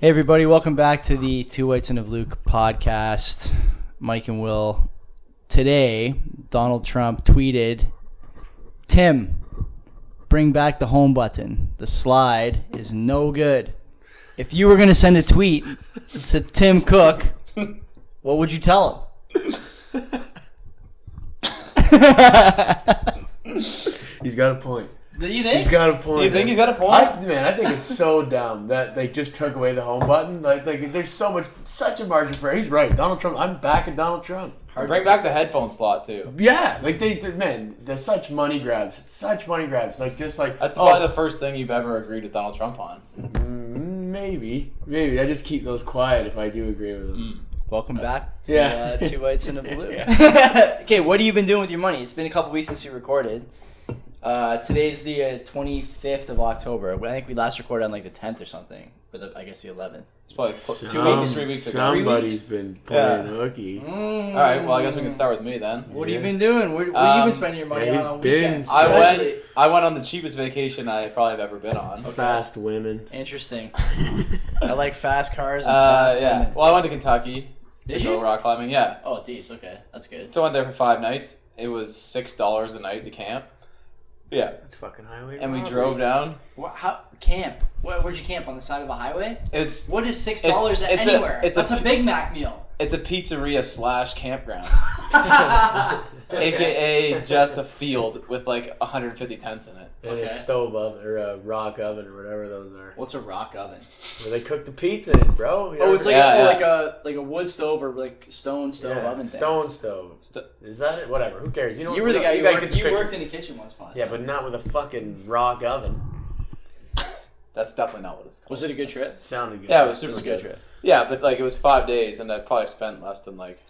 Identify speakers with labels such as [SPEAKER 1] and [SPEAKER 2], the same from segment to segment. [SPEAKER 1] Hey, everybody, welcome back to the Two Whites and a Blue podcast. Mike and Will. Today, Donald Trump tweeted Tim, bring back the home button. The slide is no good. If you were going to send a tweet to Tim Cook, what would you tell him?
[SPEAKER 2] He's got a point.
[SPEAKER 1] Do you
[SPEAKER 2] He's
[SPEAKER 1] think?
[SPEAKER 2] got a point.
[SPEAKER 3] You think
[SPEAKER 2] man.
[SPEAKER 3] he's got a point?
[SPEAKER 2] I, man, I think it's so dumb that they just took away the home button. Like, like there's so much, such a margin for. He's right. Donald Trump. I'm back at Donald Trump.
[SPEAKER 3] Bring back the headphone slot too.
[SPEAKER 2] Yeah, like they, man, there's such money grabs, such money grabs. Like just like
[SPEAKER 3] That's
[SPEAKER 2] oh,
[SPEAKER 3] probably the first thing you've ever agreed with Donald Trump on.
[SPEAKER 2] mm, maybe, maybe I just keep those quiet if I do agree with them.
[SPEAKER 3] Mm. Uh,
[SPEAKER 1] Welcome back to
[SPEAKER 2] Yeah.
[SPEAKER 1] uh, Two Whites and a Blue.
[SPEAKER 2] Yeah.
[SPEAKER 1] okay, what have you been doing with your money? It's been a couple weeks since you recorded. Uh, today's the uh, 25th of October. I think we last recorded on like the 10th or something, but the, I guess the 11th.
[SPEAKER 3] It's probably cl- two
[SPEAKER 2] Some-
[SPEAKER 3] weeks or three weeks ago.
[SPEAKER 1] some-
[SPEAKER 2] Somebody's been playing
[SPEAKER 3] Yeah.
[SPEAKER 2] hooky.
[SPEAKER 3] All right. Mm. Well, I guess we can start with me then.
[SPEAKER 1] What
[SPEAKER 2] Yeah.
[SPEAKER 1] have you been doing? What, what have you
[SPEAKER 3] Um,
[SPEAKER 1] been spending your money
[SPEAKER 2] yeah,
[SPEAKER 1] on
[SPEAKER 2] he's
[SPEAKER 1] on?
[SPEAKER 2] been
[SPEAKER 1] Weekends?
[SPEAKER 3] I
[SPEAKER 1] especially?
[SPEAKER 3] went. I went on the cheapest vacation I probably have ever been on.
[SPEAKER 2] Fast women.
[SPEAKER 1] Interesting. I like fast cars and
[SPEAKER 3] Uh,
[SPEAKER 1] fast
[SPEAKER 3] yeah.
[SPEAKER 1] women.
[SPEAKER 3] Well, I went to Kentucky to
[SPEAKER 1] Did
[SPEAKER 3] go
[SPEAKER 1] you?
[SPEAKER 3] rock climbing. Yeah.
[SPEAKER 1] Oh, geez. Okay, that's good.
[SPEAKER 3] So I went there for five nights. It was six dollars a night to camp. Yeah.
[SPEAKER 2] That's fucking highway.
[SPEAKER 3] And we
[SPEAKER 2] robbery.
[SPEAKER 3] drove down.
[SPEAKER 1] Wha how camp? Where, where'd you camp on the side of a highway?
[SPEAKER 3] It's
[SPEAKER 1] What is six
[SPEAKER 3] It's-
[SPEAKER 1] dollars at
[SPEAKER 3] it's a-
[SPEAKER 1] anywhere?
[SPEAKER 3] it's a-
[SPEAKER 1] that's a Big Mac meal.
[SPEAKER 3] it's a pizzeria slash campground,
[SPEAKER 1] Okay.
[SPEAKER 3] aka just a field with like 150 tents in it.
[SPEAKER 2] And
[SPEAKER 1] Okay.
[SPEAKER 2] a stove oven or a rock oven or whatever those are.
[SPEAKER 1] What's a rock oven?
[SPEAKER 2] Where they cook the pizza in, bro. You
[SPEAKER 1] Oh, it's like
[SPEAKER 3] Yeah,
[SPEAKER 1] oh,
[SPEAKER 3] yeah.
[SPEAKER 1] like a like a wood stove or like stone stove
[SPEAKER 2] Yeah,
[SPEAKER 1] oven thing.
[SPEAKER 2] Stone stove.
[SPEAKER 3] Sto-
[SPEAKER 2] Is that it? Whatever. Who cares? don't-
[SPEAKER 1] You were the
[SPEAKER 2] don't-
[SPEAKER 1] guy. You,
[SPEAKER 2] gotta
[SPEAKER 1] worked,
[SPEAKER 2] get the
[SPEAKER 1] you
[SPEAKER 2] picture.
[SPEAKER 1] worked in a kitchen once upon a
[SPEAKER 2] Yeah,
[SPEAKER 1] time.
[SPEAKER 2] but not with a fucking rock oven.
[SPEAKER 3] That's definitely not what it's called.
[SPEAKER 1] was it a good trip?
[SPEAKER 2] Sounded good.
[SPEAKER 3] Yeah, it was super
[SPEAKER 1] It was a
[SPEAKER 3] good.
[SPEAKER 1] good trip.
[SPEAKER 3] Yeah, but like it was five days, and I probably spent less than like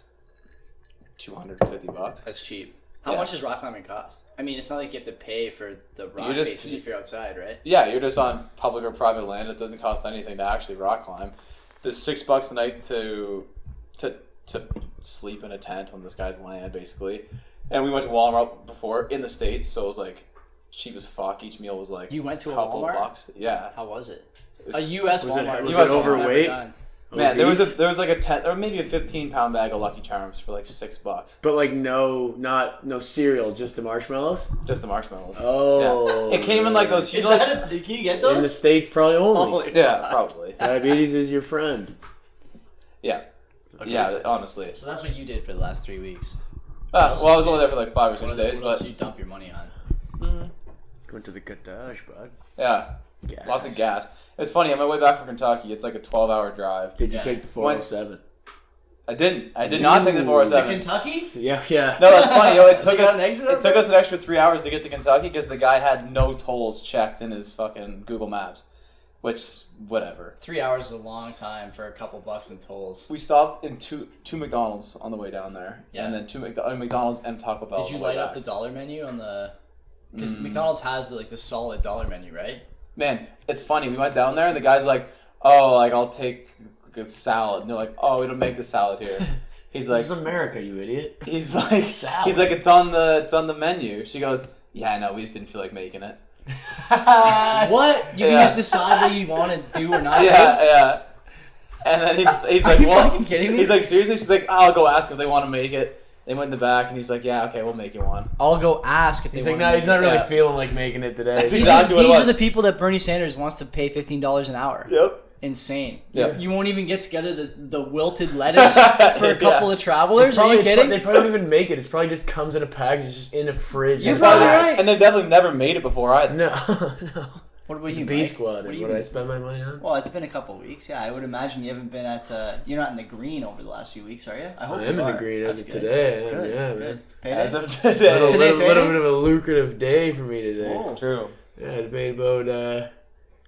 [SPEAKER 3] two hundred and fifty bucks.
[SPEAKER 1] That's cheap. How
[SPEAKER 3] Yeah.
[SPEAKER 1] much does rock climbing cost? I mean, it's not like you have to pay for the rock
[SPEAKER 3] just-
[SPEAKER 1] faces if you're outside, right?
[SPEAKER 3] Yeah, you're just on public or private land. It doesn't cost anything to actually rock climb. There's six bucks a night to to to sleep in a tent on this guy's land, basically. And we went to Walmart before in the states, so it was like cheap as fuck. Each meal was like
[SPEAKER 1] You went to a
[SPEAKER 3] couple
[SPEAKER 1] Walmart?
[SPEAKER 3] bucks. Yeah,
[SPEAKER 1] I'll- How was it?
[SPEAKER 3] was-
[SPEAKER 1] a U.S.
[SPEAKER 2] was it-
[SPEAKER 1] Walmart.
[SPEAKER 2] was
[SPEAKER 3] it
[SPEAKER 1] US Walmart I've ever
[SPEAKER 2] overweight?
[SPEAKER 1] done.
[SPEAKER 2] Oh,
[SPEAKER 3] man. There was a
[SPEAKER 2] Obese?
[SPEAKER 3] there was like a ten or maybe a fifteen pound bag of Lucky Charms for like six bucks.
[SPEAKER 2] But like no, not no cereal, just the marshmallows.
[SPEAKER 3] Just the marshmallows.
[SPEAKER 2] Oh.
[SPEAKER 3] It came in like those huge. Like,
[SPEAKER 1] a, can you get
[SPEAKER 2] In the states, probably only.
[SPEAKER 3] yeah, probably.
[SPEAKER 2] Diabetes is your friend.
[SPEAKER 3] Yeah.
[SPEAKER 1] Okay,
[SPEAKER 3] Yeah,
[SPEAKER 1] So,
[SPEAKER 3] honestly.
[SPEAKER 1] so that's what you did for the last three weeks.
[SPEAKER 3] Uh,
[SPEAKER 1] else
[SPEAKER 3] well, I was
[SPEAKER 1] did-
[SPEAKER 3] only there for like five or
[SPEAKER 1] What
[SPEAKER 3] six
[SPEAKER 1] else- what Mm.
[SPEAKER 3] days,
[SPEAKER 1] else
[SPEAKER 3] but
[SPEAKER 1] did you dump your money on?
[SPEAKER 2] Went to the Kadash, bud.
[SPEAKER 3] yeah,
[SPEAKER 2] Gas.
[SPEAKER 3] lots of gas. It's funny. On my way back from Kentucky, it's like a twelve-hour drive.
[SPEAKER 2] Did you
[SPEAKER 1] Yeah.
[SPEAKER 2] take the 407?
[SPEAKER 3] I didn't. I did not take the
[SPEAKER 2] Ooh.
[SPEAKER 3] four oh
[SPEAKER 1] To
[SPEAKER 3] seven.
[SPEAKER 1] Kentucky?
[SPEAKER 2] Yeah, yeah.
[SPEAKER 3] No, that's funny. Yo, it
[SPEAKER 1] They
[SPEAKER 3] took
[SPEAKER 1] got
[SPEAKER 3] us.
[SPEAKER 1] an exit
[SPEAKER 3] It
[SPEAKER 1] out
[SPEAKER 3] took
[SPEAKER 1] there?
[SPEAKER 3] us an extra three hours to get to Kentucky because the guy had no tolls checked in his fucking Google Maps, which whatever.
[SPEAKER 1] Three hours is a long time for a couple bucks in tolls.
[SPEAKER 3] We stopped in two two McDonald's on the way down there,
[SPEAKER 1] Yeah.
[SPEAKER 3] and then two McDo- McDonald's and Taco Bell.
[SPEAKER 1] Did you
[SPEAKER 3] on the way
[SPEAKER 1] light up
[SPEAKER 3] back. Mm.
[SPEAKER 1] the dollar menu on the? Because McDonald's has like the solid dollar menu, right?
[SPEAKER 3] man, it's funny. We went down there and the guy's like, oh, like I'll take a salad. And they're like, oh, we don't make the salad here. He's like,
[SPEAKER 2] This is America, you idiot.
[SPEAKER 3] he's like,
[SPEAKER 2] Salad.
[SPEAKER 3] he's like, it's on the it's on the menu. She goes, yeah, I know. We just didn't feel like making it.
[SPEAKER 1] What? You can
[SPEAKER 3] Yeah.
[SPEAKER 1] just decide what you want to do or not.
[SPEAKER 3] Yeah, yeah. And then he's he's
[SPEAKER 1] Are
[SPEAKER 3] like,
[SPEAKER 1] you
[SPEAKER 3] well,
[SPEAKER 1] fucking kidding me?
[SPEAKER 3] he's like, seriously? She's like, I'll go ask if they want to make it. They went in the back and he's like, yeah, okay, we'll make you one.
[SPEAKER 1] do. I'll go ask if
[SPEAKER 2] He's
[SPEAKER 1] they
[SPEAKER 2] like,
[SPEAKER 1] want
[SPEAKER 2] no, he's not really
[SPEAKER 3] Yeah.
[SPEAKER 2] feeling like making it today.
[SPEAKER 3] That's
[SPEAKER 1] These,
[SPEAKER 3] exactly
[SPEAKER 1] are,
[SPEAKER 3] what it
[SPEAKER 1] these are
[SPEAKER 3] was.
[SPEAKER 1] the people that Bernie Sanders wants to pay fifteen dollars an hour.
[SPEAKER 3] Yep.
[SPEAKER 1] Insane.
[SPEAKER 3] Yeah.
[SPEAKER 1] You won't even get together the, the wilted lettuce for a
[SPEAKER 3] Yeah.
[SPEAKER 1] couple of travelers.
[SPEAKER 2] It's probably-
[SPEAKER 1] are you
[SPEAKER 2] it's
[SPEAKER 1] kidding?
[SPEAKER 2] prob- They probably don't even make it. It's probably just comes in a package, it's just in a fridge.
[SPEAKER 1] You're
[SPEAKER 2] It's
[SPEAKER 1] probably
[SPEAKER 2] bad.
[SPEAKER 1] right.
[SPEAKER 3] And they've definitely never made it before either.
[SPEAKER 2] No, no.
[SPEAKER 1] what about you,
[SPEAKER 2] B
[SPEAKER 1] Mike?
[SPEAKER 2] Squad.
[SPEAKER 1] What
[SPEAKER 2] What,
[SPEAKER 1] do
[SPEAKER 2] do
[SPEAKER 1] you
[SPEAKER 2] I
[SPEAKER 1] mean?
[SPEAKER 2] spend my money on?
[SPEAKER 1] Well, it's been a couple of weeks. Yeah, I would imagine you haven't been at. Uh, you're not in the green over the last few weeks, are you? I hope
[SPEAKER 2] I
[SPEAKER 1] you
[SPEAKER 2] am in
[SPEAKER 1] are.
[SPEAKER 2] the green as
[SPEAKER 1] That's
[SPEAKER 2] of
[SPEAKER 1] good.
[SPEAKER 2] today. I am,
[SPEAKER 1] Good.
[SPEAKER 2] yeah,
[SPEAKER 1] good.
[SPEAKER 2] man.
[SPEAKER 1] Payday?
[SPEAKER 3] As of
[SPEAKER 2] Little,
[SPEAKER 3] today.
[SPEAKER 1] Today,
[SPEAKER 2] little, little
[SPEAKER 1] payday?
[SPEAKER 2] bit of a lucrative day for me today.
[SPEAKER 1] Whoa.
[SPEAKER 3] True.
[SPEAKER 2] Yeah, I paid about uh,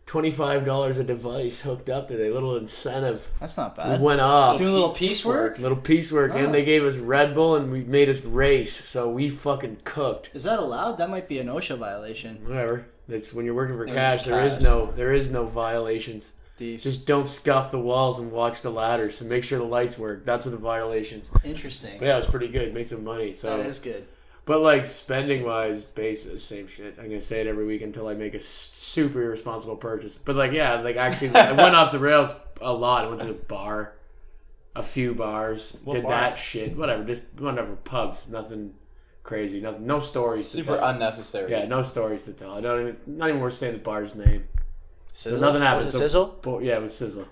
[SPEAKER 2] twenty-five dollars a device hooked up today. Little incentive.
[SPEAKER 1] That's not
[SPEAKER 2] We
[SPEAKER 1] bad.
[SPEAKER 2] went off.
[SPEAKER 1] Doing a little piecework.
[SPEAKER 2] Little piecework,
[SPEAKER 1] Oh.
[SPEAKER 2] and they gave us Red Bull, and we made us race. So we fucking cooked.
[SPEAKER 1] Is that allowed? That might be an OSHA violation.
[SPEAKER 2] Whatever. That's when you're working for
[SPEAKER 3] There's
[SPEAKER 2] cash. There is
[SPEAKER 3] cash.
[SPEAKER 2] no, there is no violations.
[SPEAKER 1] These
[SPEAKER 2] Just don't scuff the walls and watch the ladders, and make sure the lights work. That's the violations.
[SPEAKER 1] interesting.
[SPEAKER 2] But yeah, it's pretty good. Make some money. So
[SPEAKER 1] That is good.
[SPEAKER 2] But like spending wise, basis same shit. I'm gonna say it every week until I make a s- super irresponsible purchase. But like yeah, like actually, I went off the rails a lot. I went to a bar, a few bars.
[SPEAKER 4] What
[SPEAKER 2] did
[SPEAKER 4] bar?
[SPEAKER 2] that shit. Whatever. Just whatever. Pubs. Nothing crazy. Nothing. No stories.
[SPEAKER 3] Super
[SPEAKER 2] to tell.
[SPEAKER 3] unnecessary.
[SPEAKER 2] yeah. No stories to tell. I don't even. Not even worth saying the bar's name.
[SPEAKER 1] Sizzle?
[SPEAKER 2] nothing happened.
[SPEAKER 1] Was it
[SPEAKER 2] So-
[SPEAKER 1] Sizzle?
[SPEAKER 2] But yeah, it was Sizzle.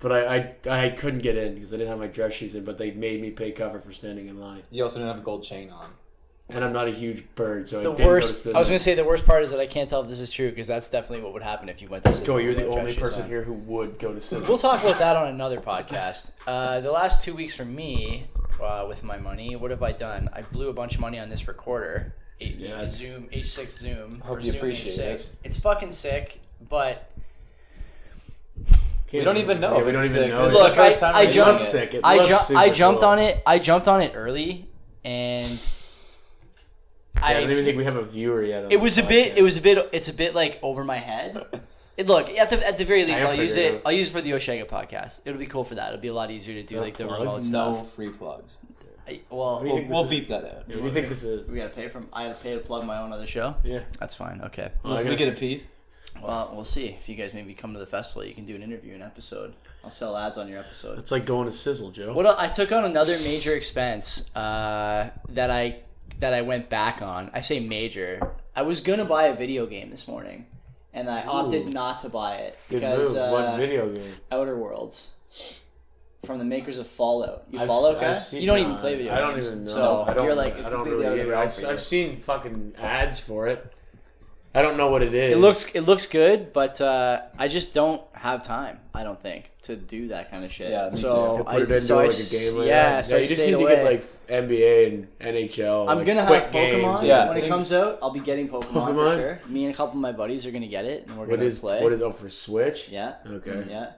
[SPEAKER 2] But I I, I couldn't get in because I didn't have my dress shoes in. But they made me pay cover for standing in line.
[SPEAKER 3] You also didn't have a gold chain on.
[SPEAKER 2] And I'm not a huge bird, so I
[SPEAKER 1] The
[SPEAKER 2] didn't
[SPEAKER 1] worst.
[SPEAKER 2] Go to
[SPEAKER 1] I was
[SPEAKER 2] Sizzle.
[SPEAKER 1] gonna say the worst part is that I can't tell if this is true because that's definitely what would happen if you went to. Sizzle
[SPEAKER 2] Joey, you're the
[SPEAKER 1] without dress
[SPEAKER 2] only
[SPEAKER 1] shoes
[SPEAKER 2] person
[SPEAKER 1] on.
[SPEAKER 2] here who would go to Sizzle.
[SPEAKER 1] We'll talk about that on another podcast. Uh, the last two weeks for me, uh, with my money, what have I done? I blew a bunch of money on this recorder, a,
[SPEAKER 2] Yeah,
[SPEAKER 1] a
[SPEAKER 2] it's-
[SPEAKER 1] Zoom H6 Zoom.
[SPEAKER 3] Hope
[SPEAKER 1] or
[SPEAKER 3] you
[SPEAKER 1] Zoom
[SPEAKER 3] appreciate
[SPEAKER 1] H6. It's fucking sick, but
[SPEAKER 3] We don't even know.
[SPEAKER 2] Yeah, we don't even know.
[SPEAKER 1] Look,
[SPEAKER 3] Look, first
[SPEAKER 1] I-
[SPEAKER 3] time
[SPEAKER 1] I
[SPEAKER 3] we're doing
[SPEAKER 1] jumped-
[SPEAKER 3] it.
[SPEAKER 2] sick. It
[SPEAKER 1] I
[SPEAKER 2] looks
[SPEAKER 1] ju-
[SPEAKER 2] sick,
[SPEAKER 1] I
[SPEAKER 2] but
[SPEAKER 1] jumped
[SPEAKER 2] cool.
[SPEAKER 1] on it. I jumped on it early, and
[SPEAKER 2] Yeah, I,
[SPEAKER 1] I
[SPEAKER 2] don't even think we have a viewer yet. on
[SPEAKER 1] It
[SPEAKER 2] the
[SPEAKER 1] was a bit.
[SPEAKER 2] podcast.
[SPEAKER 1] It was a bit. It's a bit like over my head. It, look at the at the very least,
[SPEAKER 2] I
[SPEAKER 1] I'll use
[SPEAKER 2] figured
[SPEAKER 1] it.
[SPEAKER 2] it.
[SPEAKER 1] I'll use it for the Oshega podcast. It'll be cool for that. It'll be a lot easier to do like the
[SPEAKER 2] plug?
[SPEAKER 1] remote
[SPEAKER 3] No
[SPEAKER 1] stuff.
[SPEAKER 3] free plugs.
[SPEAKER 1] I, well,
[SPEAKER 2] do you
[SPEAKER 3] We'll,
[SPEAKER 2] think this
[SPEAKER 3] we'll
[SPEAKER 2] is?
[SPEAKER 3] beep that out.
[SPEAKER 2] What do you think this is?
[SPEAKER 1] we gotta pay from. I gotta pay to plug my own other show.
[SPEAKER 2] Yeah.
[SPEAKER 1] That's fine. Okay.
[SPEAKER 2] I
[SPEAKER 3] Can we
[SPEAKER 2] guess-
[SPEAKER 3] get a piece?
[SPEAKER 1] Well, we'll see. If you guys maybe come to the festival, you can do an interview, an episode. I'll sell ads on your episode.
[SPEAKER 2] It's like going to Sizzle, Joe.
[SPEAKER 1] What el- I took on another major expense uh, that I that I went back on. I say major. I was gonna buy a video game this morning, and I opted
[SPEAKER 2] Ooh.
[SPEAKER 1] not to buy it
[SPEAKER 2] Good
[SPEAKER 1] because
[SPEAKER 2] move. what
[SPEAKER 1] uh,
[SPEAKER 2] video game?
[SPEAKER 1] Outer Worlds from the makers of Fallout. You
[SPEAKER 2] I've-
[SPEAKER 1] Fallout
[SPEAKER 2] I've
[SPEAKER 1] guy?
[SPEAKER 2] seen-
[SPEAKER 1] you don't
[SPEAKER 2] no,
[SPEAKER 1] even play video
[SPEAKER 2] I don't
[SPEAKER 1] games,
[SPEAKER 2] even know.
[SPEAKER 1] so
[SPEAKER 2] I don't,
[SPEAKER 1] you're like it's
[SPEAKER 2] I don't
[SPEAKER 1] completely
[SPEAKER 2] really
[SPEAKER 1] out of the
[SPEAKER 2] either.
[SPEAKER 1] realm
[SPEAKER 2] I've,
[SPEAKER 1] for you.
[SPEAKER 2] I've seen fucking ads for it. I don't know what it is.
[SPEAKER 1] It looks it looks good, but uh, I just don't have time. I don't think to do that kind of shit.
[SPEAKER 3] Yeah, me
[SPEAKER 1] so
[SPEAKER 2] They put
[SPEAKER 1] I,
[SPEAKER 2] it into
[SPEAKER 1] so I
[SPEAKER 2] like
[SPEAKER 1] s-
[SPEAKER 2] a game like
[SPEAKER 1] yeah,
[SPEAKER 2] that.
[SPEAKER 1] so
[SPEAKER 2] yeah,
[SPEAKER 1] I
[SPEAKER 2] you just
[SPEAKER 1] stayed
[SPEAKER 2] need
[SPEAKER 1] away.
[SPEAKER 2] to get like NBA and NHL.
[SPEAKER 1] I'm
[SPEAKER 2] like,
[SPEAKER 1] gonna have
[SPEAKER 2] quick games
[SPEAKER 1] Pokemon
[SPEAKER 2] and-
[SPEAKER 3] Yeah.
[SPEAKER 1] when it
[SPEAKER 3] Things-
[SPEAKER 1] comes out. I'll be getting Pokemon,
[SPEAKER 2] Pokemon?
[SPEAKER 1] for sure. Me and a couple of my buddies are gonna get it, and we're
[SPEAKER 2] What
[SPEAKER 1] gonna
[SPEAKER 2] is
[SPEAKER 1] play.
[SPEAKER 2] what is oh for Switch?
[SPEAKER 1] yeah, Mm,
[SPEAKER 2] Okay.
[SPEAKER 1] yeah.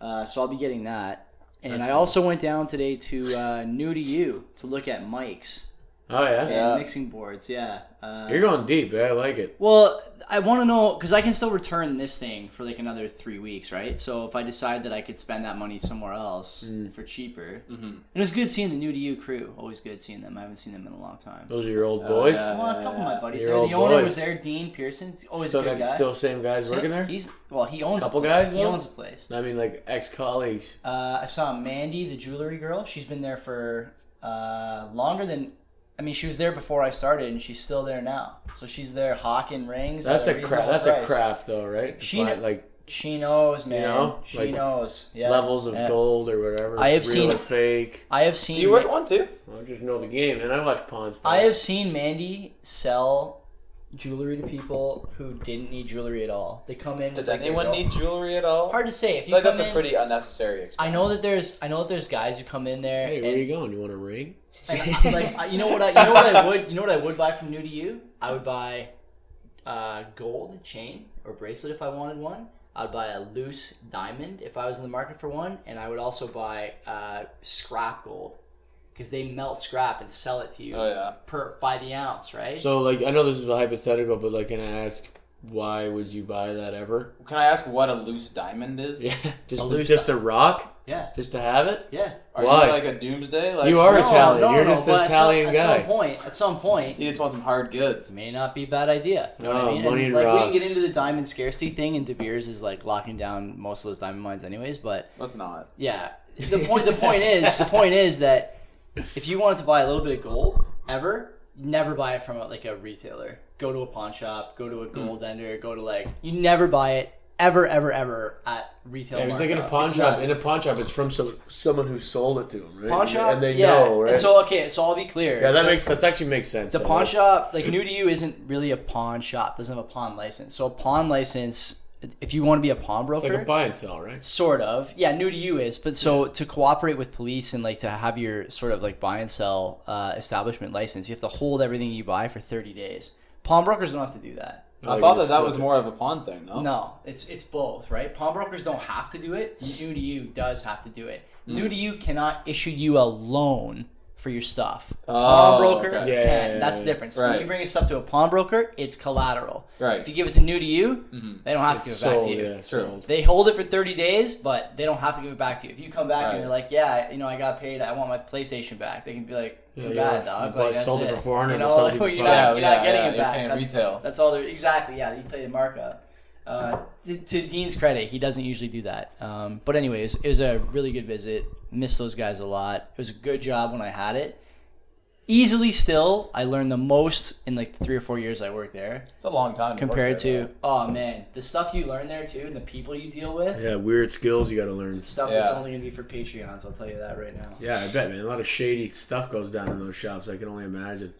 [SPEAKER 1] Uh, so I'll be getting that, and
[SPEAKER 2] That's
[SPEAKER 1] I
[SPEAKER 2] cool.
[SPEAKER 1] also went down today to uh, New to You to look at mics
[SPEAKER 2] Oh yeah.
[SPEAKER 3] Yeah.
[SPEAKER 1] and mixing boards. Yeah. Uh,
[SPEAKER 2] You're going deep. Yeah, I like it.
[SPEAKER 1] well, I want to know because I can still return this thing for like another three weeks, right? So if I decide that I could spend that money somewhere else
[SPEAKER 2] Mm.
[SPEAKER 1] for cheaper, and
[SPEAKER 3] Mhm.
[SPEAKER 1] it was good seeing the new to you crew. Always good seeing them. I haven't seen them in a long time.
[SPEAKER 2] Those are your old
[SPEAKER 1] Uh,
[SPEAKER 3] Oh,
[SPEAKER 2] boys.
[SPEAKER 3] yeah.
[SPEAKER 1] Well, a couple of my buddies
[SPEAKER 2] Your
[SPEAKER 1] there.
[SPEAKER 2] old
[SPEAKER 1] The owner
[SPEAKER 2] boy.
[SPEAKER 1] was there, Dean Pearson. He's Always
[SPEAKER 2] Still,
[SPEAKER 1] a good guy.
[SPEAKER 2] still same guys working there.
[SPEAKER 1] He's well, he owns
[SPEAKER 2] Couple
[SPEAKER 1] a place.
[SPEAKER 2] guys,
[SPEAKER 1] He
[SPEAKER 2] though?
[SPEAKER 1] owns a place.
[SPEAKER 2] I mean, like ex colleagues.
[SPEAKER 1] Uh, I saw Mandy, the jewelry girl. She's been there for uh, longer than. I mean, she was there before I started, and she's still there now. So she's there hawking rings.
[SPEAKER 2] That's
[SPEAKER 1] at
[SPEAKER 2] a cra-
[SPEAKER 1] reasonable
[SPEAKER 2] that's a
[SPEAKER 1] price.
[SPEAKER 2] craft though, right? To
[SPEAKER 1] She
[SPEAKER 2] find,
[SPEAKER 1] kn-
[SPEAKER 2] like
[SPEAKER 1] She knows, man.
[SPEAKER 2] know,
[SPEAKER 1] she
[SPEAKER 2] like,
[SPEAKER 1] knows. Yeah.
[SPEAKER 2] levels of
[SPEAKER 1] yeah.
[SPEAKER 2] gold or whatever.
[SPEAKER 1] I
[SPEAKER 2] It's
[SPEAKER 1] have
[SPEAKER 2] real
[SPEAKER 1] seen-
[SPEAKER 2] or fake.
[SPEAKER 1] I have seen.
[SPEAKER 3] Do you work one too?
[SPEAKER 2] I just know the game, and I watch Pawn Stars.
[SPEAKER 1] I have seen Mandy sell jewelry to people who didn't need jewelry at all. They come in.
[SPEAKER 3] Does
[SPEAKER 1] with, like, their
[SPEAKER 3] anyone need
[SPEAKER 1] girlfriend.
[SPEAKER 3] jewelry at all?
[SPEAKER 1] Hard to say. If you
[SPEAKER 3] like
[SPEAKER 1] come
[SPEAKER 3] that's
[SPEAKER 1] in-
[SPEAKER 3] a pretty unnecessary expense.
[SPEAKER 1] I know that there's. I know that there's guys who come in there.
[SPEAKER 2] Hey,
[SPEAKER 1] and,
[SPEAKER 2] where are you going? You want a ring?
[SPEAKER 1] and I- like I- you know what I you know what I would you know what I would buy from New to You? I would buy uh, gold chain or bracelet if I wanted one. I'd buy a loose diamond if I was in the market for one, and I would also buy uh, scrap gold because they melt scrap and sell it to you
[SPEAKER 3] Oh yeah.
[SPEAKER 1] per by the ounce, right?
[SPEAKER 2] So, like, I know this is a hypothetical, but like, can I ask why would you buy that ever?
[SPEAKER 3] Can I ask what a loose diamond is?
[SPEAKER 2] Yeah,
[SPEAKER 1] A
[SPEAKER 2] just the,
[SPEAKER 1] loose
[SPEAKER 2] just the rock,
[SPEAKER 1] yeah,
[SPEAKER 2] just to have it.
[SPEAKER 1] yeah.
[SPEAKER 3] Are
[SPEAKER 2] Why?
[SPEAKER 3] you like a doomsday? Like
[SPEAKER 2] You are
[SPEAKER 1] No,
[SPEAKER 2] Italian.
[SPEAKER 1] no,
[SPEAKER 2] You're
[SPEAKER 1] no,
[SPEAKER 2] just an
[SPEAKER 1] but at some-
[SPEAKER 2] Italian
[SPEAKER 1] at
[SPEAKER 2] guy.
[SPEAKER 1] Some point, at some point,
[SPEAKER 3] You just want some hard goods.
[SPEAKER 1] may not be a bad idea. You know what
[SPEAKER 2] No,
[SPEAKER 1] I mean?
[SPEAKER 2] Oh, money
[SPEAKER 1] and,
[SPEAKER 2] and
[SPEAKER 1] like we
[SPEAKER 2] rocks.
[SPEAKER 1] can get into the diamond scarcity thing, and De Beers is like locking down most of those diamond mines, anyways. But
[SPEAKER 3] Let's not.
[SPEAKER 1] Yeah. The point the point is the point is that if you wanted to buy a little bit of gold ever, never buy it from like a retailer. Go to a pawn shop, go to a
[SPEAKER 2] Hmm.
[SPEAKER 1] gold vendor, go to like you never buy it ever ever ever at retail.
[SPEAKER 2] Yeah, it's like in a
[SPEAKER 1] markup.
[SPEAKER 2] pawn
[SPEAKER 1] It's
[SPEAKER 2] shop.
[SPEAKER 1] nuts.
[SPEAKER 2] In a pawn shop, it's from some, someone who sold it to them, right?
[SPEAKER 1] pawn shop
[SPEAKER 2] and they
[SPEAKER 1] yeah.
[SPEAKER 2] know, right?
[SPEAKER 1] And so okay, so I'll be clear.
[SPEAKER 2] yeah, that makes that actually makes sense.
[SPEAKER 1] the pawn shop like new to you isn't really a pawn shop, doesn't have a pawn license. So a pawn license if you want to be a pawnbroker,
[SPEAKER 2] It's like a buy and sell, right?
[SPEAKER 1] sort of yeah new to you is but so to cooperate with police and like to have your sort of like buy and sell uh, establishment license you have to hold everything you buy for 30 days pawnbrokers don't have to do that
[SPEAKER 3] I thought that that was more of a pawn thing, though.
[SPEAKER 1] no it's it's both right pawnbrokers don't have to do it new to you does have to do it
[SPEAKER 2] Mm.
[SPEAKER 1] new to you cannot issue you a loan for your stuff a pawnbroker
[SPEAKER 3] okay.
[SPEAKER 2] Yeah,
[SPEAKER 1] can
[SPEAKER 2] Oh, yeah, yeah,
[SPEAKER 1] that's the
[SPEAKER 2] yeah.
[SPEAKER 1] difference
[SPEAKER 3] Right.
[SPEAKER 1] when you bring your stuff to a pawnbroker it's collateral
[SPEAKER 3] Right. Mm-hmm.
[SPEAKER 1] if you give it to new to you they don't have to give it back
[SPEAKER 2] sold,
[SPEAKER 1] to you
[SPEAKER 2] yeah,
[SPEAKER 3] True.
[SPEAKER 2] sold.
[SPEAKER 1] they hold it for 30 days, but they don't have to give it back to you. If you come back and
[SPEAKER 3] Right.
[SPEAKER 1] you're like, yeah, you know, I got paid. I want my PlayStation back. They can be like, too
[SPEAKER 2] Yeah,
[SPEAKER 1] bad,
[SPEAKER 2] yeah,
[SPEAKER 1] dog.
[SPEAKER 2] but I
[SPEAKER 1] Like, that's
[SPEAKER 2] sold it
[SPEAKER 1] it.
[SPEAKER 2] for 400,
[SPEAKER 1] You
[SPEAKER 2] I
[SPEAKER 1] know,
[SPEAKER 2] sold it
[SPEAKER 1] you're
[SPEAKER 2] for
[SPEAKER 1] not,
[SPEAKER 2] five.
[SPEAKER 1] you're
[SPEAKER 3] Yeah,
[SPEAKER 1] not
[SPEAKER 3] yeah,
[SPEAKER 1] getting
[SPEAKER 3] yeah,
[SPEAKER 1] it
[SPEAKER 3] you're
[SPEAKER 1] back.
[SPEAKER 3] paying
[SPEAKER 1] that's,
[SPEAKER 3] retail.
[SPEAKER 1] That's all. They're, exactly. Yeah, you pay the markup. Uh, to, to Dean's credit, he doesn't usually do that. Um, but anyways, it was a really good visit. Missed those guys a lot. It was a good job when I had it. Easily, still, I learned the most in like three or four years I worked there
[SPEAKER 3] It's a long time work
[SPEAKER 1] compared
[SPEAKER 3] there,
[SPEAKER 1] to oh man, the stuff you learn there too, and the people you deal with.
[SPEAKER 2] Yeah, weird skills you got to learn.
[SPEAKER 1] Stuff that's
[SPEAKER 3] Yeah.
[SPEAKER 1] only gonna be for Patreons. I'll tell you that right now.
[SPEAKER 2] Yeah, I bet, man. A lot of shady stuff goes down in those shops. I can only imagine.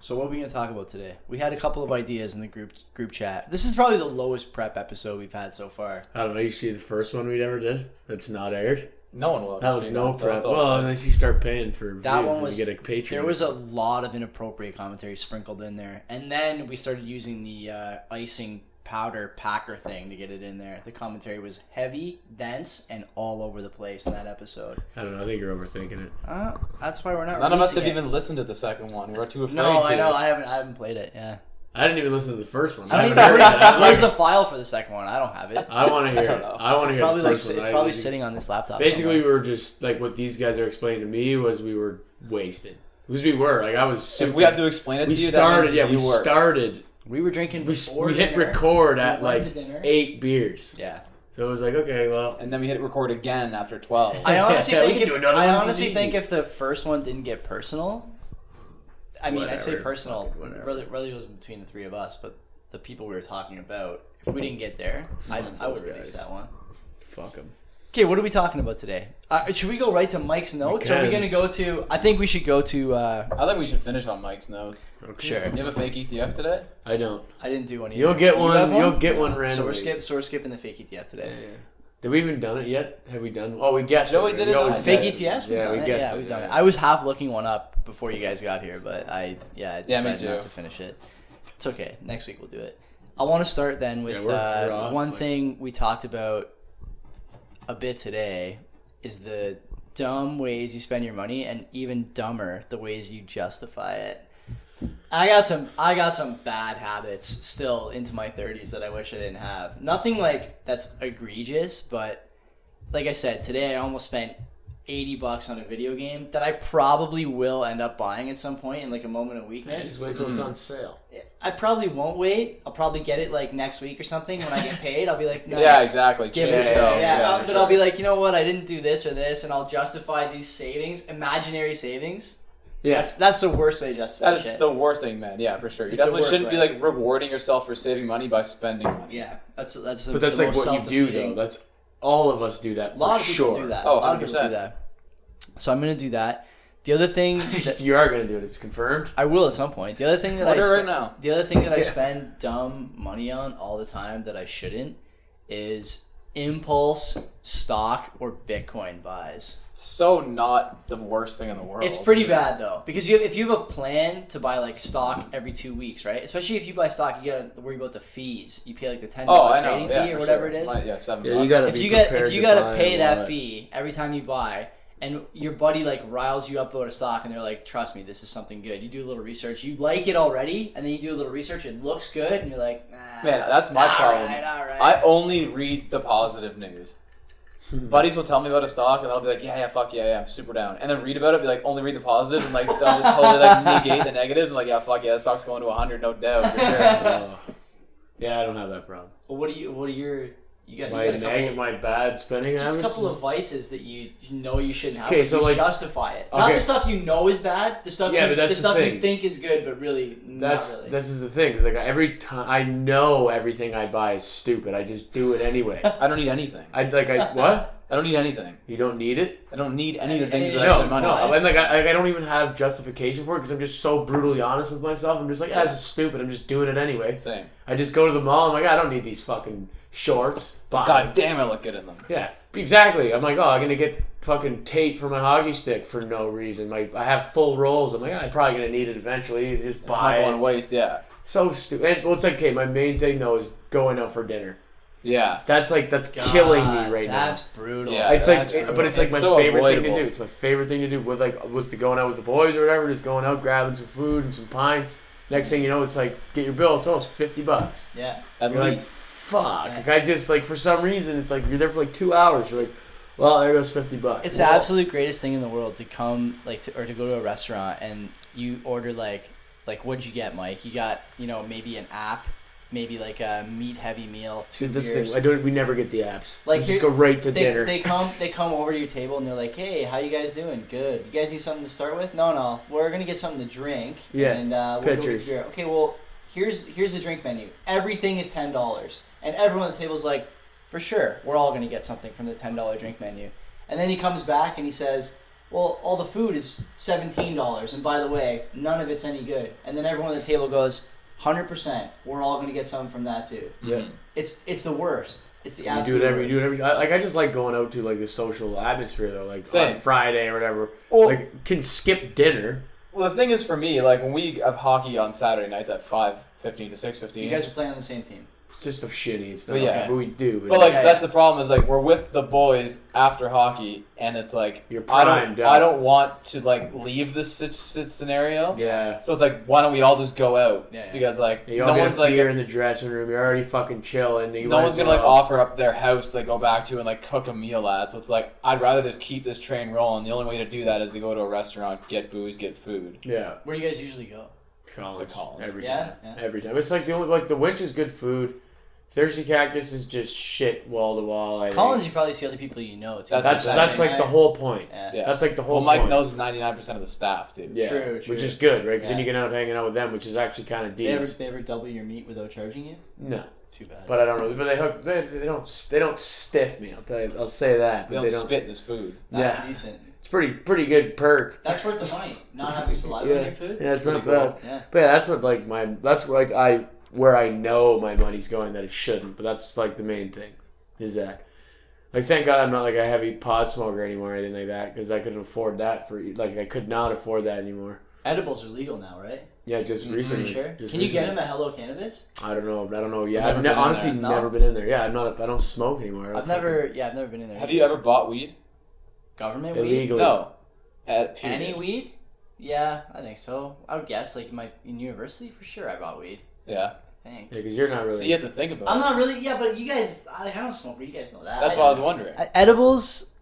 [SPEAKER 1] So what are we gonna talk about today? We had a couple of ideas in the group group chat. This is probably the lowest prep episode we've had so far.
[SPEAKER 2] I don't know. You see the first one we ever did? That's not aired.
[SPEAKER 3] though. No one will. ever
[SPEAKER 2] That was
[SPEAKER 3] see
[SPEAKER 2] no
[SPEAKER 3] so
[SPEAKER 2] prep.
[SPEAKER 3] it's all
[SPEAKER 2] well,
[SPEAKER 3] good.
[SPEAKER 2] unless you start paying for views
[SPEAKER 1] That one
[SPEAKER 2] and
[SPEAKER 1] was
[SPEAKER 2] you get a Patreon.
[SPEAKER 1] There was a lot of inappropriate commentary sprinkled in there, and then we started using the uh, icing powder packer thing to get it in there. The commentary was heavy, dense, and all over the place in that episode.
[SPEAKER 2] I don't know. I think you're overthinking it.
[SPEAKER 1] Uh, that's why we're not.
[SPEAKER 3] None of us have
[SPEAKER 1] releasing it.
[SPEAKER 3] even listened to the second one. We're too afraid
[SPEAKER 1] No,
[SPEAKER 3] to.
[SPEAKER 1] I know. I haven't. I haven't played it. Yeah.
[SPEAKER 2] I didn't even listen to the first one.
[SPEAKER 1] I don't
[SPEAKER 2] haven't
[SPEAKER 1] even.
[SPEAKER 2] heard it. I
[SPEAKER 1] Where's
[SPEAKER 2] want
[SPEAKER 1] the file for the second one? I don't have it.
[SPEAKER 2] to hear
[SPEAKER 3] I don't
[SPEAKER 2] it.
[SPEAKER 3] know.
[SPEAKER 2] I want to
[SPEAKER 1] It's
[SPEAKER 2] hear
[SPEAKER 1] probably
[SPEAKER 2] the
[SPEAKER 1] like
[SPEAKER 2] first
[SPEAKER 1] it's
[SPEAKER 2] one. I
[SPEAKER 1] probably
[SPEAKER 2] think-
[SPEAKER 1] sitting on this laptop.
[SPEAKER 2] Basically,
[SPEAKER 1] somewhere.
[SPEAKER 2] we were just like what these guys are explaining to me was we were wasted. Because we were like I was. Super,
[SPEAKER 3] If we have to explain it
[SPEAKER 2] we
[SPEAKER 3] to you,
[SPEAKER 2] started. Yeah,
[SPEAKER 3] that means
[SPEAKER 2] we
[SPEAKER 3] you work.
[SPEAKER 2] started.
[SPEAKER 1] we were drinking.
[SPEAKER 2] We, s-
[SPEAKER 1] before
[SPEAKER 2] we hit
[SPEAKER 1] dinner.
[SPEAKER 2] record
[SPEAKER 1] We
[SPEAKER 2] at
[SPEAKER 1] went
[SPEAKER 2] like
[SPEAKER 1] to dinner.
[SPEAKER 2] eight beers.
[SPEAKER 1] Yeah.
[SPEAKER 2] So it was like okay, well,
[SPEAKER 3] and then we hit record again after twelve.
[SPEAKER 1] I honestly
[SPEAKER 2] Yeah, we
[SPEAKER 1] think
[SPEAKER 2] can
[SPEAKER 1] if,
[SPEAKER 2] do another
[SPEAKER 1] I
[SPEAKER 2] one. This is
[SPEAKER 1] honestly
[SPEAKER 2] easy.
[SPEAKER 1] think if the first one didn't get personal, I mean, I say
[SPEAKER 2] Whatever.
[SPEAKER 1] personal,
[SPEAKER 2] Fucking whatever.
[SPEAKER 1] really, really was between the three of us, but the people we were talking about, if we didn't get there, I,
[SPEAKER 2] Fuck
[SPEAKER 1] I would
[SPEAKER 2] those
[SPEAKER 1] release
[SPEAKER 2] guys.
[SPEAKER 1] that one.
[SPEAKER 2] fuck them.
[SPEAKER 1] Okay, what are we talking about today? Uh, should we go right to Mike's notes? or are we
[SPEAKER 2] can.
[SPEAKER 1] gonna go to? I think we should go to. Uh,
[SPEAKER 3] I think we should finish on Mike's notes.
[SPEAKER 2] Okay.
[SPEAKER 1] Sure.
[SPEAKER 3] You have a fake ETF today?
[SPEAKER 2] I don't.
[SPEAKER 1] I didn't do one. Either.
[SPEAKER 2] You'll get
[SPEAKER 1] Do you
[SPEAKER 2] one,
[SPEAKER 1] have
[SPEAKER 2] You'll get one randomly.
[SPEAKER 1] So we're skip. So we're skipping the fake ETF today.
[SPEAKER 2] Have we even done it yet? Have we done? Oh, we guessed.
[SPEAKER 3] No,
[SPEAKER 2] it.
[SPEAKER 3] we did it
[SPEAKER 2] always
[SPEAKER 3] on-
[SPEAKER 1] Fake
[SPEAKER 2] guess it.
[SPEAKER 1] ETFs? We've
[SPEAKER 2] yeah,
[SPEAKER 1] done
[SPEAKER 2] we
[SPEAKER 1] it.
[SPEAKER 2] guessed.
[SPEAKER 1] yeah,
[SPEAKER 2] it,
[SPEAKER 1] we've done it. I was half looking one up before you guys got here, but I yeah, I
[SPEAKER 3] Yeah, me
[SPEAKER 1] decided not
[SPEAKER 3] too.
[SPEAKER 1] to finish it. It's okay. Next week we'll do it. I want to start then with
[SPEAKER 2] Yeah, we're-
[SPEAKER 1] uh,
[SPEAKER 2] we're off,
[SPEAKER 1] one
[SPEAKER 2] like-
[SPEAKER 1] thing we talked about a bit today is the dumb ways you spend your money and even dumber the ways you justify it. I got some I got some bad habits still into my 30s that I wish I didn't have. Nothing like that's egregious, but like I said, today I almost spent 80 bucks on a video game that I probably will end up buying at some point in like a moment of weakness.
[SPEAKER 2] Just wait till it's
[SPEAKER 1] Mm-hmm.
[SPEAKER 2] on sale.
[SPEAKER 1] I probably won't wait. I'll probably get it like next week or something when I get paid. I'll be like, nice.
[SPEAKER 3] Yeah, exactly.
[SPEAKER 1] Give
[SPEAKER 3] Cheers.
[SPEAKER 1] it
[SPEAKER 3] So,
[SPEAKER 1] to me. Yeah,
[SPEAKER 3] yeah,
[SPEAKER 1] uh, but I'll be like, you know what? I didn't do this or this, and I'll justify these savings, imaginary savings.
[SPEAKER 2] Yeah.
[SPEAKER 1] That's that's the worst way to justify
[SPEAKER 3] That is
[SPEAKER 1] shit.
[SPEAKER 3] the worst thing, man. Yeah, for sure. You
[SPEAKER 1] It's the
[SPEAKER 3] definitely
[SPEAKER 1] worst
[SPEAKER 3] shouldn't be
[SPEAKER 1] way.
[SPEAKER 3] like rewarding yourself for saving money by spending money.
[SPEAKER 1] yeah, that's that's. The,
[SPEAKER 2] But that's
[SPEAKER 1] the
[SPEAKER 2] like
[SPEAKER 1] most
[SPEAKER 2] what you do
[SPEAKER 1] self-defeating.
[SPEAKER 2] though. That's all of us do that.
[SPEAKER 1] A lot of
[SPEAKER 2] for
[SPEAKER 1] people
[SPEAKER 2] sure.
[SPEAKER 1] do that. a
[SPEAKER 3] Oh,
[SPEAKER 1] lot of people do
[SPEAKER 3] 100%.
[SPEAKER 1] that. So I'm gonna do that. The other thing that
[SPEAKER 2] you are gonna do it. It's confirmed.
[SPEAKER 1] I will at some point. The other thing that I
[SPEAKER 3] Order right
[SPEAKER 1] spe-
[SPEAKER 3] now.
[SPEAKER 1] The other thing that I
[SPEAKER 2] Yeah.
[SPEAKER 1] spend dumb money on all the time that I shouldn't is impulse stock or Bitcoin buys.
[SPEAKER 3] So not the worst thing in the world.
[SPEAKER 1] It's pretty bad though, because you have, if you have a plan to buy like stock every two weeks, right? Especially if you buy stock, you gotta worry about the fees. You pay like the ten
[SPEAKER 3] Oh,
[SPEAKER 1] dollars
[SPEAKER 3] I know.
[SPEAKER 1] trading
[SPEAKER 3] Yeah,
[SPEAKER 1] fee or
[SPEAKER 3] for
[SPEAKER 1] whatever
[SPEAKER 3] sure.
[SPEAKER 1] it is.
[SPEAKER 3] Like, yeah, seven.
[SPEAKER 2] Yeah, you
[SPEAKER 3] bucks.
[SPEAKER 2] gotta-
[SPEAKER 1] if
[SPEAKER 2] be
[SPEAKER 1] you get
[SPEAKER 2] prepared
[SPEAKER 1] if you
[SPEAKER 2] to
[SPEAKER 1] gotta
[SPEAKER 2] buy
[SPEAKER 1] pay
[SPEAKER 2] a
[SPEAKER 1] that
[SPEAKER 2] lot.
[SPEAKER 1] fee every time you buy, and your buddy like riles you up about a stock, and they're like, "Trust me, this is something good." You do a little research, you like it already, and then you do a little research, it looks good, and you're like, nah,
[SPEAKER 3] Man, that's my
[SPEAKER 1] all
[SPEAKER 3] problem.
[SPEAKER 1] right, all right."
[SPEAKER 3] I only read the positive news. Buddies will tell me about a stock, and I'll be like, "Yeah, yeah, fuck yeah, yeah, I'm super down." And then read about it, be like, "Only read the positives," and like totally, totally like negate the negatives. I'm like, "Yeah, fuck yeah, that stock's going to 100, no doubt." For sure.
[SPEAKER 2] Oh. yeah, I don't have that problem.
[SPEAKER 1] Well, what do you? What are your? You got, you
[SPEAKER 2] My
[SPEAKER 1] got a couple,
[SPEAKER 2] neg- my bad spending
[SPEAKER 1] just a
[SPEAKER 2] habits.
[SPEAKER 1] couple
[SPEAKER 2] is-
[SPEAKER 1] of vices that you you know you shouldn't have.
[SPEAKER 2] Okay,
[SPEAKER 1] Okay,
[SPEAKER 2] so,
[SPEAKER 1] you
[SPEAKER 2] like-
[SPEAKER 1] justify it. Not
[SPEAKER 2] okay.
[SPEAKER 1] the stuff you know is bad. The stuff.
[SPEAKER 2] Yeah,
[SPEAKER 1] you,
[SPEAKER 2] but that's
[SPEAKER 1] the
[SPEAKER 2] the
[SPEAKER 1] stuff you
[SPEAKER 2] thing.
[SPEAKER 1] think is good, but really
[SPEAKER 2] That's
[SPEAKER 1] not really.
[SPEAKER 2] this is the thing. Cause like every time I know everything I buy is stupid. I just do it anyway.
[SPEAKER 3] I don't need anything.
[SPEAKER 2] I like I what?
[SPEAKER 3] I don't need anything.
[SPEAKER 2] You don't need it.
[SPEAKER 3] I don't need any of the
[SPEAKER 1] Any-
[SPEAKER 3] things
[SPEAKER 1] any
[SPEAKER 3] that I
[SPEAKER 2] No,
[SPEAKER 3] spend money
[SPEAKER 2] no,
[SPEAKER 3] on.
[SPEAKER 2] and like I, like, I don't even have justification for it because I'm just so brutally honest with myself. I'm just like, ah, this is stupid. I'm just doing it anyway.
[SPEAKER 3] Same.
[SPEAKER 2] I just go to the mall. I'm like, I don't need these fucking shorts. Buy
[SPEAKER 3] God
[SPEAKER 2] them.
[SPEAKER 3] damn, I look good in them.
[SPEAKER 2] Yeah, exactly. I'm like, oh, I'm gonna get fucking tape for my hockey stick for no reason. Like, I have full rolls. I'm like, I'm probably gonna need it eventually. Just
[SPEAKER 3] It's not
[SPEAKER 2] buy
[SPEAKER 3] going to
[SPEAKER 2] it.
[SPEAKER 3] waste. Yeah,
[SPEAKER 2] So stupid. And, well, it's like, okay. My main thing though is going out for dinner.
[SPEAKER 3] yeah.
[SPEAKER 2] That's like that's killing me
[SPEAKER 1] God,
[SPEAKER 2] right now.
[SPEAKER 1] That's brutal.
[SPEAKER 3] Yeah.
[SPEAKER 2] It's like,
[SPEAKER 3] That's
[SPEAKER 2] it-
[SPEAKER 3] brutal.
[SPEAKER 2] but it's like
[SPEAKER 3] It's
[SPEAKER 2] my
[SPEAKER 3] so
[SPEAKER 2] favorite thing
[SPEAKER 3] avoidable.
[SPEAKER 2] to do. It's my favorite thing to do with like with the going out with the boys or whatever. Just going out, grabbing some food and some pints. Next thing you know, it's like get your bill. It's almost fifty bucks.
[SPEAKER 1] Yeah.
[SPEAKER 3] At
[SPEAKER 2] You're like,
[SPEAKER 3] least
[SPEAKER 2] fuck.
[SPEAKER 1] Yeah.
[SPEAKER 2] Like I just like for some reason, it's like you're there for like two hours. You're like, well, there goes fifty bucks.
[SPEAKER 1] It's
[SPEAKER 2] Well,
[SPEAKER 1] the absolute greatest thing in the world to come like to, or to go to a restaurant and you order like like what'd you get, Mike? You got you know maybe an app maybe like a meat heavy meal, two
[SPEAKER 2] Dude, that's the
[SPEAKER 1] beers.
[SPEAKER 2] thing. I don't. We never get the apps.
[SPEAKER 1] Like
[SPEAKER 2] Like just
[SPEAKER 1] here-
[SPEAKER 2] go right to
[SPEAKER 1] they,
[SPEAKER 2] dinner.
[SPEAKER 1] they come they come over to your table and they're like, "Hey, how you guys doing? Good. You guys need something to start with? No, no. We're gonna get something to drink.
[SPEAKER 2] Yeah.
[SPEAKER 1] And uh, we'll go get
[SPEAKER 2] Pitchers.
[SPEAKER 1] beer. Okay. Well, here's here's the drink menu. Everything is ten dollars, and everyone at the table's like, for sure, we're all gonna get something from the ten dollar drink menu. And then he comes back and he says, "Well, all the food is seventeen dollars, and by the way, none of it's any good." And then everyone at the table goes, "100 percent. We're all gonna get something from that too."
[SPEAKER 2] yeah.
[SPEAKER 1] It's it's the worst. It's the
[SPEAKER 2] You do
[SPEAKER 1] absolute
[SPEAKER 2] whatever
[SPEAKER 1] worst.
[SPEAKER 2] you do whatever. I, like I just like going out to like the social atmosphere though, like
[SPEAKER 3] Same.
[SPEAKER 2] on Friday or whatever.
[SPEAKER 3] Well-
[SPEAKER 2] like can skip dinner.
[SPEAKER 3] Well, the thing is for me, like when we have hockey on Saturday nights at five fifteen to six fifteen.
[SPEAKER 1] You guys are playing on the same team.
[SPEAKER 2] It's just a shitty. It's
[SPEAKER 3] But
[SPEAKER 2] not.
[SPEAKER 3] yeah.
[SPEAKER 2] But we do.
[SPEAKER 3] But like
[SPEAKER 1] Yeah,
[SPEAKER 3] that's
[SPEAKER 1] yeah.
[SPEAKER 3] the problem is like we're with the boys after hockey, and it's like
[SPEAKER 2] You're
[SPEAKER 3] I
[SPEAKER 2] primed
[SPEAKER 3] don't
[SPEAKER 2] up.
[SPEAKER 3] I don't want to like leave this sit- sit scenario.
[SPEAKER 2] yeah.
[SPEAKER 3] So it's like why don't we all just go out?
[SPEAKER 1] Yeah, yeah.
[SPEAKER 3] Because like
[SPEAKER 2] You all
[SPEAKER 3] no
[SPEAKER 2] get
[SPEAKER 3] one's
[SPEAKER 2] a
[SPEAKER 3] like
[SPEAKER 2] beer in the dressing room. You're already fucking chilling. You
[SPEAKER 3] no
[SPEAKER 2] might
[SPEAKER 3] one's
[SPEAKER 2] as
[SPEAKER 3] gonna like
[SPEAKER 2] well-
[SPEAKER 3] offer up their house to go back to and like cook a meal at. So it's like I'd rather just keep this train rolling. The only way to do that is to go to a restaurant, get booze, get food.
[SPEAKER 2] Yeah.
[SPEAKER 1] Where do you guys usually go?
[SPEAKER 2] Collins.
[SPEAKER 3] The Collins.
[SPEAKER 2] Every
[SPEAKER 1] Yeah,
[SPEAKER 2] time.
[SPEAKER 1] yeah.
[SPEAKER 2] Every time. It's like the only like the winch is good food. Thirsty cactus is just shit wall to wall. I think.
[SPEAKER 1] Collins, you probably see other people you know too.
[SPEAKER 2] That's
[SPEAKER 3] That's
[SPEAKER 2] that's
[SPEAKER 3] insane.
[SPEAKER 2] like the whole point.
[SPEAKER 1] Yeah.
[SPEAKER 3] Yeah.
[SPEAKER 2] That's like the whole.
[SPEAKER 3] Well, Mike
[SPEAKER 2] point.
[SPEAKER 3] knows ninety nine percent of the staff, dude.
[SPEAKER 2] Yeah.
[SPEAKER 1] True, true.
[SPEAKER 2] Which is good, right? Because then
[SPEAKER 1] Yeah.
[SPEAKER 2] you can end up hanging out with them, which is actually kind of
[SPEAKER 1] They
[SPEAKER 2] deep.
[SPEAKER 1] ever they ever double your meat without charging you?
[SPEAKER 2] No,
[SPEAKER 1] Too bad.
[SPEAKER 2] but I don't know. But they hook. They, they don't. They don't stiff me. I'll tell you. I'll say that.
[SPEAKER 3] They
[SPEAKER 2] But
[SPEAKER 3] don't
[SPEAKER 2] they don't.
[SPEAKER 3] spit in this food.
[SPEAKER 1] That's
[SPEAKER 2] yeah.
[SPEAKER 1] decent.
[SPEAKER 2] It's pretty pretty good perk.
[SPEAKER 1] That's worth the money. Not having saliva in
[SPEAKER 2] Yeah.
[SPEAKER 1] your food.
[SPEAKER 2] Yeah, it's not
[SPEAKER 3] Pretty cool.
[SPEAKER 2] bad.
[SPEAKER 1] Yeah.
[SPEAKER 2] But yeah, that's what like my. That's where, like I where I know my money's going that it shouldn't. But that's like the main thing, is that. Like thank God I'm not like a heavy pod smoker anymore or anything like that because I couldn't afford that for like I could not afford that anymore.
[SPEAKER 1] Edibles are legal now, right?
[SPEAKER 2] Yeah, just recently.
[SPEAKER 1] Pretty Mm-hmm. sure.
[SPEAKER 2] just
[SPEAKER 1] Can you get
[SPEAKER 2] recently.
[SPEAKER 1] them at Hello Cannabis?
[SPEAKER 2] I don't know. I don't know. Yeah,
[SPEAKER 3] I've
[SPEAKER 2] I've,
[SPEAKER 3] never
[SPEAKER 2] ne-
[SPEAKER 3] been in
[SPEAKER 2] honestly
[SPEAKER 3] there.
[SPEAKER 1] No?
[SPEAKER 2] never been in there. Yeah, I'm not. A, I don't smoke anymore. I don't
[SPEAKER 1] I've never. Yeah, I've never been in there.
[SPEAKER 3] Have you ever bought weed?
[SPEAKER 1] government
[SPEAKER 2] fucking-
[SPEAKER 1] weed?
[SPEAKER 2] illegally.
[SPEAKER 3] No. At period.
[SPEAKER 1] Any weed? Yeah, I think so. I would guess like my in university for sure. I bought weed.
[SPEAKER 3] Yeah.
[SPEAKER 1] I think.
[SPEAKER 2] because you're not really.
[SPEAKER 3] So you have to think about
[SPEAKER 1] I'm
[SPEAKER 3] it.
[SPEAKER 1] not really. Yeah, but you guys, I, I don't smoke. weed. You guys know that.
[SPEAKER 3] That's why I was wondering.
[SPEAKER 1] I- edibles,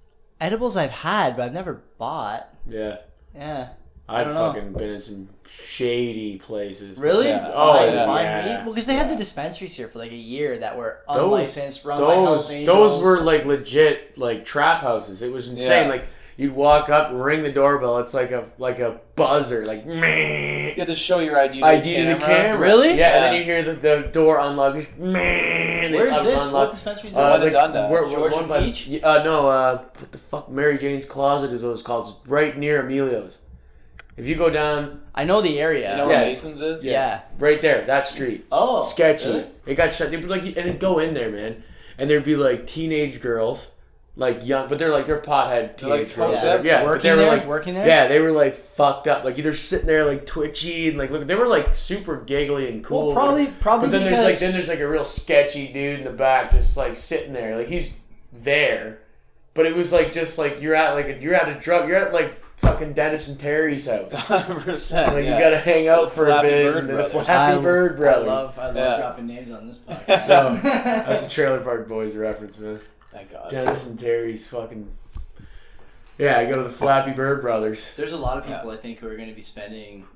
[SPEAKER 1] edibles I've had, but I've never bought.
[SPEAKER 2] yeah,
[SPEAKER 1] Yeah.
[SPEAKER 2] I've
[SPEAKER 1] don't know.
[SPEAKER 2] fucking been in some shady places.
[SPEAKER 1] Really?
[SPEAKER 3] Yeah.
[SPEAKER 2] Oh,
[SPEAKER 1] Buying-
[SPEAKER 3] yeah.
[SPEAKER 1] buying
[SPEAKER 2] Yeah.
[SPEAKER 1] weed? Well, because they had the dispensaries here for like a year that were
[SPEAKER 2] Those-
[SPEAKER 1] unlicensed, run by
[SPEAKER 2] Those
[SPEAKER 1] Hells Angels.
[SPEAKER 2] those were like legit like trap houses. It was insane.
[SPEAKER 3] Yeah.
[SPEAKER 2] Like you'd walk up, ring the doorbell. It's like a like a buzzer. Like meh.
[SPEAKER 3] You have to show your ID to the
[SPEAKER 2] ID to the camera.
[SPEAKER 1] Really?
[SPEAKER 2] Yeah, and then
[SPEAKER 3] Yeah.
[SPEAKER 2] you hear the, the door unlock. Just meh. and they
[SPEAKER 1] Where's
[SPEAKER 2] un-
[SPEAKER 1] this?
[SPEAKER 2] unlock.
[SPEAKER 1] What dispensaries?
[SPEAKER 2] Uh,
[SPEAKER 1] are
[SPEAKER 3] I've
[SPEAKER 2] like,
[SPEAKER 3] done that.
[SPEAKER 2] We're,
[SPEAKER 1] It's
[SPEAKER 2] we're
[SPEAKER 1] George
[SPEAKER 2] one
[SPEAKER 1] and
[SPEAKER 2] by,
[SPEAKER 1] Peach?
[SPEAKER 2] Yeah, Uh, no, uh, what the fuck? Mary Jane's Closet is what it's called. It's right near Emilio's. If you go down
[SPEAKER 1] I know the area.
[SPEAKER 3] You know
[SPEAKER 2] Yeah.
[SPEAKER 3] where Mason's is?
[SPEAKER 1] yeah.
[SPEAKER 2] right there, that street,
[SPEAKER 1] Oh.
[SPEAKER 2] sketchy.
[SPEAKER 1] really?
[SPEAKER 2] It got shut. They'd be like, and then go in there, man, and there'd be like teenage girls, like young, but they're like they're pothead
[SPEAKER 3] They're, like,
[SPEAKER 2] teenage girls.
[SPEAKER 3] fucked
[SPEAKER 2] Yeah,
[SPEAKER 3] up?
[SPEAKER 2] yeah but they
[SPEAKER 1] Working
[SPEAKER 2] were
[SPEAKER 1] there.
[SPEAKER 2] like.
[SPEAKER 1] working there.
[SPEAKER 2] Yeah, they were like fucked up, like either sitting there like twitchy and like look. They were like super giggly and cool.
[SPEAKER 1] Well, probably, probably
[SPEAKER 2] But then
[SPEAKER 1] because
[SPEAKER 2] there's like then there's like a real sketchy dude in the back, just like sitting there, like he's there, but it was like just like you're at like a, you're at a drug, you're at like fucking Dennis and Terry's house.
[SPEAKER 3] 100%.
[SPEAKER 2] Like
[SPEAKER 3] yeah.
[SPEAKER 2] you gotta hang out for a
[SPEAKER 3] Flappy
[SPEAKER 2] bit.
[SPEAKER 3] Bird
[SPEAKER 2] and then the
[SPEAKER 3] Brothers.
[SPEAKER 2] Flappy
[SPEAKER 1] I-
[SPEAKER 2] Bird Brothers.
[SPEAKER 1] I love, I love
[SPEAKER 3] Yeah.
[SPEAKER 1] dropping names on this
[SPEAKER 3] No,
[SPEAKER 1] podcast.
[SPEAKER 2] That's a Trailer Park Boys reference, man.
[SPEAKER 3] Thank God.
[SPEAKER 2] Dennis and Terry's fucking. Yeah, I go to the Flappy Bird Brothers.
[SPEAKER 1] There's a lot of people I think who are going to be spending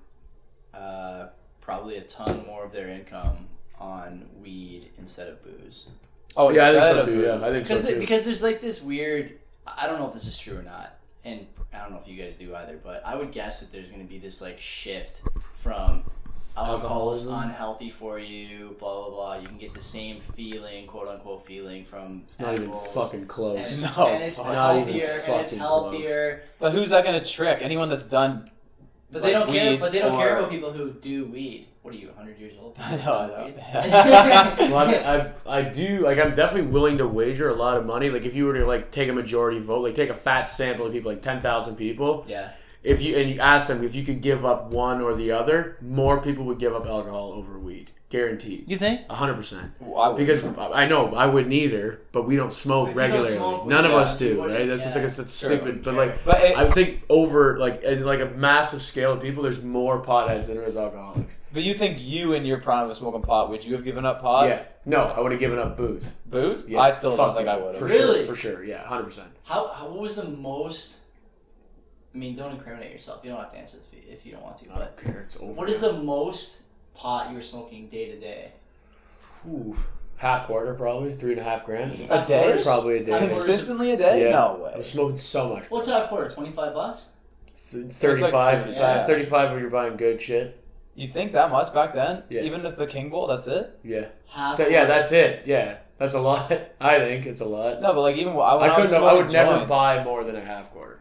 [SPEAKER 1] uh, probably a ton more of their income on weed instead of booze.
[SPEAKER 3] Oh,
[SPEAKER 2] yeah, I think
[SPEAKER 3] instead
[SPEAKER 2] so
[SPEAKER 3] of
[SPEAKER 2] too. Yeah,
[SPEAKER 3] booze.
[SPEAKER 2] I think so
[SPEAKER 1] Because
[SPEAKER 2] too.
[SPEAKER 1] because there's like this weird. I don't know if this is true or not, and I don't know if you guys do either. But I would guess that there's going to be this like shift from alcohol is
[SPEAKER 2] Alcoholism.
[SPEAKER 1] unhealthy for you, blah blah blah. You can get the same feeling, quote unquote feeling from
[SPEAKER 2] It's not even
[SPEAKER 1] edibles,
[SPEAKER 2] fucking
[SPEAKER 1] And
[SPEAKER 2] close.
[SPEAKER 1] it's,
[SPEAKER 3] No,
[SPEAKER 1] and it's
[SPEAKER 2] not even
[SPEAKER 1] healthier, and it's
[SPEAKER 2] fucking close.
[SPEAKER 1] healthier.
[SPEAKER 3] But who's that gonna trick? Anyone that's done.
[SPEAKER 1] But they
[SPEAKER 3] like,
[SPEAKER 1] don't care.
[SPEAKER 3] weed
[SPEAKER 1] But they don't care
[SPEAKER 3] or-
[SPEAKER 1] about people who do weed. What are you, 100 years old?
[SPEAKER 3] I know, I know.
[SPEAKER 1] Weed?
[SPEAKER 2] Well, I, I, I do like I'm definitely willing to wager a lot of money. Like if you were to like take a majority vote, like take a fat sample of people, like ten thousand people,
[SPEAKER 1] yeah.
[SPEAKER 2] if you and you ask them if you could give up one or the other, more people would give up alcohol over weed, guaranteed,
[SPEAKER 1] You think?
[SPEAKER 2] hundred percent.
[SPEAKER 3] Why would-
[SPEAKER 2] Because I know I wouldn't either, but we don't smoke
[SPEAKER 1] If you don't
[SPEAKER 2] regularly.
[SPEAKER 1] smoke,
[SPEAKER 2] None of
[SPEAKER 1] yeah,
[SPEAKER 2] us
[SPEAKER 1] you
[SPEAKER 2] do,
[SPEAKER 1] wouldn't,
[SPEAKER 2] right? That's just
[SPEAKER 1] yeah.
[SPEAKER 2] like it's it's
[SPEAKER 3] Sure.
[SPEAKER 2] stupid, but like.
[SPEAKER 3] But eh, it,
[SPEAKER 2] I think over like in like a massive scale of people, there's more potheads than there is alcoholics.
[SPEAKER 3] but you think you in your prime of smoking pot, would you have given up pot?
[SPEAKER 2] yeah, no, I would have given up booze.
[SPEAKER 3] Booze?
[SPEAKER 2] Yeah,
[SPEAKER 3] Uh, I still
[SPEAKER 2] fuck
[SPEAKER 3] don't think
[SPEAKER 2] yeah,
[SPEAKER 3] I would
[SPEAKER 2] For
[SPEAKER 3] have.
[SPEAKER 1] Really?
[SPEAKER 2] sure, for sure. Yeah, hundred percent.
[SPEAKER 1] How, how? What was the most? I mean, don't incriminate yourself. You don't have to answer if you, if you don't want to. But
[SPEAKER 2] care. It's over.
[SPEAKER 1] what is the most pot you were smoking day to day?
[SPEAKER 2] ooh, half quarter probably three and a half grand.
[SPEAKER 3] A day?
[SPEAKER 2] Probably a day.
[SPEAKER 1] Half-quarter?
[SPEAKER 3] Consistently a day?
[SPEAKER 2] Yeah.
[SPEAKER 3] No
[SPEAKER 2] I
[SPEAKER 3] way.
[SPEAKER 2] was smoking so much.
[SPEAKER 1] What's half quarter? Twenty five bucks.
[SPEAKER 2] Th- Thirty-five.
[SPEAKER 3] like-
[SPEAKER 2] uh,
[SPEAKER 3] yeah.
[SPEAKER 2] Thirty-five when you're buying good shit.
[SPEAKER 3] You think that much back then?
[SPEAKER 2] Yeah.
[SPEAKER 3] Even if the King Bowl, that's it?
[SPEAKER 2] Yeah.
[SPEAKER 1] Half.
[SPEAKER 2] So, yeah, that's it. Yeah, that's a lot. I think it's a lot.
[SPEAKER 3] No, but like even when I, when
[SPEAKER 2] I
[SPEAKER 3] I was
[SPEAKER 2] couldn't. I
[SPEAKER 3] smoking
[SPEAKER 2] would never
[SPEAKER 3] joints-
[SPEAKER 2] buy more than a half quarter.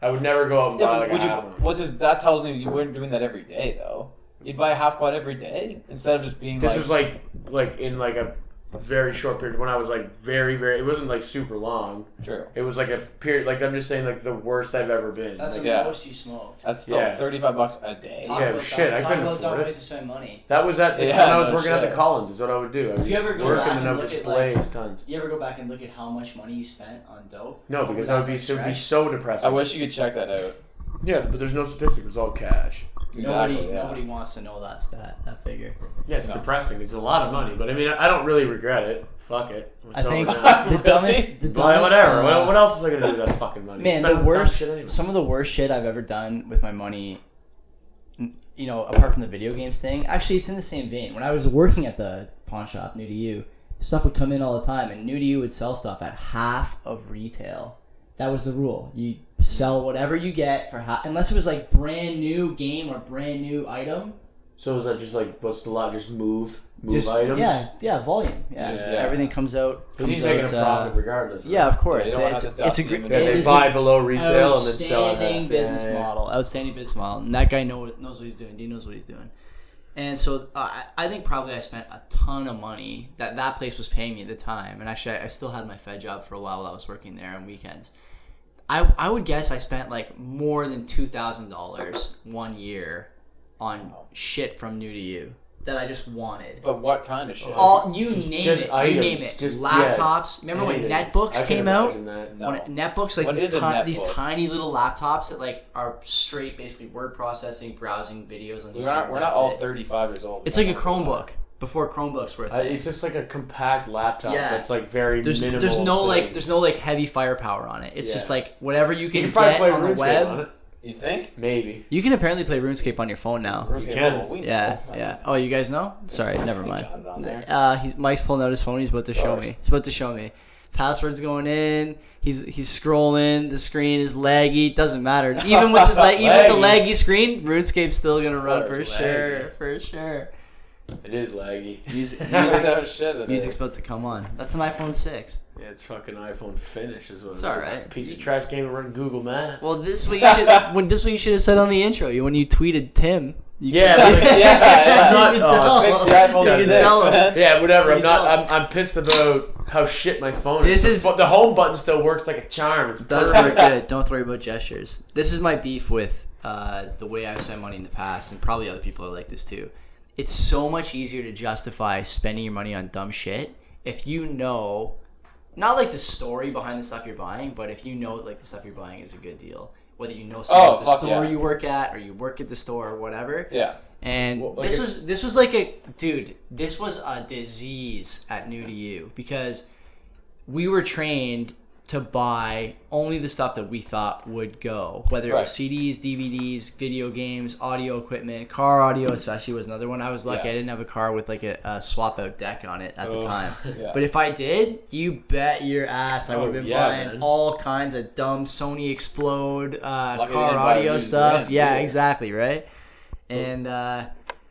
[SPEAKER 2] I would never go out and
[SPEAKER 3] Yeah,
[SPEAKER 2] buy
[SPEAKER 3] but
[SPEAKER 2] like
[SPEAKER 3] would
[SPEAKER 2] a half.
[SPEAKER 3] you?
[SPEAKER 2] one.
[SPEAKER 3] Well, just that tells me you weren't doing that every day though. You'd buy a half quad every day instead of just being
[SPEAKER 2] This
[SPEAKER 3] like.
[SPEAKER 2] was like like in like a very short period when I was like very very. It wasn't like super long.
[SPEAKER 3] true.
[SPEAKER 2] It was like a period. Like I'm just saying, like the worst I've ever been.
[SPEAKER 1] That's
[SPEAKER 2] Like,
[SPEAKER 1] the
[SPEAKER 3] Yeah.
[SPEAKER 1] most you smoked.
[SPEAKER 3] That's still
[SPEAKER 2] Yeah.
[SPEAKER 3] thirty-five bucks a day.
[SPEAKER 1] Talk
[SPEAKER 2] Yeah,
[SPEAKER 1] about
[SPEAKER 2] shit,
[SPEAKER 1] that.
[SPEAKER 2] I
[SPEAKER 1] Talk
[SPEAKER 2] couldn't
[SPEAKER 1] about
[SPEAKER 2] afford
[SPEAKER 1] dumb
[SPEAKER 2] it.
[SPEAKER 1] ways to spend money.
[SPEAKER 2] that was at the,
[SPEAKER 3] Yeah,
[SPEAKER 2] when I was
[SPEAKER 3] no
[SPEAKER 2] working at
[SPEAKER 3] shit.
[SPEAKER 2] the Collins. Is what I would do. I would
[SPEAKER 1] You
[SPEAKER 2] just
[SPEAKER 1] ever go
[SPEAKER 2] work
[SPEAKER 1] back
[SPEAKER 2] and then I
[SPEAKER 1] and
[SPEAKER 2] would
[SPEAKER 1] look
[SPEAKER 2] just
[SPEAKER 1] at, like-
[SPEAKER 2] blaze tons.
[SPEAKER 1] You ever go back and look at how much money you spent on dope?
[SPEAKER 2] No, because that would be so, be
[SPEAKER 1] Right.
[SPEAKER 2] so depressing.
[SPEAKER 3] I wish you could check that out.
[SPEAKER 2] Yeah, but there's no statistic. It was all cash.
[SPEAKER 3] Exactly.
[SPEAKER 1] nobody,
[SPEAKER 3] yeah.
[SPEAKER 1] nobody wants to know that stat, that figure.
[SPEAKER 2] Yeah, it's
[SPEAKER 3] No.
[SPEAKER 2] depressing. It's a lot of money, but I mean, I don't really regret it. Fuck it.
[SPEAKER 1] I think
[SPEAKER 2] Well,
[SPEAKER 1] the dumbest, the dumbest.
[SPEAKER 2] whatever.
[SPEAKER 1] uh,
[SPEAKER 2] What, what else is I gonna do with that fucking money?
[SPEAKER 1] Man,
[SPEAKER 2] Spend
[SPEAKER 1] the
[SPEAKER 2] it on dumb
[SPEAKER 1] worst.
[SPEAKER 2] shit anyway.
[SPEAKER 1] Some of the worst shit I've ever done with my money, n- you know, apart from the video games thing. Actually, it's in the same vein. When I was working at the pawn shop, new to you, stuff would come in all the time, and new to you would sell stuff at half of retail. That was the rule. You sell whatever you get for half, unless it was like brand new game or brand new item.
[SPEAKER 2] So is that just like what's the lot? Just move, move
[SPEAKER 1] Just-
[SPEAKER 2] items.
[SPEAKER 1] Yeah, yeah, volume. Yeah,
[SPEAKER 3] Just,
[SPEAKER 1] just
[SPEAKER 3] yeah.
[SPEAKER 1] everything comes out.
[SPEAKER 2] because he's
[SPEAKER 1] comes
[SPEAKER 2] making a
[SPEAKER 1] out,
[SPEAKER 2] profit
[SPEAKER 1] uh,
[SPEAKER 2] regardless. right?
[SPEAKER 1] yeah, of course.
[SPEAKER 3] Yeah, you don't
[SPEAKER 1] it's
[SPEAKER 3] wanna have to
[SPEAKER 1] it's a
[SPEAKER 3] dust
[SPEAKER 1] gr-
[SPEAKER 3] the
[SPEAKER 2] Yeah,
[SPEAKER 1] it
[SPEAKER 2] they
[SPEAKER 1] is a
[SPEAKER 2] buy below retail and then sell it.
[SPEAKER 1] outstanding
[SPEAKER 2] half.
[SPEAKER 1] business
[SPEAKER 2] Yeah, yeah.
[SPEAKER 1] model, outstanding business model, and that guy knows knows what he's doing. He knows what he's doing, and so uh, I I think probably I spent a ton of money that that place was paying me at the time, and actually I, I still had my Fed job for a while while I was working there on weekends. I I would guess I spent like more than two thousand dollars one year on shit from new to you that I just wanted.
[SPEAKER 3] But what kind of shit?
[SPEAKER 1] All you name
[SPEAKER 2] just
[SPEAKER 1] it, you
[SPEAKER 2] items,
[SPEAKER 1] name it.
[SPEAKER 2] just- yeah,
[SPEAKER 1] Laptops. Remember when
[SPEAKER 2] Anything. I
[SPEAKER 1] netbooks
[SPEAKER 2] can
[SPEAKER 1] came out?
[SPEAKER 2] imagine that.
[SPEAKER 3] No.
[SPEAKER 1] When netbooks like
[SPEAKER 3] What
[SPEAKER 1] these,
[SPEAKER 3] is a
[SPEAKER 1] ti- these
[SPEAKER 3] netbook?
[SPEAKER 1] tiny little laptops that like are straight basically word processing, browsing videos on
[SPEAKER 3] We're
[SPEAKER 1] YouTube.
[SPEAKER 3] not. We're not
[SPEAKER 1] that's
[SPEAKER 3] all
[SPEAKER 1] it.
[SPEAKER 3] thirty-five years old.
[SPEAKER 1] It's like a Chromebook before Chromebooks were a
[SPEAKER 2] I,
[SPEAKER 1] thing.
[SPEAKER 2] it's just like a compact laptop
[SPEAKER 1] Yeah.
[SPEAKER 2] that's like very
[SPEAKER 1] there's
[SPEAKER 2] minimal.
[SPEAKER 1] there's no like
[SPEAKER 2] things.
[SPEAKER 1] there's no like heavy firepower on it. It's
[SPEAKER 2] Yeah.
[SPEAKER 1] just like whatever you
[SPEAKER 2] you
[SPEAKER 1] can,
[SPEAKER 2] could probably
[SPEAKER 1] get
[SPEAKER 2] play
[SPEAKER 1] on the
[SPEAKER 2] RuneScape
[SPEAKER 1] web.
[SPEAKER 2] on it.
[SPEAKER 3] You think?
[SPEAKER 2] Maybe.
[SPEAKER 1] You can apparently play RuneScape on your phone now.
[SPEAKER 3] We're just
[SPEAKER 2] can.
[SPEAKER 3] gonna- we-
[SPEAKER 1] Yeah, yeah. Oh, you guys know? Sorry, never mind.
[SPEAKER 3] got it on there.
[SPEAKER 1] Uh, he's Mike's pulling out his phone. He's about to show
[SPEAKER 3] course.
[SPEAKER 1] me. He's about to show me. Password's going in. He's he's scrolling. The screen is laggy. Doesn't matter. Even with this, la- even with the
[SPEAKER 2] Laggy.
[SPEAKER 1] laggy screen, RuneScape's still gonna run for
[SPEAKER 3] course,
[SPEAKER 1] sure.
[SPEAKER 2] laggy.
[SPEAKER 1] For sure.
[SPEAKER 2] It is laggy.
[SPEAKER 1] Music,
[SPEAKER 3] Music
[SPEAKER 1] music's,
[SPEAKER 3] that shit. it
[SPEAKER 1] music's
[SPEAKER 3] is.
[SPEAKER 1] about to come on. That's an iPhone six.
[SPEAKER 2] Yeah, it's fucking iPhone finish is what
[SPEAKER 1] It's
[SPEAKER 2] it is.
[SPEAKER 1] alright.
[SPEAKER 2] Piece of trash game run Google Maps.
[SPEAKER 1] Well, this way you should. when this way you should have said on the intro. You when you tweeted Tim. You
[SPEAKER 2] Yeah,
[SPEAKER 1] could-
[SPEAKER 2] but-
[SPEAKER 3] yeah,
[SPEAKER 2] yeah.
[SPEAKER 1] You could
[SPEAKER 2] Oh,
[SPEAKER 1] tell.
[SPEAKER 3] Fix the iPhone
[SPEAKER 1] You could
[SPEAKER 2] Dude,
[SPEAKER 3] six,
[SPEAKER 1] tell him.
[SPEAKER 3] man.
[SPEAKER 2] yeah, whatever. I'm
[SPEAKER 1] You
[SPEAKER 2] not.
[SPEAKER 1] don't.
[SPEAKER 2] I'm, I'm pissed about how shit my phone
[SPEAKER 1] This
[SPEAKER 2] is.
[SPEAKER 1] is-
[SPEAKER 2] But the home button still works like a charm. It's
[SPEAKER 1] does
[SPEAKER 2] perfect.
[SPEAKER 1] work good. Don't worry about gestures. This is my beef with uh, the way I've spent money in the past, and probably other people are like this too. It's so much easier to justify spending your money on dumb shit if you know, not like the story behind the stuff you're buying, but if you know like the stuff you're buying is a good deal. Whether you know
[SPEAKER 3] Oh,
[SPEAKER 1] something, the
[SPEAKER 3] fuck
[SPEAKER 1] store
[SPEAKER 3] yeah.
[SPEAKER 1] you work at, or you work at the store, or whatever.
[SPEAKER 3] Yeah.
[SPEAKER 1] And
[SPEAKER 2] Well, like
[SPEAKER 1] this
[SPEAKER 2] if-
[SPEAKER 1] was this was like a dude. This was a disease at New to You because we were trained to buy only the stuff that we thought would go, whether it
[SPEAKER 3] Right.
[SPEAKER 1] was CDs, DVDs, video games, audio equipment, car audio especially was another one. I was lucky
[SPEAKER 3] Yeah.
[SPEAKER 1] I didn't have a car with like a, a swap out deck on it at the
[SPEAKER 2] Oh.
[SPEAKER 1] time.
[SPEAKER 3] Yeah.
[SPEAKER 1] But if I did, you bet your ass I
[SPEAKER 2] Oh,
[SPEAKER 1] would have been
[SPEAKER 2] yeah,
[SPEAKER 1] buying
[SPEAKER 2] man.
[SPEAKER 1] all kinds of dumb Sony Explode uh,
[SPEAKER 3] Lucky they
[SPEAKER 1] car
[SPEAKER 3] didn't buy
[SPEAKER 1] audio
[SPEAKER 3] used
[SPEAKER 1] stuff.
[SPEAKER 3] brands,
[SPEAKER 1] Yeah,
[SPEAKER 3] either.
[SPEAKER 1] exactly, right? And uh,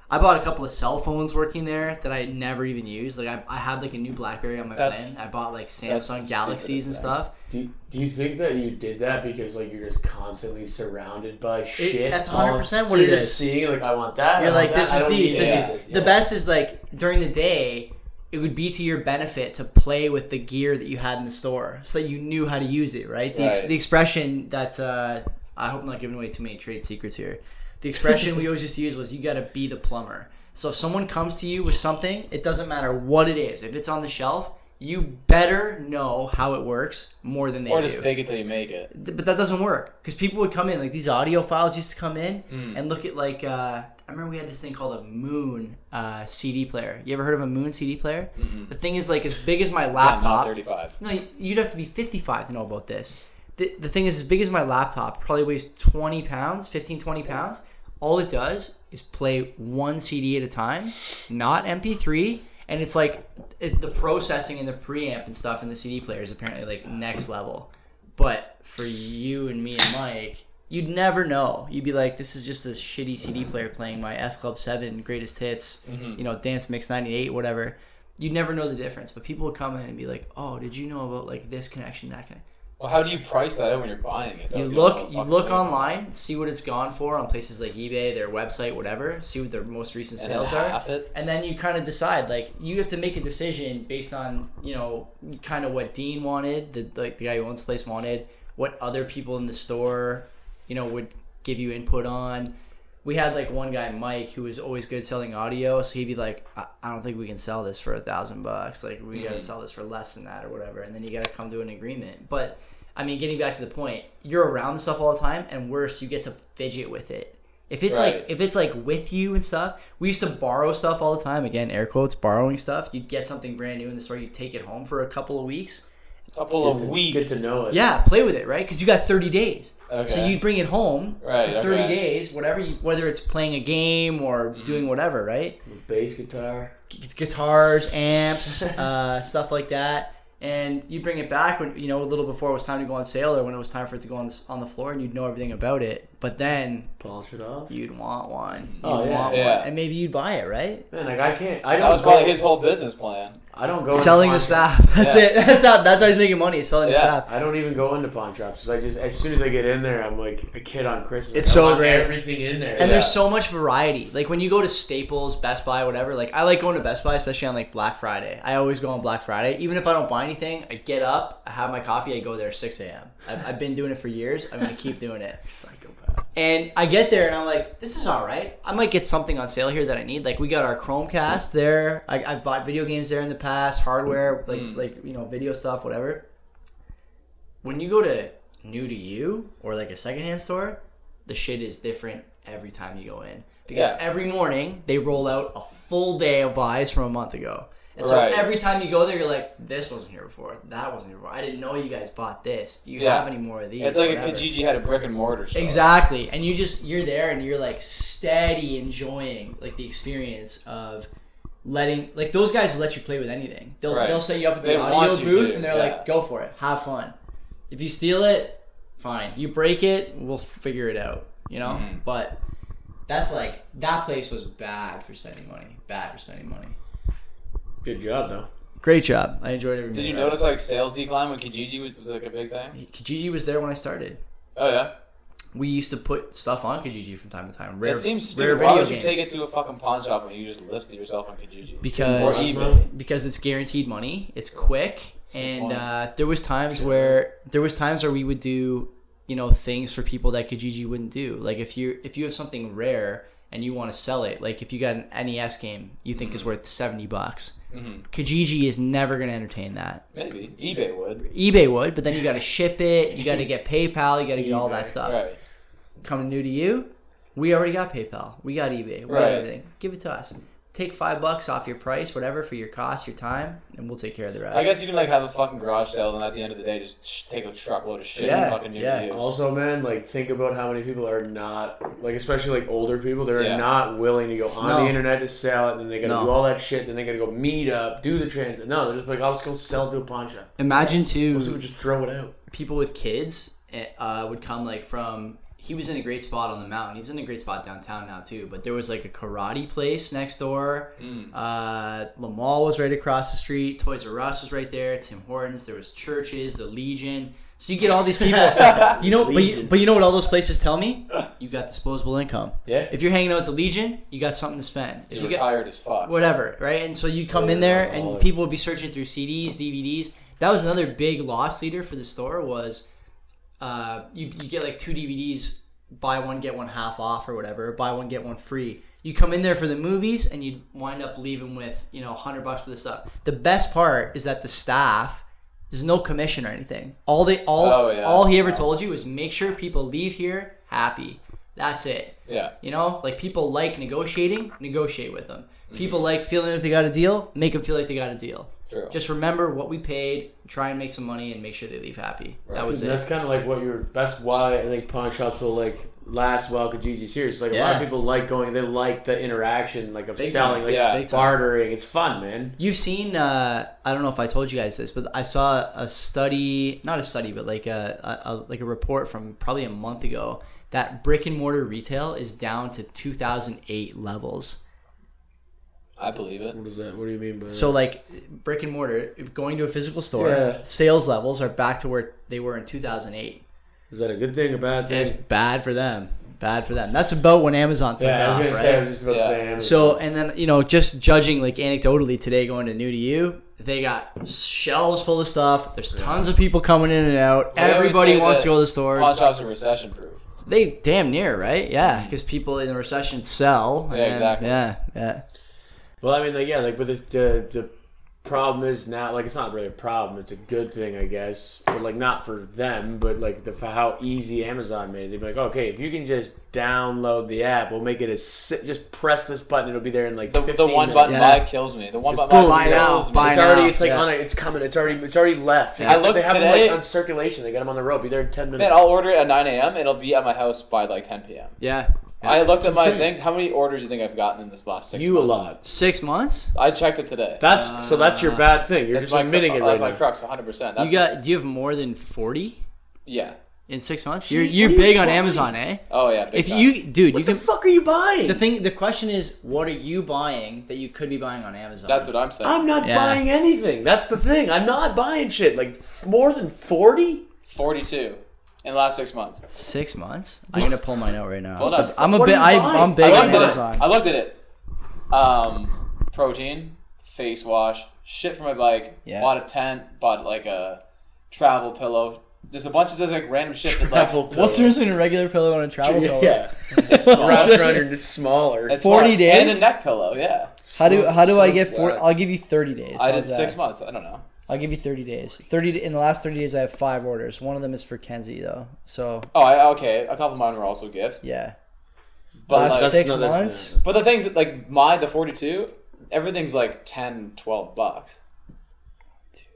[SPEAKER 1] I bought a couple of cell phones working there that I never even used. Like I, I had like a new BlackBerry on my
[SPEAKER 3] That's-
[SPEAKER 1] plan. I bought like
[SPEAKER 3] that's the
[SPEAKER 1] Samsung Galaxies and
[SPEAKER 3] stupidest
[SPEAKER 1] stuff.
[SPEAKER 2] Do, do you think that you did that because like you're just constantly surrounded by shit?
[SPEAKER 1] that's
[SPEAKER 2] all of-
[SPEAKER 1] 100%
[SPEAKER 2] so
[SPEAKER 1] what
[SPEAKER 2] you're
[SPEAKER 1] it
[SPEAKER 2] just
[SPEAKER 1] is.
[SPEAKER 2] seeing like I want that.
[SPEAKER 1] You're
[SPEAKER 2] I want
[SPEAKER 1] like, this
[SPEAKER 2] that, I
[SPEAKER 1] is
[SPEAKER 2] don't
[SPEAKER 1] these.
[SPEAKER 2] need
[SPEAKER 1] This
[SPEAKER 3] that.
[SPEAKER 1] is the best. Is like during the day, it would be to your benefit to play with the gear that you had in the store, so that you knew how to use it. Right. The, Ex-
[SPEAKER 3] Right.
[SPEAKER 1] the expression that uh, I hope I'm not giving away too many trade secrets here. The expression we always used to use was, "You got to be the plumber." So if someone comes to you with something, it doesn't matter what it is. If it's on the shelf, you better know how it works more than they
[SPEAKER 3] Or
[SPEAKER 1] do
[SPEAKER 3] just fake it till you make it.
[SPEAKER 1] th- but that doesn't work because people would come in like these audio files used to come in
[SPEAKER 3] Mm.
[SPEAKER 1] and look at like uh, i remember we had this thing called a moon uh, cd player you ever heard of a moon cd player the thing is like as big as my
[SPEAKER 3] Yeah, not
[SPEAKER 1] laptop
[SPEAKER 3] thirty-five.
[SPEAKER 1] no y- you'd have to be 55 to know about this the, the thing is as big as my laptop probably weighs 20 pounds 15 20 pounds all it does is play one cd at a time not mp3 and it's like it, the processing and the preamp and stuff in the CD player is apparently like next level. But for you and me and Mike, you'd never know. You'd be like, this is just this shitty CD player playing my S Club Seven greatest hits,
[SPEAKER 3] Hmm. Mm-hmm.
[SPEAKER 1] you know, Dance Mix '98, whatever. You'd never know the difference, but people would come in and be like, "Oh, did you know about like this connection, that connection?"
[SPEAKER 3] Well, how do you price that out when you're buying it? though?
[SPEAKER 1] You
[SPEAKER 3] don't
[SPEAKER 1] look,
[SPEAKER 3] know
[SPEAKER 1] you
[SPEAKER 3] fucking
[SPEAKER 1] look
[SPEAKER 3] thing.
[SPEAKER 1] online, see what it's gone for on places like eBay, their website, whatever. See what their most recent
[SPEAKER 3] and then
[SPEAKER 1] sales are,
[SPEAKER 3] half it.
[SPEAKER 1] and then you kind of decide. Like you have to make a decision based on you know kind of what Dean wanted, the like the guy who owns the place wanted, what other people in the store, you know, would give you input on. We had like one guy, Mike, who was always good selling audio, so he'd be like, "I, I don't think we can sell this for a thousand bucks. Like we got to
[SPEAKER 3] Mhm.
[SPEAKER 1] sell this for less than that or whatever." And then you got to come to an agreement, but. I mean, getting back to the point, you're around the stuff all the time, and worse, you get to fidget with it. If it's
[SPEAKER 3] Right.
[SPEAKER 1] like if it's like with you and stuff, we used to borrow stuff all the time. Again, air quotes, borrowing stuff. You'd get something brand new in the store, you'd take it home for a couple of weeks.
[SPEAKER 3] Couple
[SPEAKER 2] Get
[SPEAKER 3] of
[SPEAKER 2] to-
[SPEAKER 3] weeks.
[SPEAKER 2] Get to know it.
[SPEAKER 1] Yeah, play with it, right? Because you got 30 days.
[SPEAKER 3] Okay.
[SPEAKER 1] So you'd bring it home
[SPEAKER 3] Right,
[SPEAKER 1] for 30
[SPEAKER 3] okay. Mm-hmm.
[SPEAKER 1] days, whatever. You, whether it's playing a game or doing whatever, right?
[SPEAKER 2] Bass guitar.
[SPEAKER 1] gu- guitars, amps, uh, stuff like that. And you bring it back when you know a little before it was time to go on sale, or when it was time for it to go on the, on the floor, and you'd know everything about it. But then
[SPEAKER 2] Polish it off.
[SPEAKER 1] you'd want one. You'd
[SPEAKER 2] Oh, yeah,
[SPEAKER 1] want
[SPEAKER 3] yeah.
[SPEAKER 1] One. and maybe you'd buy it, right?
[SPEAKER 2] Man, like I can't. I
[SPEAKER 3] That was
[SPEAKER 2] don't
[SPEAKER 3] probably
[SPEAKER 2] go.
[SPEAKER 3] his whole business plan.
[SPEAKER 2] I don't go into
[SPEAKER 1] selling
[SPEAKER 2] pawn
[SPEAKER 1] the
[SPEAKER 2] shops.
[SPEAKER 1] staff. That's
[SPEAKER 3] Yeah.
[SPEAKER 1] it. That's how. That's how he's making money. Selling the
[SPEAKER 3] Yeah.
[SPEAKER 1] staff.
[SPEAKER 2] I don't even go into pawn shops. 'cause I just as soon as I get in there, I'm like a kid on Christmas.
[SPEAKER 1] It's
[SPEAKER 2] I
[SPEAKER 1] so
[SPEAKER 2] want
[SPEAKER 1] great.
[SPEAKER 2] Everything in there.
[SPEAKER 1] And
[SPEAKER 3] Yeah.
[SPEAKER 1] there's so much variety. Like when you go to Staples, Best Buy, whatever. Like I like going to Best Buy, especially on like Black Friday. I always go on Black Friday, even if I don't buy anything. I get up, I have my coffee, I go there at 6 a.m. I've, I've been doing it for years. I'm gonna keep doing it.
[SPEAKER 2] Psychopath.
[SPEAKER 1] And I get there and I'm like, this is all right. I might get something on sale here that I need. Like we got our Chromecast there. I, I bought video games there in the past, hardware, like
[SPEAKER 3] Mm.
[SPEAKER 1] like you know, video stuff, whatever. When you go to new to you or like a secondhand store, the shit is different every time you go in because
[SPEAKER 3] Yeah.
[SPEAKER 1] every morning they roll out a full day of buys from a month ago. And so
[SPEAKER 3] Right.
[SPEAKER 1] every time you go there, you're like, this wasn't here before. That wasn't here before. I didn't know you guys bought this. Do you
[SPEAKER 3] Yeah.
[SPEAKER 1] have any more of these?
[SPEAKER 3] It's like
[SPEAKER 1] Whatever.
[SPEAKER 3] if Kijiji had a brick and mortar store.
[SPEAKER 1] Exactly. And you just you're there and you're like steady enjoying like the experience of letting like those guys let you play with anything. They'll
[SPEAKER 3] Right.
[SPEAKER 1] they'll set you up at the
[SPEAKER 3] They
[SPEAKER 1] audio
[SPEAKER 3] want you
[SPEAKER 1] booth
[SPEAKER 3] to,
[SPEAKER 1] and they're
[SPEAKER 3] yeah.
[SPEAKER 1] like, go for it. Have fun. If you steal it, fine. You break it, we'll figure it out. You know?
[SPEAKER 3] Mhm.
[SPEAKER 1] But that's like that place was bad for spending money. Bad for spending money.
[SPEAKER 2] Good job though.
[SPEAKER 1] Great job. I enjoyed every
[SPEAKER 3] Did you
[SPEAKER 1] minute of it.
[SPEAKER 3] notice like sales decline when Kijiji was- was like a big thing?
[SPEAKER 1] Kijiji was there when I started.
[SPEAKER 3] Oh yeah.
[SPEAKER 1] We used to put stuff on Kijiji from time to time. Rare,
[SPEAKER 3] it seems
[SPEAKER 1] rare
[SPEAKER 3] stupid. Why
[SPEAKER 1] video
[SPEAKER 3] would you
[SPEAKER 1] games.
[SPEAKER 3] take it to a fucking pawn shop when you just listed yourself on Kijiji?
[SPEAKER 1] because
[SPEAKER 3] Or eBay.
[SPEAKER 1] because it's guaranteed money. It's quick, and
[SPEAKER 3] point.
[SPEAKER 1] uh, there was times where there was times where we would do you know things for people that Kijiji wouldn't do. Like if you if you have something rare and you want to sell it, like if you got an NES game you think is worth seventy bucks,
[SPEAKER 3] Mhm.
[SPEAKER 1] Kijiji is never going to entertain that.
[SPEAKER 3] Maybe eBay would.
[SPEAKER 1] eBay would, but then you got to ship it, you got to get PayPal, you got to get all
[SPEAKER 2] eBay.
[SPEAKER 1] that stuff.
[SPEAKER 3] Right.
[SPEAKER 1] Coming new to you, we already got PayPal, we got eBay, we got
[SPEAKER 3] Right.
[SPEAKER 1] everything. Give it to us. Take five bucks off your price, whatever, for your cost, your time, and we'll take care of the rest.
[SPEAKER 3] I guess you can like have a fucking garage sale, and at the end of the day, just sh- take a truckload of shit.
[SPEAKER 1] Yeah,
[SPEAKER 3] and fucking new
[SPEAKER 1] yeah.
[SPEAKER 3] to you.
[SPEAKER 2] Also, man, like think about how many people are not like, especially like older people, they're
[SPEAKER 3] Yeah.
[SPEAKER 2] not willing to go on
[SPEAKER 1] No.
[SPEAKER 2] the internet to sell it. And then they got to
[SPEAKER 1] No.
[SPEAKER 2] do all that shit. Then they got to go meet up, do the trans. No, they're just like, I'll just go sell it to a pawn shop.
[SPEAKER 1] Imagine
[SPEAKER 2] Most people
[SPEAKER 1] too,
[SPEAKER 2] just throw it out.
[SPEAKER 1] people with kids eh, uh, would come like from. He was in a great spot on the mountain. He's in a great spot downtown now too. But there was like a karate place next door.
[SPEAKER 3] Mm.
[SPEAKER 1] Uh, Le Mall was right across the street. Toys R Us was right there. Tim Hortons. There was churches. The Legion. So you get all these people. you know, but you,
[SPEAKER 2] Legion.
[SPEAKER 1] but you know what all those places tell me? You got disposable income.
[SPEAKER 2] Yeah.
[SPEAKER 1] If you're hanging out at the Legion, you got something to spend. If
[SPEAKER 3] You're
[SPEAKER 1] you get
[SPEAKER 3] tired as fuck.
[SPEAKER 1] whatever, right? And so you'd come in there, and people would be searching through CDs, DVDs. That was another big loss leader for the store was, uh, you you get like two DVDs, buy one get one half off or whatever, buy one get one free. You come in there for the movies, and you'd wind up leaving with you know hundred bucks for the stuff. The best part is that the staff. There's no commission or anything. All they all
[SPEAKER 3] Oh, yeah.
[SPEAKER 1] all he ever told you was make sure people leave here happy. That's it.
[SPEAKER 3] Yeah.
[SPEAKER 1] You know, like people like negotiating, negotiate with them. People like feeling like they got a deal, make them feel like they got a deal.
[SPEAKER 3] True.
[SPEAKER 1] Just remember what we paid, try and make some money, and make sure they leave happy. That
[SPEAKER 3] Right.
[SPEAKER 1] was
[SPEAKER 2] that's
[SPEAKER 1] it.
[SPEAKER 2] kind of like what you're. That's why I think pawn shops will like last well because Gigi's here. It's like a lot
[SPEAKER 1] Yeah.
[SPEAKER 2] of people like going. They like the interaction, like of
[SPEAKER 1] Big
[SPEAKER 2] selling,
[SPEAKER 1] time.
[SPEAKER 2] like
[SPEAKER 3] Yeah.
[SPEAKER 1] Big time.
[SPEAKER 2] bartering. It's fun, man.
[SPEAKER 1] You've seen, uh, I don't know if I told you guys this, but I saw a study, not a study, but like a, a, a like a report from probably a month ago that brick and mortar retail is down to 2008 levels.
[SPEAKER 3] I believe it.
[SPEAKER 2] What is that? What do you mean by that?
[SPEAKER 1] So like brick and mortar, going to a physical store,
[SPEAKER 2] Yeah.
[SPEAKER 1] sales levels are back to where they were in 2008.
[SPEAKER 2] Is that a good thing, a bad thing?
[SPEAKER 1] It's bad for them. Bad for them. That's about when Amazon took
[SPEAKER 2] yeah, I was
[SPEAKER 1] off,
[SPEAKER 2] gonna
[SPEAKER 1] right?
[SPEAKER 2] say. I was just about
[SPEAKER 3] Yeah.
[SPEAKER 2] to say. Amazon.
[SPEAKER 1] So, and then, you know, just judging like anecdotally today going to New to You, they got shelves full of stuff. There's tons of people coming in and out.
[SPEAKER 3] They always
[SPEAKER 1] Everybody
[SPEAKER 3] say
[SPEAKER 1] wants
[SPEAKER 3] that
[SPEAKER 1] to go to the store.
[SPEAKER 3] Pawn shops are recession proof.
[SPEAKER 1] They damn near, right? Yeah, because people in the recession sell. and
[SPEAKER 3] Yeah,
[SPEAKER 1] then-
[SPEAKER 3] exactly.
[SPEAKER 1] Yeah, yeah.
[SPEAKER 2] Well, I mean, like, yeah, like, but the, the the problem is now, like, it's not really a problem. It's a good thing, I guess, but like, not for them, but like the for how easy Amazon made it. They'd be like, okay, if you can just download the app, we'll make it as si- just press this button, it'll be there in like
[SPEAKER 3] The,
[SPEAKER 2] 15
[SPEAKER 3] the one
[SPEAKER 2] minutes.
[SPEAKER 3] button
[SPEAKER 1] Yeah.
[SPEAKER 3] buy kills me. The one
[SPEAKER 2] Just
[SPEAKER 3] button
[SPEAKER 2] boom,
[SPEAKER 1] buy
[SPEAKER 3] buy
[SPEAKER 1] now,
[SPEAKER 3] kills me.
[SPEAKER 1] buy
[SPEAKER 2] It's already,
[SPEAKER 1] now,
[SPEAKER 2] it's like
[SPEAKER 1] yeah.
[SPEAKER 2] on it. It's coming. It's already, it's already left.
[SPEAKER 1] Yeah.
[SPEAKER 3] I looked
[SPEAKER 2] they have them,
[SPEAKER 3] today-
[SPEAKER 2] like on circulation. They got them on the road. Be there in ten minutes.
[SPEAKER 3] Man, I'll order it at 9 a.m. It'll be at my house by like 10 p.m.
[SPEAKER 1] Yeah.
[SPEAKER 3] I looked at my
[SPEAKER 2] insane.
[SPEAKER 3] things. How many orders do you think I've gotten in this last six?
[SPEAKER 2] you a
[SPEAKER 3] months?
[SPEAKER 2] lot.
[SPEAKER 1] Six months?
[SPEAKER 3] I checked it today.
[SPEAKER 2] That's so. Uh, That's your bad thing. You're
[SPEAKER 3] That's
[SPEAKER 2] just
[SPEAKER 3] my
[SPEAKER 2] admitting it
[SPEAKER 3] cru-
[SPEAKER 2] right
[SPEAKER 3] That's my
[SPEAKER 2] now.
[SPEAKER 3] crux, 100. percent
[SPEAKER 1] You got, do you have more than 40
[SPEAKER 3] yeah.
[SPEAKER 1] in six months? You're,
[SPEAKER 2] Gee,
[SPEAKER 1] you're
[SPEAKER 2] what are you
[SPEAKER 1] big on
[SPEAKER 2] buying?
[SPEAKER 1] Amazon, eh?
[SPEAKER 3] Oh yeah. Big
[SPEAKER 1] If
[SPEAKER 3] time.
[SPEAKER 1] you, dude, you
[SPEAKER 2] What the
[SPEAKER 1] can.
[SPEAKER 2] fuck are you buying?
[SPEAKER 1] The thing, the question is, what are you buying that you could be buying on Amazon?
[SPEAKER 3] That's what I'm saying.
[SPEAKER 2] I'm not
[SPEAKER 1] Yeah.
[SPEAKER 2] buying anything. That's the thing. I'm not buying shit. Like f- more than forty.
[SPEAKER 3] 42 in the last six months.
[SPEAKER 1] Six months? I'm gonna pull mine out right now.
[SPEAKER 3] Well, no,
[SPEAKER 1] Because I'm a
[SPEAKER 2] what
[SPEAKER 1] bit.
[SPEAKER 2] are you
[SPEAKER 1] I,
[SPEAKER 2] buying?
[SPEAKER 1] I'm
[SPEAKER 3] I
[SPEAKER 1] big on
[SPEAKER 3] looked at
[SPEAKER 1] Amazon.
[SPEAKER 3] it. I looked at it. Um, protein, face wash, shit for my bike.
[SPEAKER 1] Yeah.
[SPEAKER 3] Bought a tent. Bought like a travel pillow. Just a bunch of just like random shit. That, like,
[SPEAKER 1] What's the difference between a regular pillow and a travel pillow?
[SPEAKER 2] Yeah,
[SPEAKER 3] It's
[SPEAKER 2] wrapped
[SPEAKER 3] smaller.
[SPEAKER 2] around your. It's smaller.
[SPEAKER 3] It's
[SPEAKER 1] 40
[SPEAKER 3] fun. and
[SPEAKER 1] days?
[SPEAKER 3] a neck pillow. Yeah,
[SPEAKER 1] How do how do I
[SPEAKER 2] So
[SPEAKER 1] get four?
[SPEAKER 2] whack.
[SPEAKER 1] I'll give you 30 days.
[SPEAKER 3] I
[SPEAKER 1] How's
[SPEAKER 3] did six
[SPEAKER 1] that?
[SPEAKER 3] months. I don't know.
[SPEAKER 1] I'll give you 30 days. 30 d- in the last 30 days, I have five orders. One of them is for Kenzie though. So
[SPEAKER 3] Oh, I, okay. A couple of mine were also gifts,
[SPEAKER 1] yeah,
[SPEAKER 3] but
[SPEAKER 1] last
[SPEAKER 3] like,
[SPEAKER 2] That's-
[SPEAKER 1] six
[SPEAKER 2] no, that's-
[SPEAKER 1] months.
[SPEAKER 3] but the things that like my the forty two, everything's like 10, 12 bucks.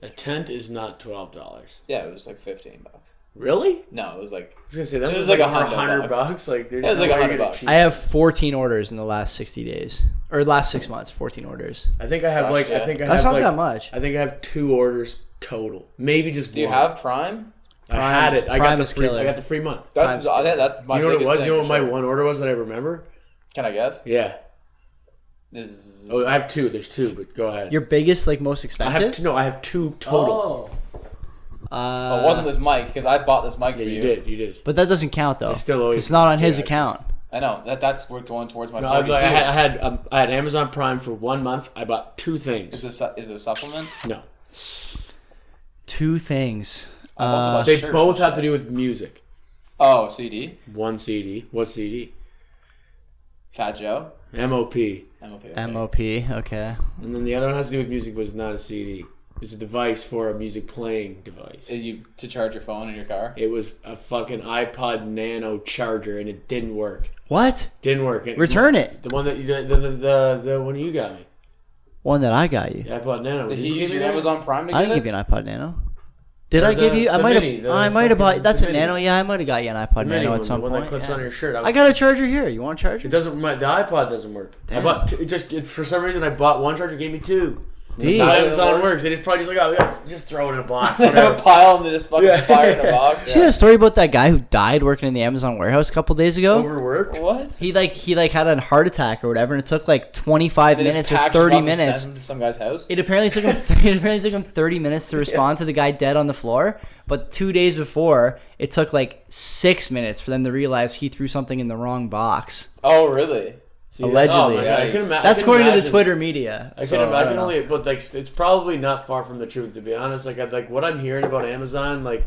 [SPEAKER 2] A tent is not twelve dollars.
[SPEAKER 3] Yeah, it was like fifteen bucks.
[SPEAKER 2] Really?
[SPEAKER 3] No, it was like
[SPEAKER 2] I was gonna say that
[SPEAKER 3] It
[SPEAKER 2] was,
[SPEAKER 3] was
[SPEAKER 2] like,
[SPEAKER 3] like
[SPEAKER 2] a
[SPEAKER 3] a hundred
[SPEAKER 2] hundred
[SPEAKER 3] bucks.
[SPEAKER 2] bucks. Like there's
[SPEAKER 3] Yeah, it was
[SPEAKER 2] no
[SPEAKER 3] like a
[SPEAKER 2] way you're
[SPEAKER 3] hundred
[SPEAKER 2] gonna
[SPEAKER 3] bucks.
[SPEAKER 2] cheat.
[SPEAKER 1] I have 14 orders in the last 60 days or last six months. 14 orders.
[SPEAKER 2] I think I have
[SPEAKER 3] Trust
[SPEAKER 2] like. I
[SPEAKER 3] ya.
[SPEAKER 2] think I
[SPEAKER 1] That's
[SPEAKER 2] have
[SPEAKER 1] not
[SPEAKER 2] like.
[SPEAKER 1] that much.
[SPEAKER 2] I think I have two orders total. Maybe just
[SPEAKER 3] Do you
[SPEAKER 2] one.
[SPEAKER 3] have Prime?
[SPEAKER 2] I had it. I
[SPEAKER 1] Prime
[SPEAKER 2] got the
[SPEAKER 1] is
[SPEAKER 2] free.
[SPEAKER 1] killer.
[SPEAKER 2] I got the free month.
[SPEAKER 3] That's
[SPEAKER 1] Prime's-
[SPEAKER 3] yeah, that's my
[SPEAKER 2] you know what it
[SPEAKER 3] biggest
[SPEAKER 2] was?
[SPEAKER 3] thing
[SPEAKER 2] You know what
[SPEAKER 3] for
[SPEAKER 2] my
[SPEAKER 3] sure.
[SPEAKER 2] one order was that I remember?
[SPEAKER 3] Can I guess?
[SPEAKER 2] Yeah.
[SPEAKER 3] This is
[SPEAKER 1] Uh,
[SPEAKER 2] Oh, I have two. There's two, but go ahead.
[SPEAKER 1] Your biggest, like most
[SPEAKER 2] I
[SPEAKER 1] expensive.
[SPEAKER 2] have two, no. I have two total.
[SPEAKER 1] Oh. Uh,
[SPEAKER 3] oh, it wasn't this mic because I bought this mic
[SPEAKER 2] yeah,
[SPEAKER 3] for
[SPEAKER 2] you
[SPEAKER 3] you.
[SPEAKER 2] did. You did.
[SPEAKER 1] But that doesn't count though.
[SPEAKER 2] I still owe you
[SPEAKER 1] It's not on
[SPEAKER 2] two,
[SPEAKER 1] his
[SPEAKER 2] actually.
[SPEAKER 1] account.
[SPEAKER 3] I know that that's we're going towards my
[SPEAKER 2] No, I,
[SPEAKER 3] forty two.
[SPEAKER 2] I had I had, um, I had Amazon Prime for one month. I bought two
[SPEAKER 3] is
[SPEAKER 2] things.
[SPEAKER 3] this su- is it a supplement?
[SPEAKER 2] No,
[SPEAKER 1] Two things.
[SPEAKER 3] I've also
[SPEAKER 1] Uh,
[SPEAKER 3] bought
[SPEAKER 2] they
[SPEAKER 3] shirts and
[SPEAKER 2] both have
[SPEAKER 3] shit.
[SPEAKER 2] to do with music.
[SPEAKER 3] Oh, CD,
[SPEAKER 2] One CD. What CD?
[SPEAKER 3] Fat Joe,
[SPEAKER 2] MOP. And
[SPEAKER 3] MOP.
[SPEAKER 1] MOP. Okay.
[SPEAKER 2] then the other one has to do with music, but it's not a CD. It's a device for a music playing device.
[SPEAKER 3] Is you to charge your phone in your car?
[SPEAKER 2] It was a fucking iPod Nano charger, and it didn't work.
[SPEAKER 1] What?
[SPEAKER 2] Didn't work. It-
[SPEAKER 1] Return it.
[SPEAKER 2] the one that you, the, the, the the the one you got me.
[SPEAKER 1] One that I got you.
[SPEAKER 2] The iPod Nano.
[SPEAKER 3] Did
[SPEAKER 2] Did
[SPEAKER 3] he
[SPEAKER 2] you
[SPEAKER 3] use
[SPEAKER 2] give
[SPEAKER 3] your
[SPEAKER 2] me that?
[SPEAKER 3] Amazon Prime to get
[SPEAKER 1] I didn't
[SPEAKER 3] it?
[SPEAKER 1] give you an iPod Nano. Did
[SPEAKER 2] No,
[SPEAKER 1] I give
[SPEAKER 2] the-
[SPEAKER 1] you? I
[SPEAKER 2] the
[SPEAKER 1] might
[SPEAKER 2] mini,
[SPEAKER 1] have.
[SPEAKER 2] the
[SPEAKER 1] I might have
[SPEAKER 2] fucking-
[SPEAKER 1] bought. That's
[SPEAKER 2] the
[SPEAKER 1] a
[SPEAKER 2] mini.
[SPEAKER 1] Nano. Yeah, I might have got you an iPod
[SPEAKER 2] The mini
[SPEAKER 1] Nano
[SPEAKER 2] one,
[SPEAKER 1] at some
[SPEAKER 2] the one
[SPEAKER 1] point.
[SPEAKER 2] that clips
[SPEAKER 1] yeah.
[SPEAKER 2] on your shirt.
[SPEAKER 1] I got a charger here. You want a charger?
[SPEAKER 2] It doesn't. My, the iPod doesn't work.
[SPEAKER 1] Damn.
[SPEAKER 2] I bought. Two, it just it, for some reason I bought one charger. Gave me two.
[SPEAKER 1] Jeez.
[SPEAKER 2] That's how
[SPEAKER 3] Jeez.
[SPEAKER 2] Amazon works. It is probably just like, oh, we gotta just throw it in a box.
[SPEAKER 3] They have a
[SPEAKER 2] Whatever.
[SPEAKER 3] pile and they just fucking
[SPEAKER 2] Yeah.
[SPEAKER 3] fire in a box.
[SPEAKER 1] See that story about that guy who died working in the Amazon warehouse a couple days ago?
[SPEAKER 2] Overworked.
[SPEAKER 3] What?
[SPEAKER 1] He like he like had a heart attack or whatever, and it took like 25
[SPEAKER 3] They just
[SPEAKER 1] minutes or
[SPEAKER 3] packed him
[SPEAKER 1] 30
[SPEAKER 3] up and sent
[SPEAKER 1] minutes.
[SPEAKER 3] him to some guy's house.
[SPEAKER 1] It apparently took him. it apparently took him thirty minutes to respond to the guy dead on the floor. But two days before, it took like six minutes for them to realize he threw something in the wrong box.
[SPEAKER 3] Oh, really?
[SPEAKER 2] See, that-
[SPEAKER 1] Allegedly.
[SPEAKER 2] oh my God, I can ima- I
[SPEAKER 1] That's
[SPEAKER 2] can
[SPEAKER 1] according to the
[SPEAKER 2] imagine-
[SPEAKER 1] Twitter media.
[SPEAKER 2] I can,
[SPEAKER 1] so,
[SPEAKER 2] ima- I
[SPEAKER 1] don't
[SPEAKER 2] can
[SPEAKER 1] know.
[SPEAKER 2] only, but like, it's probably not far from the truth. To be honest, like, I, like what I'm hearing about Amazon, like,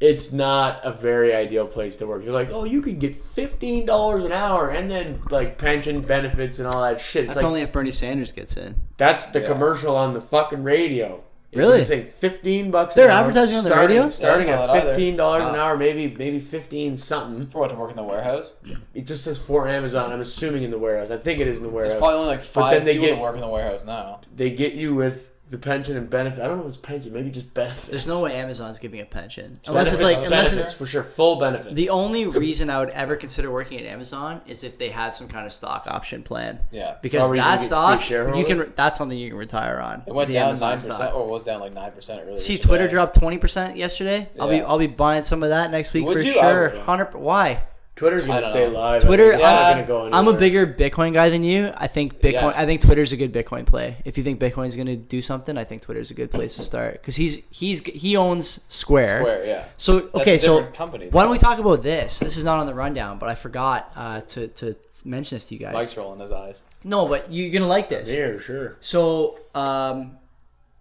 [SPEAKER 2] it's not a very ideal place to work. You're like, oh, you could get fifteen dollars an hour, and then like pension benefits and all that shit. It's
[SPEAKER 1] That's
[SPEAKER 2] like
[SPEAKER 1] only if Bernie Sanders gets in.
[SPEAKER 2] that's the
[SPEAKER 3] Yeah.
[SPEAKER 2] commercial on the fucking radio. It's
[SPEAKER 1] Really?
[SPEAKER 2] they're Saying fifteen bucks.
[SPEAKER 1] They're
[SPEAKER 2] an hour,
[SPEAKER 1] advertising on the
[SPEAKER 2] starting-
[SPEAKER 1] radio?
[SPEAKER 2] starting
[SPEAKER 3] Yeah, I don't know
[SPEAKER 2] at
[SPEAKER 3] that either.
[SPEAKER 2] fifteen dollars an
[SPEAKER 3] Wow.
[SPEAKER 2] hour, maybe maybe fifteen something.
[SPEAKER 3] For what to work in the warehouse?
[SPEAKER 2] It just says for Amazon. I'm assuming in the warehouse. I think it is in the
[SPEAKER 3] There's
[SPEAKER 2] warehouse.
[SPEAKER 3] probably only like
[SPEAKER 2] But
[SPEAKER 3] five
[SPEAKER 2] then they
[SPEAKER 3] people
[SPEAKER 2] get-
[SPEAKER 3] that work in the warehouse now.
[SPEAKER 2] they get you with the pension and benefit. I don't know if it's pension, maybe just benefits.
[SPEAKER 1] There's no way Amazon's giving a pension. Unless
[SPEAKER 2] Benefits,
[SPEAKER 1] it's like, unless
[SPEAKER 2] benefits
[SPEAKER 1] it's,
[SPEAKER 2] for sure, full benefit.
[SPEAKER 1] the only reason I would ever consider working at Amazon is if they had some kind of stock option plan.
[SPEAKER 3] Yeah.
[SPEAKER 1] Because
[SPEAKER 2] Or you can
[SPEAKER 1] that
[SPEAKER 2] get
[SPEAKER 1] stock,
[SPEAKER 2] free shareholder.
[SPEAKER 1] you can that's something you can retire on.
[SPEAKER 3] It went
[SPEAKER 1] the
[SPEAKER 3] down
[SPEAKER 1] Amazon
[SPEAKER 3] nine
[SPEAKER 1] stock.
[SPEAKER 3] percent, or was down like nine percent. Really.
[SPEAKER 1] See,
[SPEAKER 3] today.
[SPEAKER 1] Twitter dropped twenty percent yesterday. I'll be
[SPEAKER 3] Yeah.
[SPEAKER 1] I'll be buying some of that next week
[SPEAKER 3] Would
[SPEAKER 1] for
[SPEAKER 3] you? I
[SPEAKER 1] sure.
[SPEAKER 2] would.
[SPEAKER 1] Hundred. Why?
[SPEAKER 2] Twitter's
[SPEAKER 3] I
[SPEAKER 2] gonna
[SPEAKER 3] don't
[SPEAKER 2] stay
[SPEAKER 3] know.
[SPEAKER 2] live.
[SPEAKER 1] Twitter.
[SPEAKER 2] It's
[SPEAKER 1] uh,
[SPEAKER 2] not gonna go
[SPEAKER 1] I'm a
[SPEAKER 2] anywhere.
[SPEAKER 1] bigger Bitcoin guy than you. I think Bitcoin.
[SPEAKER 3] Yeah.
[SPEAKER 1] I think Twitter's a good Bitcoin play. If you think Bitcoin's going to do something, I think Twitter's a good place to start because he's he's he owns Square.
[SPEAKER 3] Square, yeah.
[SPEAKER 1] So
[SPEAKER 3] a
[SPEAKER 1] okay, so
[SPEAKER 3] different company,
[SPEAKER 1] why don't
[SPEAKER 3] though.
[SPEAKER 1] we talk about this? This is not on the rundown, but I forgot uh, to to mention this to you guys.
[SPEAKER 3] Mike's rolling his eyes.
[SPEAKER 1] no, but you're gonna like this.
[SPEAKER 2] Yeah, sure.
[SPEAKER 1] So, um,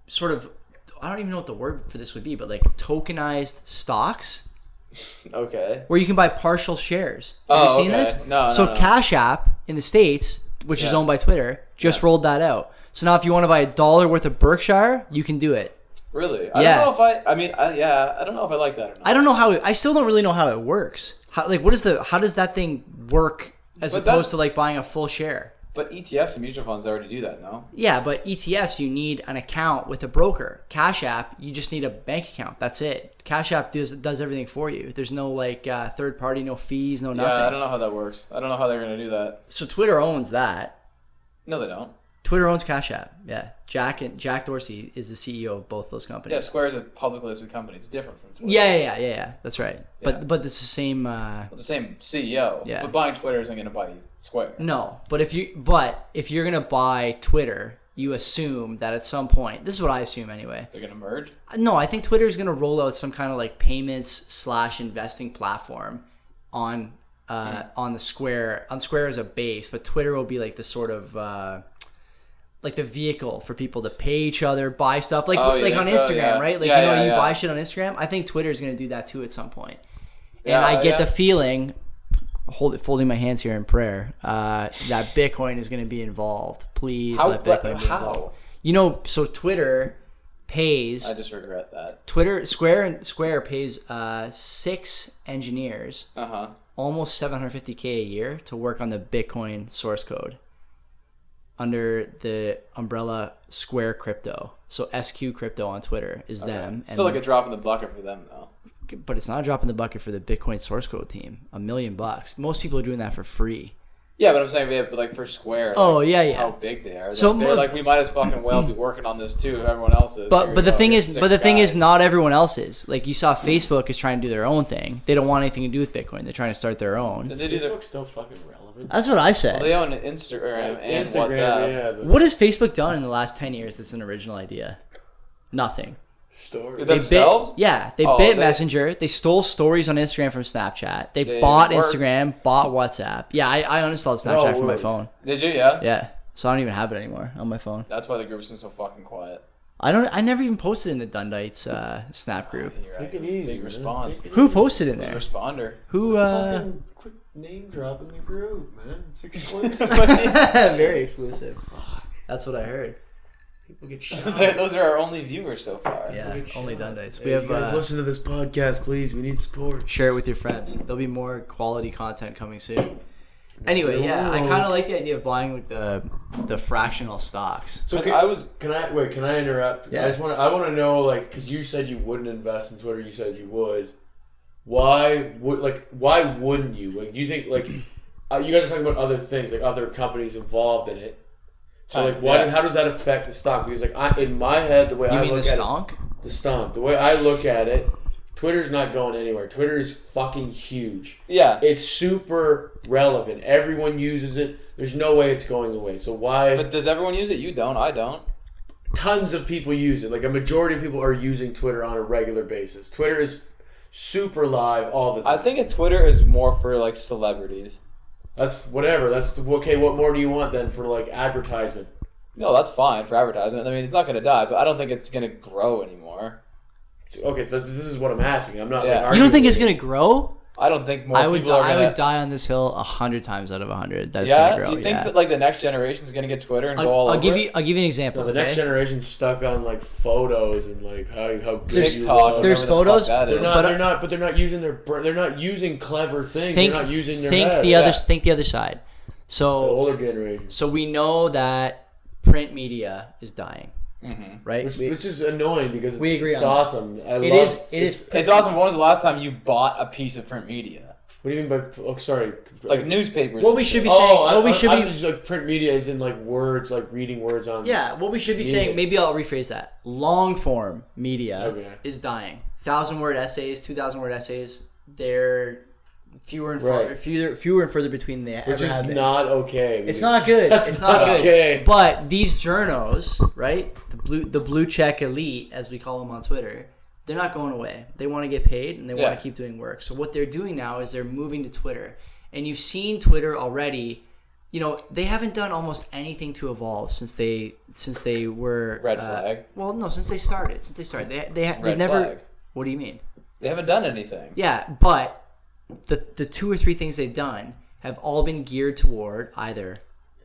[SPEAKER 1] sort of, I don't even know what the word for this would be, but like tokenized stocks
[SPEAKER 3] Okay.
[SPEAKER 1] where you can buy partial shares. Have
[SPEAKER 3] Oh,
[SPEAKER 1] you seen
[SPEAKER 3] okay.
[SPEAKER 1] this?
[SPEAKER 3] No, no,
[SPEAKER 1] So
[SPEAKER 3] no.
[SPEAKER 1] Cash App in the states, which is
[SPEAKER 3] Yeah.
[SPEAKER 1] owned by Twitter, just
[SPEAKER 3] Yeah.
[SPEAKER 1] rolled that out. So now, if you want to buy a dollar worth of Berkshire, you can do it.
[SPEAKER 3] Really? I
[SPEAKER 1] Yeah.
[SPEAKER 3] don't know if I. I mean, I, yeah. I don't know if I like that or not.
[SPEAKER 1] I don't know how. It, I still don't really know how it works. How like what is the? How does that thing work as
[SPEAKER 3] But that-
[SPEAKER 1] opposed to like buying a full share?
[SPEAKER 3] But ETFs and mutual funds already do that, no?
[SPEAKER 1] Yeah, but ETFs, you need an account with a broker. Cash App, you just need a bank account. That's it. Cash App does, does everything for you. There's no like uh, third party, no fees, no nothing.
[SPEAKER 3] Yeah, I don't know how that works. I don't know how they're gonna do that.
[SPEAKER 1] So Twitter owns that.
[SPEAKER 3] No, they don't.
[SPEAKER 1] Twitter owns Cash App. Yeah, Jack and Jack Dorsey is the CEO of both those companies.
[SPEAKER 3] Yeah, Square is a publicly listed company. It's different from Twitter.
[SPEAKER 1] Yeah, yeah, yeah, yeah, yeah. That's right.
[SPEAKER 3] Yeah.
[SPEAKER 1] But but it's the same. Uh,
[SPEAKER 3] It's the same CEO.
[SPEAKER 1] Yeah. Mm.
[SPEAKER 3] But buying Twitter isn't gonna buy Square.
[SPEAKER 1] No, but if you but if you're gonna buy Twitter, you assume that at some point. This is what I assume anyway.
[SPEAKER 3] They're gonna merge.
[SPEAKER 1] No, I think Twitter is going to roll out some kind of like payments slash investing platform on uh,
[SPEAKER 3] Mm.
[SPEAKER 1] on the Square on Square as a base, but Twitter will be like the sort of uh, like the vehicle for people to pay each other, buy stuff like
[SPEAKER 3] Oh, you
[SPEAKER 1] like on
[SPEAKER 3] think so?
[SPEAKER 1] Instagram,
[SPEAKER 3] Yeah.
[SPEAKER 1] right? Like
[SPEAKER 3] Yeah,
[SPEAKER 1] you know
[SPEAKER 3] yeah,
[SPEAKER 1] you
[SPEAKER 3] yeah.
[SPEAKER 1] buy shit on Instagram. I think Twitter is going to do that too at some point, and
[SPEAKER 3] Yeah, oh,
[SPEAKER 1] I get the
[SPEAKER 3] yeah.
[SPEAKER 1] feeling. Hold, folding my hands here in prayer. Uh, that Bitcoin is going to be involved. Please
[SPEAKER 3] How-
[SPEAKER 1] let
[SPEAKER 3] but
[SPEAKER 1] Bitcoin be
[SPEAKER 3] how?
[SPEAKER 1] involved. You know, so Twitter pays.
[SPEAKER 3] I just regret that.
[SPEAKER 1] Twitter Square and Square pays uh, six engineers
[SPEAKER 3] Uh huh.
[SPEAKER 1] almost 750k a year to work on the Bitcoin source code under the umbrella Square Crypto. So SQ Crypto on Twitter is them.
[SPEAKER 3] Still like a drop in the bucket for them though.
[SPEAKER 1] but it's not a drop in the bucket for the Bitcoin source code team. A million bucks. Most people are doing that for free.
[SPEAKER 3] Yeah, but I'm saying, yeah, but like for Square.
[SPEAKER 1] Oh
[SPEAKER 3] like,
[SPEAKER 1] yeah, yeah.
[SPEAKER 3] How big they are.
[SPEAKER 1] So
[SPEAKER 3] So they're
[SPEAKER 1] mo-
[SPEAKER 3] like, we might as fucking well be working on this too if everyone else is. Here
[SPEAKER 1] But
[SPEAKER 3] we
[SPEAKER 1] but the
[SPEAKER 3] go,
[SPEAKER 1] thing
[SPEAKER 3] here's
[SPEAKER 1] is,
[SPEAKER 3] six
[SPEAKER 1] but the thing is,
[SPEAKER 3] guys.
[SPEAKER 1] not everyone else is. Like you saw, Facebook is trying to do their own thing. They don't want anything to do with Bitcoin. They're trying to start their own.
[SPEAKER 3] They, do their-
[SPEAKER 2] Facebook's still fucking relevant.
[SPEAKER 1] That's what I said.
[SPEAKER 3] they own Instagram and
[SPEAKER 2] Instagram,
[SPEAKER 3] WhatsApp.
[SPEAKER 2] yeah, but
[SPEAKER 1] What has Facebook done in the last 10 years that's an original idea? Nothing.
[SPEAKER 2] story.
[SPEAKER 3] They- Themselves?
[SPEAKER 1] bit, yeah, they
[SPEAKER 3] Oh,
[SPEAKER 1] bit
[SPEAKER 3] they-
[SPEAKER 1] Messenger. They stole stories on Instagram from Snapchat. They,
[SPEAKER 3] They
[SPEAKER 1] bought
[SPEAKER 3] worked.
[SPEAKER 1] Instagram, bought WhatsApp. Yeah, I, I uninstalled
[SPEAKER 2] all
[SPEAKER 1] Snapchat from my
[SPEAKER 2] worked.
[SPEAKER 1] phone.
[SPEAKER 3] Did you? Yeah.
[SPEAKER 1] Yeah, so I don't even have it anymore on my phone.
[SPEAKER 3] That's why the group's been so fucking quiet.
[SPEAKER 1] I don't. I never even posted in the Dundites uh, Snap group.
[SPEAKER 3] You're right.
[SPEAKER 2] Take it easy.
[SPEAKER 3] Big
[SPEAKER 2] man.
[SPEAKER 3] response.
[SPEAKER 2] Take it
[SPEAKER 1] Who
[SPEAKER 2] easy.
[SPEAKER 1] posted in
[SPEAKER 3] Big
[SPEAKER 1] there?
[SPEAKER 3] responder.
[SPEAKER 1] Who? uh
[SPEAKER 2] Fucking quick name drop in the group, man. It's exclusive.
[SPEAKER 1] Very exclusive. That's what I heard.
[SPEAKER 2] People get shot.
[SPEAKER 3] Those are our only viewers so far.
[SPEAKER 1] Yeah,
[SPEAKER 2] People get
[SPEAKER 1] Uh, only
[SPEAKER 2] shot.
[SPEAKER 1] Dundites.
[SPEAKER 2] Hey,
[SPEAKER 1] We
[SPEAKER 2] you
[SPEAKER 1] have.
[SPEAKER 2] guys
[SPEAKER 1] Uh,
[SPEAKER 2] listen to this podcast, please. We need support.
[SPEAKER 1] share it with your friends. There'll be more quality content coming soon. Anyway,
[SPEAKER 2] There
[SPEAKER 1] yeah, I
[SPEAKER 2] will.
[SPEAKER 1] kind of like the idea of buying like the the fractional stocks.
[SPEAKER 2] So
[SPEAKER 3] Because
[SPEAKER 2] can,
[SPEAKER 3] I was.
[SPEAKER 2] can I wait? Can I interrupt?
[SPEAKER 1] Yeah.
[SPEAKER 2] I just want to. I want to know, like, because you said you wouldn't invest in Twitter. You said you would. Why would like? Why wouldn't you? Like, do you think like? Uh, you guys are talking about other things, like other companies involved in it. So
[SPEAKER 3] Kind
[SPEAKER 2] like,
[SPEAKER 3] of,
[SPEAKER 2] why?
[SPEAKER 3] yeah.
[SPEAKER 2] How does that affect the stock? Because like, I in my head, the way
[SPEAKER 1] You
[SPEAKER 2] I
[SPEAKER 1] mean the
[SPEAKER 2] look at it,
[SPEAKER 1] stonk?
[SPEAKER 2] the stomp. The way I look at it, Twitter's not going anywhere. Twitter is fucking huge.
[SPEAKER 3] Yeah.
[SPEAKER 2] It's super relevant. Everyone uses it. There's no way it's going away. So why?
[SPEAKER 3] But does everyone use it? You don't. I don't.
[SPEAKER 2] tons of people use it. Like a majority of people are using Twitter on a regular basis. Twitter is super live all the
[SPEAKER 3] I
[SPEAKER 2] time.
[SPEAKER 3] think it- Twitter is more for like celebrities.
[SPEAKER 2] that's whatever. That's the, okay. What more do you want then for like advertisement?
[SPEAKER 3] No, that's fine for advertisement. I mean, it's not going to die, but I don't think it's going to grow anymore.
[SPEAKER 2] Okay, so this is what I'm asking. I'm not.
[SPEAKER 3] Yeah.
[SPEAKER 1] You
[SPEAKER 2] Like,
[SPEAKER 3] You
[SPEAKER 1] don't
[SPEAKER 2] arguing
[SPEAKER 1] think it's
[SPEAKER 2] with
[SPEAKER 1] gonna grow?
[SPEAKER 3] I don't think more
[SPEAKER 1] I would.
[SPEAKER 3] people are
[SPEAKER 1] Di- I
[SPEAKER 3] going
[SPEAKER 1] would
[SPEAKER 3] to.
[SPEAKER 1] die on this hill a hundred times out of a hundred. That it's
[SPEAKER 3] Yeah,
[SPEAKER 1] gonna grow.
[SPEAKER 3] you think
[SPEAKER 1] yeah.
[SPEAKER 3] that like the next generation is going to get Twitter and
[SPEAKER 1] I'll,
[SPEAKER 3] go all
[SPEAKER 1] I'll
[SPEAKER 3] over
[SPEAKER 1] give
[SPEAKER 3] it?
[SPEAKER 1] you. I'll give you an example.
[SPEAKER 2] No, the
[SPEAKER 1] okay?
[SPEAKER 2] next generation's stuck on like photos and like how how good you
[SPEAKER 3] TikTok,
[SPEAKER 2] look.
[SPEAKER 1] There's
[SPEAKER 3] whatever the fuck
[SPEAKER 1] photos,
[SPEAKER 3] that
[SPEAKER 2] They're
[SPEAKER 3] is.
[SPEAKER 2] not.
[SPEAKER 1] But-
[SPEAKER 2] they're not. But they're not using their. br- They're not using clever things.
[SPEAKER 1] think
[SPEAKER 2] they're not using their.
[SPEAKER 1] think
[SPEAKER 2] head.
[SPEAKER 1] the
[SPEAKER 2] the
[SPEAKER 1] other.
[SPEAKER 3] yeah.
[SPEAKER 1] Think the other side. So
[SPEAKER 2] older generation.
[SPEAKER 1] so we know that print media is dying.
[SPEAKER 3] Mm-hmm.
[SPEAKER 1] right?
[SPEAKER 2] Which,
[SPEAKER 1] we,
[SPEAKER 2] which is annoying because it's,
[SPEAKER 1] we agree
[SPEAKER 2] it's
[SPEAKER 1] on that.
[SPEAKER 2] awesome. I
[SPEAKER 1] it
[SPEAKER 2] love-
[SPEAKER 1] is. It is.
[SPEAKER 3] It's awesome. When was the last time you bought a piece of print media,
[SPEAKER 2] What do you mean by? Oh, sorry.
[SPEAKER 3] like newspapers?
[SPEAKER 1] What
[SPEAKER 3] and
[SPEAKER 1] we
[SPEAKER 3] shit?
[SPEAKER 1] should be
[SPEAKER 2] oh,
[SPEAKER 1] saying.
[SPEAKER 2] I,
[SPEAKER 1] What we should
[SPEAKER 2] I,
[SPEAKER 1] be.
[SPEAKER 2] I'm just, like print media is in like words, like reading words on.
[SPEAKER 1] Yeah, what we should be
[SPEAKER 2] Yeah.
[SPEAKER 1] saying. Maybe I'll rephrase that. Long form media
[SPEAKER 2] Okay.
[SPEAKER 1] is dying. Thousand word essays, two thousand word essays. They're fewer and far,
[SPEAKER 2] Right.
[SPEAKER 1] fewer, fewer and further between than they
[SPEAKER 2] Which
[SPEAKER 1] ever have
[SPEAKER 2] is
[SPEAKER 1] been.
[SPEAKER 2] not okay.
[SPEAKER 1] It's
[SPEAKER 2] because
[SPEAKER 1] not good.
[SPEAKER 2] That's
[SPEAKER 1] it's not,
[SPEAKER 2] not
[SPEAKER 1] good.
[SPEAKER 2] okay.
[SPEAKER 1] But these journos, right? The blue, the blue check elite, as we call them on Twitter, they're not going away. They want to get paid and they
[SPEAKER 3] Yeah.
[SPEAKER 1] want to keep doing work. So what they're doing now is they're moving to Twitter, and you've seen Twitter already. You know they haven't done almost anything to evolve since they since they were
[SPEAKER 3] Red
[SPEAKER 1] uh,
[SPEAKER 3] flag.
[SPEAKER 1] Well, no, since they started, since they started, they they they
[SPEAKER 3] Red
[SPEAKER 1] never.
[SPEAKER 3] flag.
[SPEAKER 1] What do you mean?
[SPEAKER 3] They haven't done anything.
[SPEAKER 1] Yeah, but the the two or three things they've done have all been geared toward either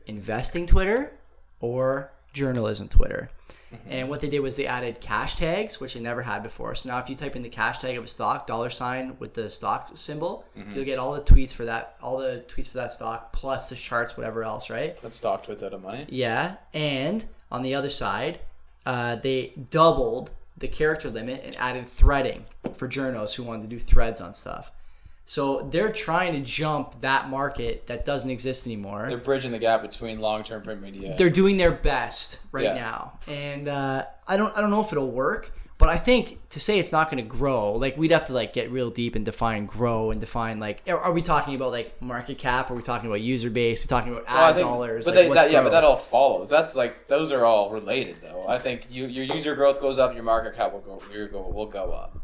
[SPEAKER 1] investing Twitter or journalism Twitter.
[SPEAKER 3] Mm-hmm.
[SPEAKER 1] And what they did was they added cash tags, which they never had before. So now if you type in the cash tag of a stock, dollar sign with the stock symbol,
[SPEAKER 3] Mm-hmm.
[SPEAKER 1] you'll get all the tweets for that, all the tweets for that stock, plus the charts, whatever else, right?
[SPEAKER 3] That stock twits out of money.
[SPEAKER 1] Yeah, and on the other side, uh, they doubled the character limit and added threading for journos who wanted to do threads on stuff. So they're trying to jump that market that doesn't exist anymore.
[SPEAKER 3] They're
[SPEAKER 1] They're,
[SPEAKER 3] bridging the gap between long-term print media.
[SPEAKER 1] doing their best right
[SPEAKER 3] Yeah.
[SPEAKER 1] now, and uh, I don't I don't know if it'll work. But I think to say it's not going to grow, like we'd have to like get real deep and define grow and define like are- are we talking about like market cap? Are we talking about user base? Are we talking about ad
[SPEAKER 3] Well, I think-
[SPEAKER 1] dollars?
[SPEAKER 3] But
[SPEAKER 1] Like,
[SPEAKER 3] they,
[SPEAKER 1] what's
[SPEAKER 3] that, yeah, but
[SPEAKER 1] growth?
[SPEAKER 3] that all follows. That's like those are all related, though. I think you, your user growth goes up, your market cap will go, your go will go up.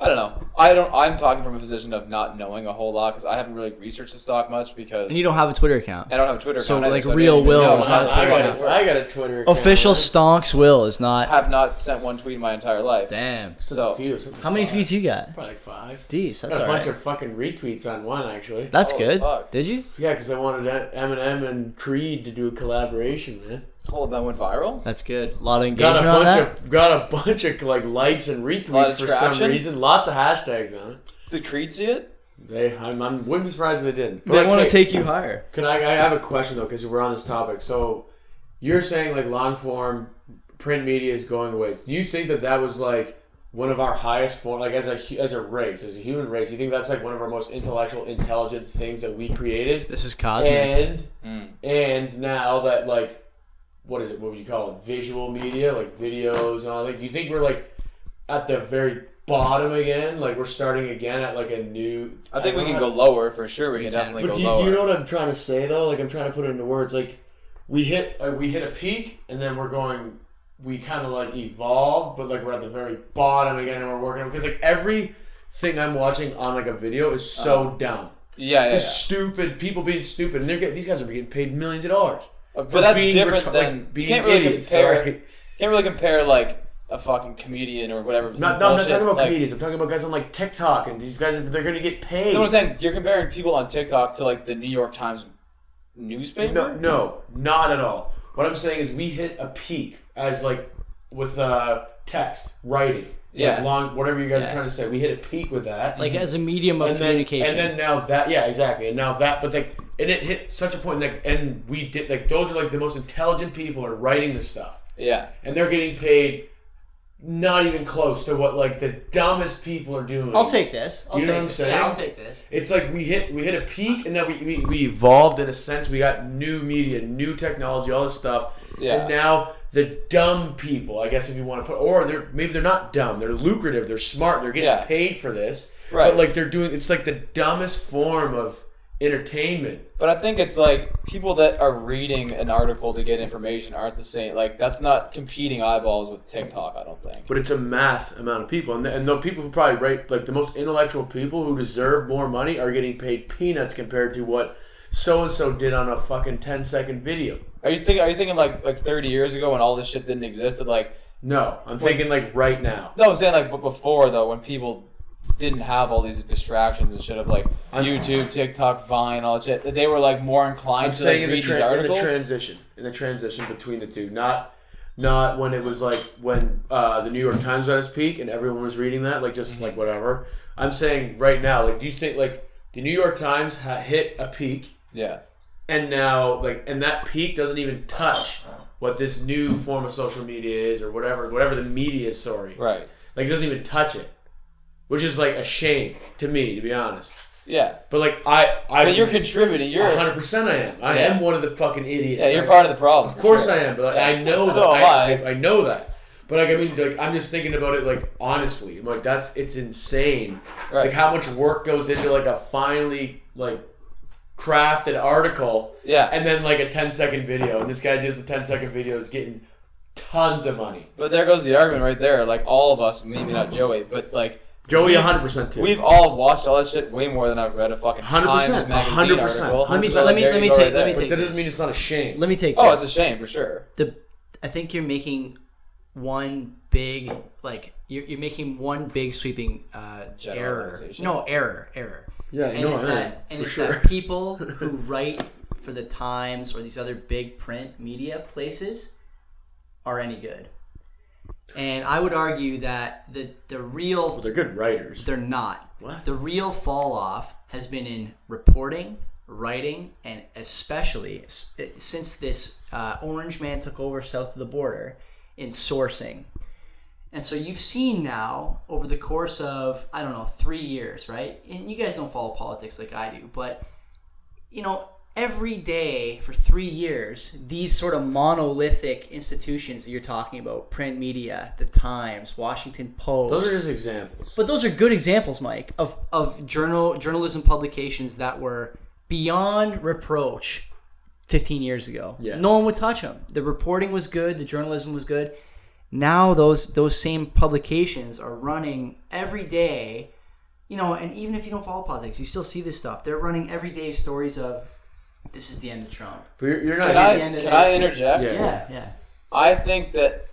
[SPEAKER 3] I don't know. I don't. I'm talking from a position of not knowing a whole lot because I haven't really researched the stock much because
[SPEAKER 1] and you don't have a Twitter account.
[SPEAKER 3] I don't have a Twitter.
[SPEAKER 1] So,
[SPEAKER 3] account either,
[SPEAKER 1] like,
[SPEAKER 3] I don't
[SPEAKER 1] real
[SPEAKER 3] even
[SPEAKER 1] will
[SPEAKER 2] No,
[SPEAKER 1] No,
[SPEAKER 3] know
[SPEAKER 1] is it's
[SPEAKER 2] I,
[SPEAKER 1] not
[SPEAKER 3] how
[SPEAKER 2] I,
[SPEAKER 1] Twitter
[SPEAKER 2] got
[SPEAKER 3] Twitter
[SPEAKER 2] a, I
[SPEAKER 3] works.
[SPEAKER 2] got a Twitter. account.
[SPEAKER 1] Official
[SPEAKER 2] That's
[SPEAKER 1] Stonks Will is
[SPEAKER 3] I
[SPEAKER 1] not.
[SPEAKER 3] have not sent one tweet in my entire life.
[SPEAKER 1] Damn.
[SPEAKER 3] So
[SPEAKER 2] a few, something
[SPEAKER 1] How many
[SPEAKER 2] five.
[SPEAKER 1] tweets you got?
[SPEAKER 2] Probably like five.
[SPEAKER 1] Deez, that's
[SPEAKER 2] got a
[SPEAKER 1] all
[SPEAKER 2] bunch
[SPEAKER 1] right.
[SPEAKER 2] of fucking retweets on one actually.
[SPEAKER 1] That's
[SPEAKER 3] Oh,
[SPEAKER 1] good.
[SPEAKER 3] fuck.
[SPEAKER 1] Did you?
[SPEAKER 2] Yeah, because I wanted E, Eminem and Creed to do a collaboration, man.
[SPEAKER 3] Hold that went viral.
[SPEAKER 1] That's good. A lot of engagement
[SPEAKER 2] Got a
[SPEAKER 1] on
[SPEAKER 2] bunch
[SPEAKER 1] that.
[SPEAKER 2] of got a bunch of like likes and
[SPEAKER 3] Lot of
[SPEAKER 2] retweets for
[SPEAKER 3] traction?
[SPEAKER 2] some reason. Lots of hashtags on it.
[SPEAKER 3] Did Creed see it?
[SPEAKER 2] They, I'm, I'm wouldn't be surprised if they didn't.
[SPEAKER 1] they want to take you higher.
[SPEAKER 2] Can I? I have a question though, because we're on this topic. So, you're saying like long form print media is going away. Do you think that that was like one of our highest form, like as a hu- as a race, as a human race? You think that's like one of our most intellectual, intelligent things that we created?
[SPEAKER 1] This is cosmic.
[SPEAKER 2] And
[SPEAKER 3] Mm.
[SPEAKER 2] and now that like, what is it? What would you call it? Visual media, like videos and all that. Do you think we're like at the very bottom again? Like we're starting again at like a new.
[SPEAKER 3] I think we
[SPEAKER 2] don't
[SPEAKER 3] can
[SPEAKER 2] know
[SPEAKER 3] go lower for sure. We
[SPEAKER 1] We
[SPEAKER 3] can
[SPEAKER 1] can.
[SPEAKER 3] definitely
[SPEAKER 2] but
[SPEAKER 3] go
[SPEAKER 2] do, you-
[SPEAKER 3] lower.
[SPEAKER 2] do you know what I'm trying to say though? Like I'm trying to put it into words. Like we hit uh, we hit a peak, and then we're going. We kind of like evolve, but like we're at the very bottom again, and we're working because like every thing I'm watching on like a video is so dumb,
[SPEAKER 3] Uh-huh. yeah, yeah. yeah.
[SPEAKER 2] just stupid people being stupid, and they're get, these guys are getting paid millions of dollars.
[SPEAKER 3] But
[SPEAKER 2] for
[SPEAKER 3] that's
[SPEAKER 2] being
[SPEAKER 3] different
[SPEAKER 2] retar- like,
[SPEAKER 3] than you
[SPEAKER 2] being
[SPEAKER 3] can't really
[SPEAKER 2] idiots,
[SPEAKER 3] compare.
[SPEAKER 2] sorry.
[SPEAKER 3] Can't really compare like a fucking comedian or whatever. some
[SPEAKER 2] Not, no, I'm not
[SPEAKER 3] bullshit,
[SPEAKER 2] talking about
[SPEAKER 3] like,
[SPEAKER 2] comedians. I'm talking about guys on like TikTok, and these guys are, they're gonna get paid.
[SPEAKER 3] You know what I'm saying? You're comparing people on TikTok to like the New York Times newspaper.
[SPEAKER 2] No, no, not at all. What I'm saying is we hit a peak as like with uh, text writing, like,
[SPEAKER 3] Yeah.
[SPEAKER 2] long whatever you guys
[SPEAKER 1] Yeah.
[SPEAKER 2] are trying to say. We hit a peak with that,
[SPEAKER 1] like as a medium of
[SPEAKER 2] and then
[SPEAKER 1] communication.
[SPEAKER 2] and then now that yeah exactly, and now that but like and it hit such a point like and we did like those are like the most intelligent people are writing this stuff,
[SPEAKER 3] Yeah,
[SPEAKER 2] and they're getting paid not even close to what like the dumbest people are doing.
[SPEAKER 1] I'll take this. I'll
[SPEAKER 2] You know
[SPEAKER 1] take
[SPEAKER 2] what I'm
[SPEAKER 1] this.
[SPEAKER 2] saying?
[SPEAKER 1] Yeah, I'll take this.
[SPEAKER 2] It's like we hit we hit a peak, and then we, we, we evolved in a sense. We got new media, new technology, all this stuff.
[SPEAKER 3] Yeah.
[SPEAKER 2] And now the dumb people, I guess, if you want to put, or they're maybe they're not dumb. They're lucrative. They're smart. They're getting
[SPEAKER 3] Yeah.
[SPEAKER 2] paid for this.
[SPEAKER 3] Right.
[SPEAKER 2] But like they're doing, it's like the dumbest form of entertainment.
[SPEAKER 3] but I think it's like people that are reading an article to get information aren't the same. Like that's not competing eyeballs with TikTok. I don't think.
[SPEAKER 2] But it's a mass amount of people, and the, and the people who probably write like the most intellectual people who deserve more money are getting paid peanuts compared to what so and so did on a fucking 10 second video.
[SPEAKER 3] Are you thinking? Are you thinking like like 30 years ago when all this shit didn't exist? And like
[SPEAKER 2] No, I'm thinking like right now.
[SPEAKER 3] no, I'm saying like but before though when people didn't have all these distractions and shit of like
[SPEAKER 2] I'm-
[SPEAKER 3] YouTube, TikTok, Vine, all that shit. that They were like more inclined
[SPEAKER 2] I'm
[SPEAKER 3] to like,
[SPEAKER 2] saying
[SPEAKER 3] read
[SPEAKER 2] in the,
[SPEAKER 3] these
[SPEAKER 2] tra- in the
[SPEAKER 3] articles.
[SPEAKER 2] transition, in the transition between the two, not not when it was like when uh, the New York Times was at its peak and everyone was reading that, like just like whatever. I'm saying right now, like, do you think like the New York Times ha- hit a peak
[SPEAKER 3] yeah.
[SPEAKER 2] and now like and that peak doesn't even touch what this new form of social media is or whatever whatever the media is sorry
[SPEAKER 3] Right.
[SPEAKER 2] like it doesn't even touch it which is like a shame to me to be honest
[SPEAKER 3] Yeah.
[SPEAKER 2] but like i i
[SPEAKER 3] But you're contributing. You're
[SPEAKER 2] 100% i am i
[SPEAKER 3] Yeah.
[SPEAKER 2] am one of the fucking idiots
[SPEAKER 3] yeah, you're
[SPEAKER 2] Like,
[SPEAKER 3] part of the problem.
[SPEAKER 2] of course I am, but like,
[SPEAKER 3] Yes,
[SPEAKER 2] I know
[SPEAKER 3] so
[SPEAKER 2] that.
[SPEAKER 3] am I.
[SPEAKER 2] I, I, I know that. But like I mean, like I'm just thinking about it, like honestly, I'm like that's it's insane.
[SPEAKER 3] Right.
[SPEAKER 2] Like how much work goes into like a finely like crafted article,
[SPEAKER 3] Yeah.
[SPEAKER 2] and then like a 10 second video, and this guy does a 10 second video is getting tons of money.
[SPEAKER 3] But there goes the argument right there. Like all of us, maybe not Joey, but like
[SPEAKER 2] Joey, 100 percent too.
[SPEAKER 3] we've all watched all that shit way more than I've read a fucking
[SPEAKER 2] 100%,
[SPEAKER 3] Times magazine
[SPEAKER 2] 100%.
[SPEAKER 3] article.
[SPEAKER 2] Let me-
[SPEAKER 3] So
[SPEAKER 1] let me-
[SPEAKER 3] there
[SPEAKER 1] let
[SPEAKER 3] you
[SPEAKER 1] me
[SPEAKER 3] go
[SPEAKER 1] take-
[SPEAKER 3] right
[SPEAKER 1] let me
[SPEAKER 3] there.
[SPEAKER 2] but that doesn't
[SPEAKER 1] this.
[SPEAKER 2] mean it's not a shame.
[SPEAKER 1] Let me take.
[SPEAKER 3] Oh,
[SPEAKER 1] this.
[SPEAKER 3] it's a shame for sure.
[SPEAKER 1] the I think you're making one big like you're, you're making one big sweeping uh, error.
[SPEAKER 3] Generalization.
[SPEAKER 1] No error, error.
[SPEAKER 2] Yeah,
[SPEAKER 1] and
[SPEAKER 2] no,
[SPEAKER 1] it's
[SPEAKER 2] I am,
[SPEAKER 1] that and
[SPEAKER 2] for
[SPEAKER 1] it's
[SPEAKER 2] sure.
[SPEAKER 1] that people who write for the Times or these other big print media places are any good. And I would argue that the the real
[SPEAKER 2] Well, they're good writers.
[SPEAKER 1] they're not.
[SPEAKER 2] What?
[SPEAKER 1] The real fall off has been in reporting, writing, and especially s- since this uh, orange man took over south of the border in sourcing. And so you've seen now over the course of, I don't know, three years, right? And you guys don't follow politics like I do, but you know, every day for three years, these sort of monolithic institutions that you're talking about, print media, the Times, Washington Post.
[SPEAKER 2] Those are just examples.
[SPEAKER 1] But those are good examples, Mike, of, of journal journalism publications that were beyond reproach 15 years ago.
[SPEAKER 2] Yeah.
[SPEAKER 1] No one would touch them. The reporting was good, the journalism was good. Now those those same publications are running every day, you know, and even if you don't follow politics, you still see this stuff. They're running every day stories of this is the end of Trump.
[SPEAKER 2] But you're, you're not.
[SPEAKER 3] Can
[SPEAKER 1] at
[SPEAKER 3] I,
[SPEAKER 1] the end of
[SPEAKER 3] can I
[SPEAKER 1] this.
[SPEAKER 3] interject?
[SPEAKER 2] Yeah.
[SPEAKER 1] Yeah, yeah.
[SPEAKER 3] I think that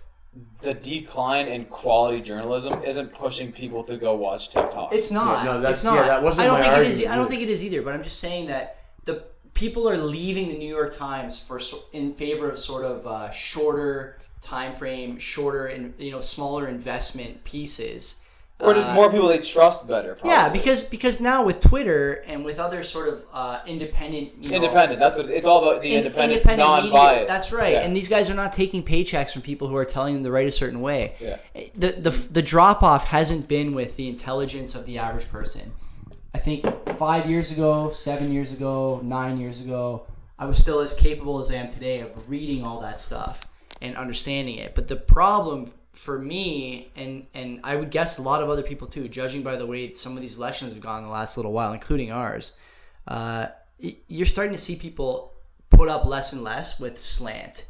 [SPEAKER 3] the decline in quality journalism isn't pushing people to go watch TikTok.
[SPEAKER 1] It's not.
[SPEAKER 2] Yeah, no, that's-
[SPEAKER 1] it's not.
[SPEAKER 2] yeah, that wasn't
[SPEAKER 1] I don't
[SPEAKER 2] my
[SPEAKER 1] think it is. e-,
[SPEAKER 2] argument
[SPEAKER 1] I don't
[SPEAKER 2] either.
[SPEAKER 1] think it is either. But I'm just saying that the people are leaving the New York Times for so- in favor of sort of uh, shorter time frame, shorter and you know smaller investment pieces.
[SPEAKER 3] or just
[SPEAKER 1] Uh,
[SPEAKER 3] more people they trust better. Probably.
[SPEAKER 1] Yeah, because because now with Twitter and with other sort of uh, independent, you know,
[SPEAKER 3] independent. That's what it's all about. The
[SPEAKER 1] in-
[SPEAKER 3] independent,
[SPEAKER 1] media.
[SPEAKER 3] non-biased.
[SPEAKER 1] That's right.
[SPEAKER 3] Yeah.
[SPEAKER 1] And these guys are not taking paychecks from people who are telling them to write a certain way.
[SPEAKER 3] Yeah.
[SPEAKER 1] The the the drop off hasn't been with the intelligence of the average person. I think five years ago, seven years ago, nine years ago, I was still as capable as I am today of reading all that stuff and understanding it. But the problem for me, and and I would guess a lot of other people too, judging by the way some of these elections have gone in the last little while, including ours, uh, y- you're starting to see people put up less and less with slant.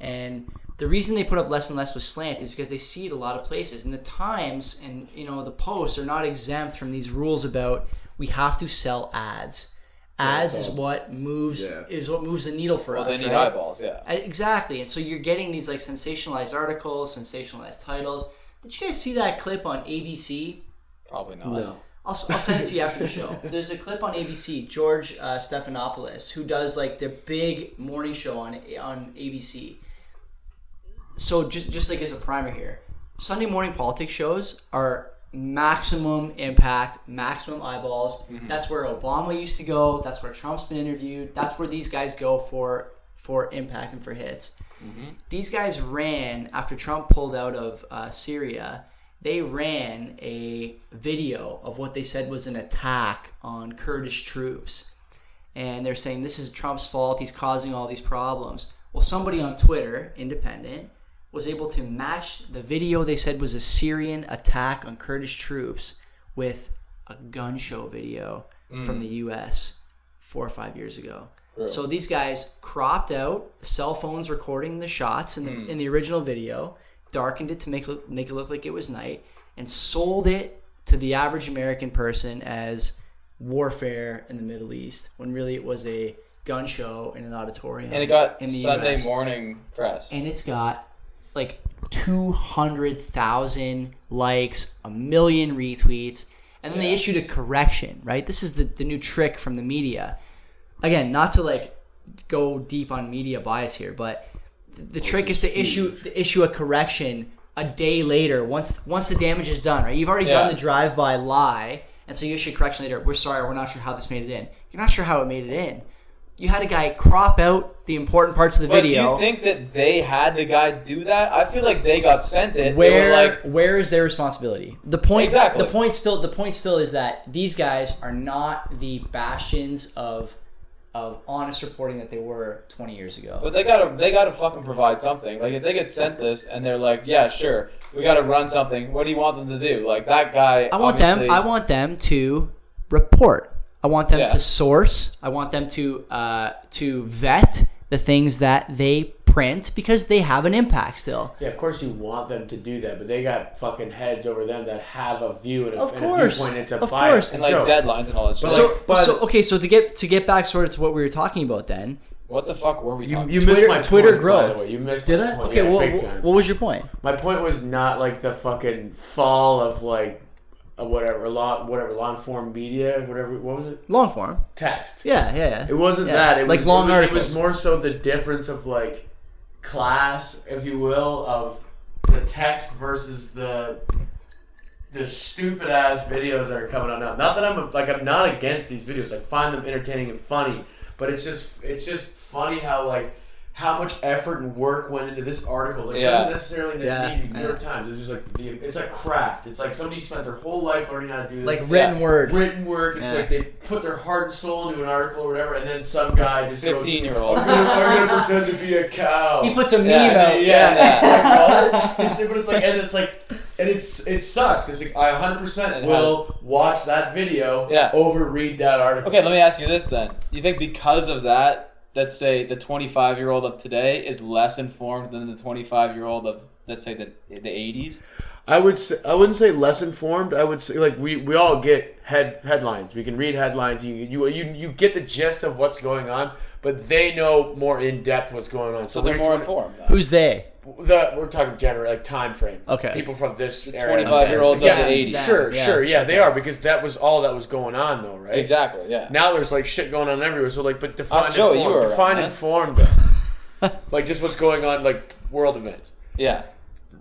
[SPEAKER 1] And the reason they put up less and less with slant is because they see it a lot of places. And the Times and you know the Post are not exempt from these rules about we have to sell ads. Ads is what moves
[SPEAKER 2] Yeah.
[SPEAKER 1] is what moves the needle for
[SPEAKER 3] well,
[SPEAKER 1] us.
[SPEAKER 3] they need
[SPEAKER 1] right?
[SPEAKER 3] eyeballs. Yeah.
[SPEAKER 1] Uh, Exactly. And so you're getting these like sensationalized articles, sensationalized titles. Did you guys see that clip on ABC?
[SPEAKER 3] Probably not.
[SPEAKER 2] No.
[SPEAKER 1] I'll, I'll send it to you after the show. There's a clip on ABC, George uh, Stephanopoulos, who does like the big morning show on on ABC. So just just like as a primer here, Sunday morning politics shows are maximum impact, maximum eyeballs. That's where Obama used to go. That's where Trump's been interviewed. That's where these guys go for for impact and for hits these guys ran after Trump pulled out of uh, Syria. They ran a video of what they said was an attack on Kurdish troops, and they're saying this is Trump's fault. He's causing all these problems. Well, somebody on Twitter, independent, was able to match the video they said was a Syrian attack on Kurdish troops with a gun show video from the U.S. four or five years ago. So these guys cropped out cell phones recording the shots in the, in the original video, darkened it to make look, make it look like it was night, and sold it to the average American person as warfare in the Middle East when really it was a gun show in an auditorium.
[SPEAKER 3] And it got
[SPEAKER 1] in the
[SPEAKER 3] Sunday
[SPEAKER 1] US.
[SPEAKER 3] morning press.
[SPEAKER 1] and it's got like 200,000 likes, a million retweets, and then they issued a correction, right? This is the, the new trick from the media. Again, not to like go deep on media bias here, but th-
[SPEAKER 3] Oh,
[SPEAKER 1] the trick is to issue to issue a correction a day later once once the damage is done, right? You've already done
[SPEAKER 3] Yeah.
[SPEAKER 1] the drive-by lie, and so you issue a correction later. We're sorry, we're not sure how this made it in. You're not sure how it made it in you had a guy crop out the important parts of the
[SPEAKER 3] But do
[SPEAKER 1] video.
[SPEAKER 3] you think that they had the guy do that? I feel like they got sent it.
[SPEAKER 1] where
[SPEAKER 3] They were like,
[SPEAKER 1] where is their responsibility? The point
[SPEAKER 3] Exactly.
[SPEAKER 1] the point still the point still is that these guys are not the bastions of of honest reporting that they were 20 years ago.
[SPEAKER 3] but they gotta they gotta fucking provide something. Like if they get sent this and they're like, yeah, sure, we gotta run something. What do you want them to do? Like that guy.
[SPEAKER 1] I want them. I want them to report. I want them
[SPEAKER 3] Yeah.
[SPEAKER 1] to source. I want them to uh, to vet the things that they print because they have an impact still.
[SPEAKER 2] Yeah, of course you want them to do that, but they got fucking heads over them that have a view and a,
[SPEAKER 1] Of
[SPEAKER 2] and a
[SPEAKER 1] course.
[SPEAKER 2] viewpoint. It's a
[SPEAKER 1] Of
[SPEAKER 2] bias.
[SPEAKER 1] course.
[SPEAKER 3] and like
[SPEAKER 2] Joe,
[SPEAKER 3] deadlines and all that. shit.
[SPEAKER 2] But
[SPEAKER 1] So,
[SPEAKER 3] Like,
[SPEAKER 2] like, but-
[SPEAKER 1] so okay. So to get to get back sort of to what we were talking about then.
[SPEAKER 3] what the fuck were we
[SPEAKER 2] You,
[SPEAKER 3] talking?
[SPEAKER 2] you
[SPEAKER 3] about?
[SPEAKER 2] missed
[SPEAKER 1] Twitter-
[SPEAKER 2] my
[SPEAKER 1] Twitter
[SPEAKER 2] point, by the
[SPEAKER 1] growth.
[SPEAKER 2] way. You missed
[SPEAKER 1] Did
[SPEAKER 2] my
[SPEAKER 1] I?
[SPEAKER 2] point.
[SPEAKER 1] Okay.
[SPEAKER 2] Oh, Yeah,
[SPEAKER 1] well,
[SPEAKER 2] big
[SPEAKER 1] wh-
[SPEAKER 2] time.
[SPEAKER 1] what was your point?
[SPEAKER 2] My point was not like the fucking fall of like a whatever law, whatever long form media, whatever. What was it?
[SPEAKER 1] Long form.
[SPEAKER 2] Text.
[SPEAKER 1] Yeah. Yeah. Yeah.
[SPEAKER 2] It wasn't
[SPEAKER 1] Yeah,
[SPEAKER 2] that. It
[SPEAKER 1] like
[SPEAKER 2] was,
[SPEAKER 1] long
[SPEAKER 2] it, was- it
[SPEAKER 1] articles.
[SPEAKER 2] was more so the difference of like class, if you will, of the text versus the the stupid ass videos that are coming out now. Not that I'm a, like I'm not against these videos. I find them entertaining and funny, but it's just it's just funny how like how much effort and work went into this article. Like, It
[SPEAKER 3] Yeah.
[SPEAKER 2] doesn't necessarily need
[SPEAKER 1] Yeah,
[SPEAKER 2] to be New York
[SPEAKER 1] yeah.
[SPEAKER 2] Times. It's just like the, it's a craft. It's like somebody spent their whole life learning how to do this
[SPEAKER 1] like written word.
[SPEAKER 2] written work. It's
[SPEAKER 1] Yeah.
[SPEAKER 2] like they put their heart and soul into an article or whatever, and then some guy just goes,
[SPEAKER 3] Fifteen year
[SPEAKER 2] I'm
[SPEAKER 3] old.
[SPEAKER 2] gonna, I'm gonna pretend to be a cow.
[SPEAKER 1] He puts a meme
[SPEAKER 3] Yeah,
[SPEAKER 1] out.
[SPEAKER 2] yeah, yeah,
[SPEAKER 3] yeah.
[SPEAKER 2] Just like, what? but it's like, and it's like, and it's it sucks because like, I 100
[SPEAKER 3] It
[SPEAKER 2] percent
[SPEAKER 3] has-
[SPEAKER 2] will watch that video
[SPEAKER 3] Yeah.
[SPEAKER 2] over read that article.
[SPEAKER 3] Okay, let me ask you this then. You think because of that, let's say the 25 year old of today is less informed than the 25 year old of, let's say, the, the 80s?
[SPEAKER 2] I would say, I wouldn't say less informed. I would say like we, we all get head headlines. We can read headlines. You you you you get the gist of what's going on, but they know more in depth what's going on.
[SPEAKER 3] So they're
[SPEAKER 2] we're
[SPEAKER 3] more
[SPEAKER 2] twen-
[SPEAKER 3] informed. Though.
[SPEAKER 1] Who's they?
[SPEAKER 2] the we're talking general like time frame.
[SPEAKER 1] Okay.
[SPEAKER 2] People from this era.
[SPEAKER 3] 25-year-olds
[SPEAKER 1] of the
[SPEAKER 2] Yeah,
[SPEAKER 1] 80s.
[SPEAKER 2] Sure,
[SPEAKER 1] Yeah.
[SPEAKER 2] sure, yeah, they are because that was all that was going on though, right?
[SPEAKER 3] Exactly, yeah.
[SPEAKER 2] Now there's like shit going on everywhere. So like, but define
[SPEAKER 3] Joey, you
[SPEAKER 2] informed.
[SPEAKER 3] were around,
[SPEAKER 2] define
[SPEAKER 3] man.
[SPEAKER 2] informed. though. like just what's going on, like world events.
[SPEAKER 3] yeah.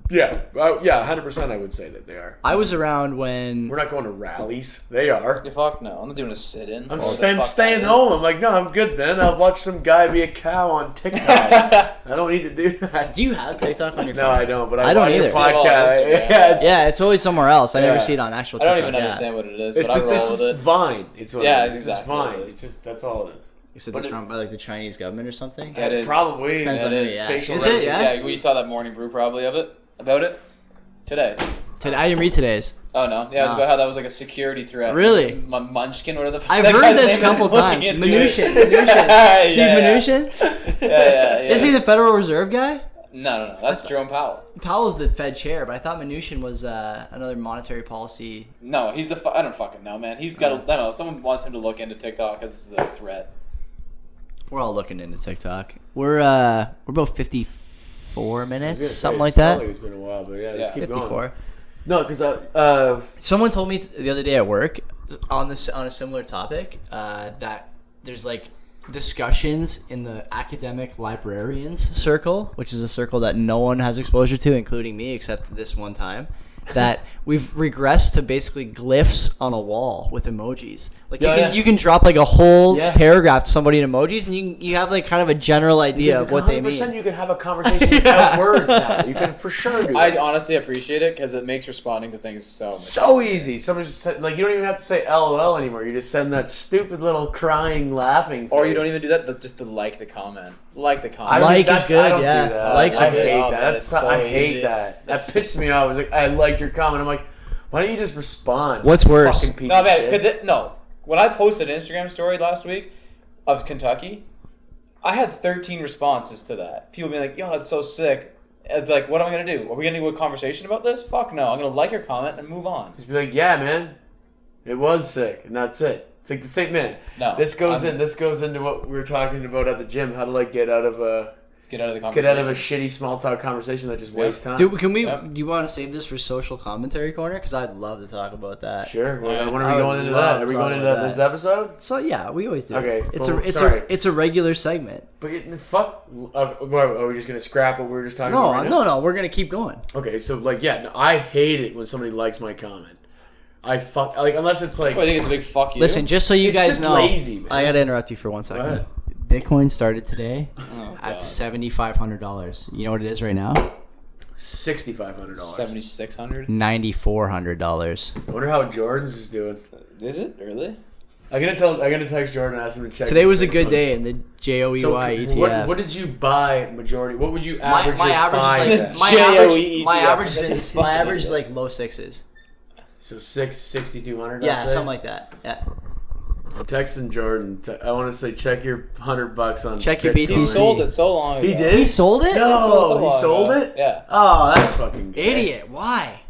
[SPEAKER 2] Yeah, uh, yeah, hundred percent. I would say that they are.
[SPEAKER 1] I was around when
[SPEAKER 2] We're not going to rallies. They are.
[SPEAKER 3] Yeah, fuck no. I'm not doing a sit in.
[SPEAKER 2] I'm, st- I'm staying home. I'm like, no, I'm good, man. I'll watch some guy be a cow on TikTok. I don't need to do that.
[SPEAKER 1] Do you have TikTok on your
[SPEAKER 2] No, I don't. But I,
[SPEAKER 1] I don't
[SPEAKER 2] watch
[SPEAKER 1] either.
[SPEAKER 2] a podcast.
[SPEAKER 3] Yeah,
[SPEAKER 2] Yeah, it's-
[SPEAKER 1] Yeah, it's always somewhere else. I
[SPEAKER 2] Yeah.
[SPEAKER 1] never see it on actual
[SPEAKER 3] I
[SPEAKER 1] TikTok.
[SPEAKER 3] don't even
[SPEAKER 1] yeah.
[SPEAKER 3] understand what it is, but
[SPEAKER 2] It's just,
[SPEAKER 3] I roll
[SPEAKER 2] it's just
[SPEAKER 3] with it.
[SPEAKER 2] Vine. It's what
[SPEAKER 3] Yeah,
[SPEAKER 2] it is.
[SPEAKER 3] exactly
[SPEAKER 2] It's
[SPEAKER 3] what
[SPEAKER 2] just Vine.
[SPEAKER 3] it is.
[SPEAKER 2] It's just that's all it is.
[SPEAKER 1] Except it's
[SPEAKER 2] But it-
[SPEAKER 1] run by like the Chinese government or something.
[SPEAKER 3] Yeah, it is.
[SPEAKER 2] Probably.
[SPEAKER 1] Depends
[SPEAKER 2] yeah,
[SPEAKER 1] on
[SPEAKER 2] it
[SPEAKER 1] who
[SPEAKER 2] is.
[SPEAKER 1] you ask.
[SPEAKER 2] Facial
[SPEAKER 1] Is it?
[SPEAKER 2] rec-
[SPEAKER 1] Yeah.
[SPEAKER 3] Yeah, well, you saw that morning brew probably of it, about it, today.
[SPEAKER 1] Today, I didn't read today's.
[SPEAKER 3] Oh no, yeah, it was
[SPEAKER 1] Nah.
[SPEAKER 3] about how that was like a security threat.
[SPEAKER 1] Really?
[SPEAKER 3] M- Munchkin, whatever the fuck.
[SPEAKER 1] I've
[SPEAKER 3] that
[SPEAKER 1] heard
[SPEAKER 3] guy's
[SPEAKER 1] this
[SPEAKER 3] name is,
[SPEAKER 1] couple
[SPEAKER 3] looking
[SPEAKER 1] times.
[SPEAKER 3] into it.
[SPEAKER 1] Mnuchin, Mnuchin.
[SPEAKER 3] Yeah,
[SPEAKER 1] Steve
[SPEAKER 3] yeah, yeah.
[SPEAKER 1] Mnuchin?
[SPEAKER 3] Yeah, yeah, yeah.
[SPEAKER 1] Is he the Federal Reserve guy?
[SPEAKER 3] No, no, no. That's Jerome Powell.
[SPEAKER 1] Powell's the Fed chair, but I thought Mnuchin was uh, another monetary policy.
[SPEAKER 3] No, he's the. Fu- I don't fucking know, man. He's got. A, I don't know. Someone wants him to look into TikTok as a threat.
[SPEAKER 1] We're all looking into TikTok. We're uh, we're about fifty four
[SPEAKER 2] I was gonna
[SPEAKER 1] minutes,
[SPEAKER 2] say,
[SPEAKER 1] something
[SPEAKER 2] it's
[SPEAKER 1] like that.
[SPEAKER 2] probably- it's been a while, but yeah,
[SPEAKER 3] Yeah.
[SPEAKER 2] just keep
[SPEAKER 1] Fifty
[SPEAKER 2] going.
[SPEAKER 1] four.
[SPEAKER 2] No, because I, uh,
[SPEAKER 1] Someone told me the other day at work on this on a similar topic uh, that there's like discussions in the academic librarians circle, which is a circle that no one has exposure to, including me, except this one time. That we've regressed to basically glyphs on a wall with emojis. Like you,
[SPEAKER 3] Yeah,
[SPEAKER 1] can,
[SPEAKER 3] yeah.
[SPEAKER 1] you can drop like a whole
[SPEAKER 2] Yeah.
[SPEAKER 1] paragraph to somebody in emojis, and you can- you have like kind of a general idea of what they
[SPEAKER 2] 100%
[SPEAKER 1] mean.
[SPEAKER 2] You can have a conversation without words now. You can for sure do.
[SPEAKER 3] I
[SPEAKER 2] that.
[SPEAKER 3] honestly appreciate it because it makes responding to things so much.
[SPEAKER 2] so easy. Someone just said, like you don't even have to say LOL anymore. You just send that stupid little crying, laughing.
[SPEAKER 3] or you
[SPEAKER 2] face.
[SPEAKER 3] don't even do that. the- Just the like the comment, like the
[SPEAKER 2] I
[SPEAKER 3] comment.
[SPEAKER 2] don't-
[SPEAKER 1] Like is
[SPEAKER 2] that's-
[SPEAKER 1] good,
[SPEAKER 2] I don't do
[SPEAKER 1] yeah.
[SPEAKER 2] that.
[SPEAKER 1] Likes
[SPEAKER 2] I
[SPEAKER 1] are good.
[SPEAKER 2] hate
[SPEAKER 3] Oh,
[SPEAKER 2] that.
[SPEAKER 3] man,
[SPEAKER 2] That's
[SPEAKER 3] it's so
[SPEAKER 2] I hate
[SPEAKER 3] easy.
[SPEAKER 2] that. That
[SPEAKER 3] That's-
[SPEAKER 2] pissed me off. I was like, I liked your comment. I'm like, why don't you just respond?
[SPEAKER 1] What's
[SPEAKER 2] you
[SPEAKER 1] worse?
[SPEAKER 2] fucking piece
[SPEAKER 3] no,
[SPEAKER 2] of
[SPEAKER 3] man.
[SPEAKER 2] shit?
[SPEAKER 3] Could th- no. When I posted an Instagram story last week of Kentucky, I had 13 responses to that. People being like, "Yo, that's so sick." It's like, what am I gonna do? Are we gonna do a conversation about this? Fuck no. I'm gonna like your comment and move on.
[SPEAKER 2] Just be like, yeah, man, it was sick, and that's it. It's like the same man.
[SPEAKER 3] No.
[SPEAKER 2] This goes
[SPEAKER 3] Oh, I'm-
[SPEAKER 2] in. This goes into what we were talking about at the gym. How to like get out of a
[SPEAKER 3] Get out of the
[SPEAKER 2] get
[SPEAKER 3] conversation.
[SPEAKER 2] out of a shitty small talk conversation that just wastes time.
[SPEAKER 1] Dude, can we?
[SPEAKER 3] Yep.
[SPEAKER 1] Do you want to save this for social commentary corner? Because I'd love to talk about that.
[SPEAKER 2] Sure. When,
[SPEAKER 3] Alright.
[SPEAKER 2] when are
[SPEAKER 1] I
[SPEAKER 2] we
[SPEAKER 1] would
[SPEAKER 2] going into
[SPEAKER 1] love
[SPEAKER 2] that? Are
[SPEAKER 1] to
[SPEAKER 2] we going
[SPEAKER 1] talk
[SPEAKER 2] into
[SPEAKER 1] about
[SPEAKER 2] this
[SPEAKER 1] that.
[SPEAKER 2] episode?
[SPEAKER 1] So yeah, we always do.
[SPEAKER 2] Okay,
[SPEAKER 1] it's
[SPEAKER 2] well,
[SPEAKER 1] a it's
[SPEAKER 2] sorry.
[SPEAKER 1] a it's a regular segment.
[SPEAKER 2] But it, the fuck. Uh, what, are we just gonna scrap what we were just talking
[SPEAKER 1] No,
[SPEAKER 2] about? right
[SPEAKER 1] no,
[SPEAKER 2] now?
[SPEAKER 1] no. We're gonna keep going.
[SPEAKER 2] Okay, so like, yeah, no, I hate it when somebody likes my comment. I fuck like unless it's like
[SPEAKER 3] Well, I think it's a big fuck you.
[SPEAKER 1] Listen, just so you
[SPEAKER 2] It's
[SPEAKER 1] guys
[SPEAKER 2] just
[SPEAKER 1] know,
[SPEAKER 2] lazy, man.
[SPEAKER 1] I gotta interrupt you for one second.
[SPEAKER 2] ahead.
[SPEAKER 1] The Bitcoin started today
[SPEAKER 3] Oh,
[SPEAKER 1] at seventy five hundred dollars. You know what it is right now?
[SPEAKER 2] Sixty five hundred dollars.
[SPEAKER 3] Seventy six hundred.
[SPEAKER 1] Ninety four hundred dollars
[SPEAKER 2] I wonder how Jordan's is doing.
[SPEAKER 3] Is it really?
[SPEAKER 2] I gotta tell. I gotta text Jordan and ask him to check.
[SPEAKER 1] Today
[SPEAKER 2] his
[SPEAKER 1] was a good
[SPEAKER 2] Bitcoin.
[SPEAKER 1] day in the J O E
[SPEAKER 2] So
[SPEAKER 1] Y
[SPEAKER 2] c- what,
[SPEAKER 1] ETF.
[SPEAKER 2] what did you buy majority? What would you
[SPEAKER 1] my,
[SPEAKER 2] average?
[SPEAKER 1] my
[SPEAKER 2] your
[SPEAKER 1] average
[SPEAKER 2] buys
[SPEAKER 1] is
[SPEAKER 2] at?
[SPEAKER 1] like my
[SPEAKER 3] J O E
[SPEAKER 1] average my
[SPEAKER 3] ETF.
[SPEAKER 1] average is in, my average is like low sixes.
[SPEAKER 2] so six sixty two hundred.
[SPEAKER 1] Yeah, something like that. Yeah.
[SPEAKER 2] Texting Jordan. Te- I want to say check your hundred bucks on.
[SPEAKER 1] Check your
[SPEAKER 2] Bitcoin.
[SPEAKER 1] BTC.
[SPEAKER 3] He sold it so long.
[SPEAKER 2] He
[SPEAKER 3] ago.
[SPEAKER 2] did.
[SPEAKER 1] He sold it?
[SPEAKER 2] No,
[SPEAKER 3] sold so
[SPEAKER 2] he
[SPEAKER 3] long
[SPEAKER 2] sold
[SPEAKER 3] ago.
[SPEAKER 2] it.
[SPEAKER 3] Yeah.
[SPEAKER 2] Oh, that's fucking gay.
[SPEAKER 1] Idiot. Why?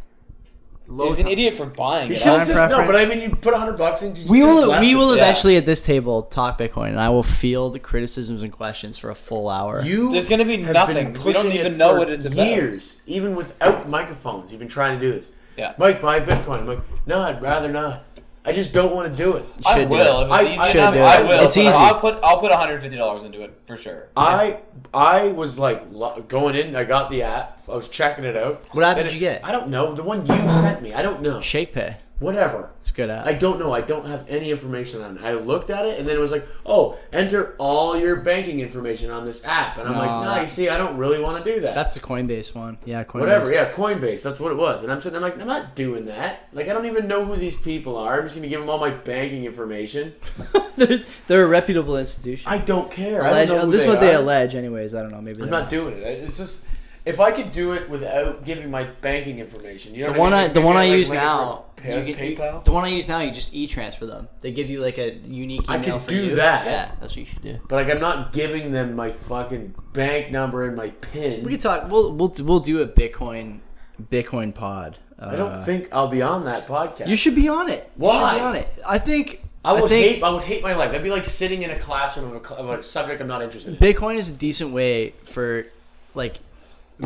[SPEAKER 1] Low
[SPEAKER 3] He's an
[SPEAKER 1] ti-
[SPEAKER 3] idiot for buying
[SPEAKER 2] You
[SPEAKER 3] it.
[SPEAKER 2] should
[SPEAKER 1] should've
[SPEAKER 2] have
[SPEAKER 1] Time
[SPEAKER 2] just no,
[SPEAKER 1] preference.
[SPEAKER 2] but I mean, you put a hundred bucks in. You
[SPEAKER 1] We
[SPEAKER 2] just
[SPEAKER 1] will
[SPEAKER 2] left
[SPEAKER 1] we will
[SPEAKER 2] it.
[SPEAKER 3] yeah.
[SPEAKER 1] eventually at this table talk Bitcoin and I will field criticisms and questions for a full hour.
[SPEAKER 2] You
[SPEAKER 3] There's gonna be
[SPEAKER 2] have been
[SPEAKER 3] nothing. We don't
[SPEAKER 2] pushing
[SPEAKER 3] even
[SPEAKER 2] it
[SPEAKER 3] know
[SPEAKER 2] for
[SPEAKER 3] what it's about.
[SPEAKER 2] Years, even without microphones, you've been trying to do this.
[SPEAKER 3] Yeah.
[SPEAKER 2] Mike, buy Bitcoin. I'm like, no, I'd rather not. I just don't want to do it.
[SPEAKER 1] You
[SPEAKER 3] I
[SPEAKER 1] should do
[SPEAKER 3] will.
[SPEAKER 1] it.
[SPEAKER 3] If it's
[SPEAKER 2] I-
[SPEAKER 3] easy
[SPEAKER 2] I
[SPEAKER 1] should
[SPEAKER 3] enough,
[SPEAKER 1] do
[SPEAKER 3] I
[SPEAKER 1] it.
[SPEAKER 3] will.
[SPEAKER 1] It's easy.
[SPEAKER 3] I'll put I'll put one hundred fifty dollars into it for sure.
[SPEAKER 2] I I was like lo- going in. I got the app. I was checking it out.
[SPEAKER 1] What app
[SPEAKER 2] Then
[SPEAKER 1] did
[SPEAKER 2] it-
[SPEAKER 1] you get?
[SPEAKER 2] I don't know. The one you sent me. I don't know.
[SPEAKER 1] ShakePay.
[SPEAKER 2] Whatever.
[SPEAKER 1] It's a good app.
[SPEAKER 2] I don't know. I don't have any information on it. I looked at it and then it was like, oh, enter all your banking information on this app. And I'm like,
[SPEAKER 1] No.
[SPEAKER 2] nah, you see, I don't really want to do that.
[SPEAKER 1] That's the Coinbase one. Yeah, Coinbase.
[SPEAKER 2] Whatever, yeah, Coinbase. That's what it was. And I'm sitting there like, I'm not doing that. Like, I don't even know who these people are. I'm just gonna give them all my banking information.
[SPEAKER 1] they're, they're a reputable institution.
[SPEAKER 2] I don't care. I
[SPEAKER 1] Allege-
[SPEAKER 2] don't know who
[SPEAKER 1] this is what they
[SPEAKER 2] are.
[SPEAKER 1] allege, anyways. I don't know. Maybe
[SPEAKER 2] I'm
[SPEAKER 1] they're
[SPEAKER 2] not doing it. It's just if I could do it without giving my banking information. You know
[SPEAKER 1] The
[SPEAKER 2] what
[SPEAKER 1] one
[SPEAKER 2] I
[SPEAKER 1] I
[SPEAKER 2] mean?
[SPEAKER 1] the one I
[SPEAKER 2] Maybe
[SPEAKER 1] use
[SPEAKER 2] like,
[SPEAKER 1] now,
[SPEAKER 2] link it
[SPEAKER 1] you
[SPEAKER 2] to
[SPEAKER 1] can- you-
[SPEAKER 2] a PayPal.
[SPEAKER 1] the one I use now, you just e-transfer them. They give you like a unique
[SPEAKER 2] I
[SPEAKER 1] email
[SPEAKER 2] could
[SPEAKER 1] for
[SPEAKER 2] do
[SPEAKER 1] you.
[SPEAKER 2] that.
[SPEAKER 1] Yeah, that's what you should do.
[SPEAKER 2] But like, I'm not giving them my fucking bank number and my pin.
[SPEAKER 1] We could talk. We'll we'll we'll do a Bitcoin Bitcoin pod. Uh,
[SPEAKER 2] I don't think I'll be on that podcast.
[SPEAKER 1] you should be on it. You
[SPEAKER 2] Why?
[SPEAKER 1] should be on it. I think
[SPEAKER 2] I would
[SPEAKER 1] think
[SPEAKER 2] hate. I would hate my life. That'd be like sitting in a classroom of a, cl- of a subject I'm not interested in.
[SPEAKER 1] Bitcoin is a decent way for like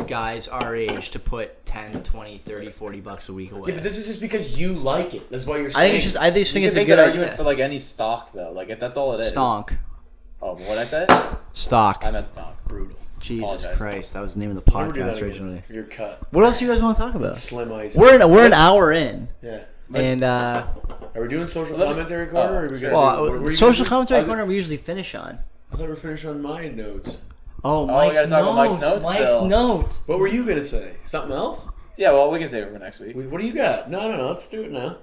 [SPEAKER 1] guys our age to put 10, 20, 30, 40 bucks a week away.
[SPEAKER 2] Yeah, but this is just because you like it. That's why you're.
[SPEAKER 1] I
[SPEAKER 2] Saying
[SPEAKER 1] think it's just I just think
[SPEAKER 3] you
[SPEAKER 1] it's a
[SPEAKER 3] can make
[SPEAKER 1] good
[SPEAKER 3] that argument for
[SPEAKER 1] idea.
[SPEAKER 3] like any stock though. Like if that's all it is.
[SPEAKER 1] Stonk.
[SPEAKER 3] Oh, what I said?
[SPEAKER 1] Stock.
[SPEAKER 3] I meant stock.
[SPEAKER 2] brutal.
[SPEAKER 1] Jesus
[SPEAKER 3] apologize.
[SPEAKER 1] Christ, that was the name of the
[SPEAKER 2] Never do that
[SPEAKER 1] podcast
[SPEAKER 2] again.
[SPEAKER 1] originally.
[SPEAKER 2] You're cut.
[SPEAKER 1] What else do you guys want to talk about?
[SPEAKER 2] Slim Ice.
[SPEAKER 1] We're an, we're an hour in,
[SPEAKER 2] yeah.
[SPEAKER 1] and uh,
[SPEAKER 2] Are we doing social
[SPEAKER 3] Let me-
[SPEAKER 2] commentary corner? or are we gonna
[SPEAKER 3] sure.
[SPEAKER 2] do- what
[SPEAKER 1] well, uh,
[SPEAKER 2] were you
[SPEAKER 1] social
[SPEAKER 2] gonna
[SPEAKER 1] commentary
[SPEAKER 2] do?
[SPEAKER 1] corner we usually finish on.
[SPEAKER 2] I thought we were finished on my notes.
[SPEAKER 1] Oh,
[SPEAKER 3] gotta
[SPEAKER 1] Mike's, notes,
[SPEAKER 3] talk about Mike's notes
[SPEAKER 1] Mike's
[SPEAKER 3] still.
[SPEAKER 1] notes.
[SPEAKER 2] What were you gonna say? Something else?
[SPEAKER 3] Yeah, well, we can save it for next week.
[SPEAKER 2] Wait, What do you got? No, no, no. Let's do it now.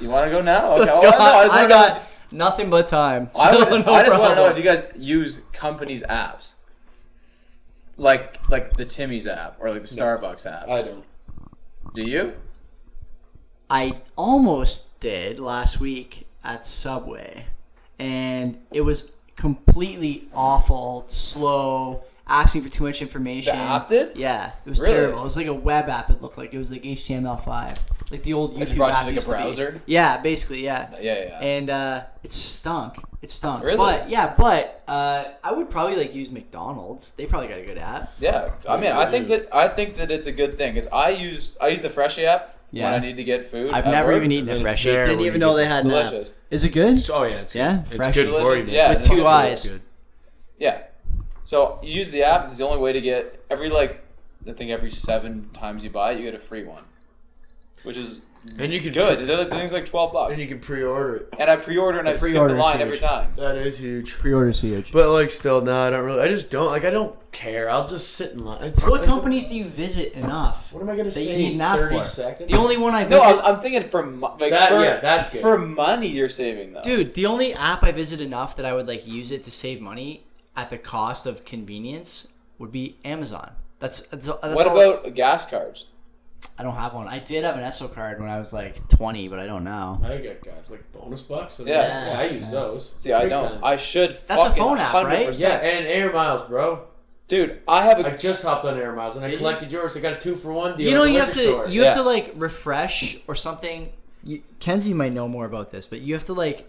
[SPEAKER 3] You want to go now? Okay.
[SPEAKER 1] Let's
[SPEAKER 3] well,
[SPEAKER 1] go.
[SPEAKER 3] no, I, just
[SPEAKER 1] I
[SPEAKER 3] wanna
[SPEAKER 1] got
[SPEAKER 3] know-
[SPEAKER 1] nothing but time.
[SPEAKER 3] I,
[SPEAKER 1] so
[SPEAKER 3] would,
[SPEAKER 1] no
[SPEAKER 3] I just want to know:
[SPEAKER 1] problem.
[SPEAKER 3] Do you guys use companies' apps, like like the Timmy's app or like the Starbucks app?
[SPEAKER 2] I don't.
[SPEAKER 3] Do you?
[SPEAKER 1] I almost did last week at Subway, and it was completely awful, slow, asking for too much information.
[SPEAKER 3] The app did?
[SPEAKER 1] Yeah, it was
[SPEAKER 3] Really?
[SPEAKER 1] terrible. It was like a web app. It looked like it was like HTML5, like the old YouTube
[SPEAKER 3] just brought you
[SPEAKER 1] app.
[SPEAKER 3] like a
[SPEAKER 1] used to be.
[SPEAKER 3] browser?
[SPEAKER 1] Yeah, basically, yeah.
[SPEAKER 3] Yeah, yeah. yeah.
[SPEAKER 1] And uh, it stunk. It stunk.
[SPEAKER 3] Really?
[SPEAKER 1] But yeah, but uh, I would probably like use McDonald's. They probably got a good app.
[SPEAKER 3] Yeah, I mean, I think that I think that it's a good thing because I use I use the Freshii app
[SPEAKER 1] Yeah.
[SPEAKER 3] when I need to get food.
[SPEAKER 1] I've
[SPEAKER 3] at
[SPEAKER 1] never
[SPEAKER 3] work.
[SPEAKER 1] even eaten a
[SPEAKER 2] It's
[SPEAKER 1] fresh.
[SPEAKER 2] there
[SPEAKER 1] Didn't
[SPEAKER 2] when
[SPEAKER 1] even
[SPEAKER 2] you
[SPEAKER 1] know
[SPEAKER 2] get
[SPEAKER 1] they had an app.
[SPEAKER 3] Delicious.
[SPEAKER 1] Is it good?
[SPEAKER 2] Oh yeah, it's
[SPEAKER 1] Yeah, fresh.
[SPEAKER 3] Delicious, yeah,
[SPEAKER 1] With
[SPEAKER 3] it's
[SPEAKER 1] two
[SPEAKER 3] good.
[SPEAKER 1] eyes.
[SPEAKER 3] Yeah. So you use the app. It's the only way to get every like I think every seven times you buy it, you get a free one, which is
[SPEAKER 2] And you could
[SPEAKER 3] good. They're like, the things like twelve bucks,
[SPEAKER 2] And you can pre-order it.
[SPEAKER 3] and I pre-order and I skip the
[SPEAKER 1] pre-order is
[SPEAKER 3] line
[SPEAKER 1] huge.
[SPEAKER 3] every time.
[SPEAKER 2] That is huge.
[SPEAKER 1] Pre-order's huge.
[SPEAKER 2] But like, still, no, I don't really. I just don't like. I don't care. I'll just sit in line. It's,
[SPEAKER 1] What companies do you visit enough?
[SPEAKER 2] What am I gonna
[SPEAKER 1] that
[SPEAKER 2] say?
[SPEAKER 1] you need an app
[SPEAKER 2] Thirty
[SPEAKER 1] for?
[SPEAKER 2] seconds.
[SPEAKER 1] The only one I
[SPEAKER 3] No,
[SPEAKER 1] visit,
[SPEAKER 3] I'm, I'm thinking for mo- like
[SPEAKER 2] That-
[SPEAKER 3] for,
[SPEAKER 2] yeah, that's good.
[SPEAKER 3] for money you're saving though.
[SPEAKER 1] dude. The only app I visit enough that I would like use it to save money at the cost of convenience would be Amazon. That's, that's, that's
[SPEAKER 3] what
[SPEAKER 1] all-
[SPEAKER 3] about gas cards?
[SPEAKER 1] I don't have one. I did have an ESO card when I was like 20, but I don't now.
[SPEAKER 2] I got guys like bonus bucks. and-
[SPEAKER 3] Yeah.
[SPEAKER 2] yeah, I use those.
[SPEAKER 3] See, I
[SPEAKER 2] Big
[SPEAKER 3] don't.
[SPEAKER 2] time.
[SPEAKER 3] I should.
[SPEAKER 1] That's a
[SPEAKER 3] fucking
[SPEAKER 1] phone app, right?
[SPEAKER 3] 100%.
[SPEAKER 2] Yeah, and air miles, bro.
[SPEAKER 3] dude. I have
[SPEAKER 2] I
[SPEAKER 3] a.
[SPEAKER 2] just hopped on air miles and I
[SPEAKER 1] Did you?
[SPEAKER 2] collected yours. I got a two for one deal.
[SPEAKER 1] You know,
[SPEAKER 2] at the
[SPEAKER 1] you have
[SPEAKER 2] liquor
[SPEAKER 1] to
[SPEAKER 2] store.
[SPEAKER 1] you
[SPEAKER 3] Yeah.
[SPEAKER 1] have to like refresh or something. You, Kenzie might know more about this, but you have to like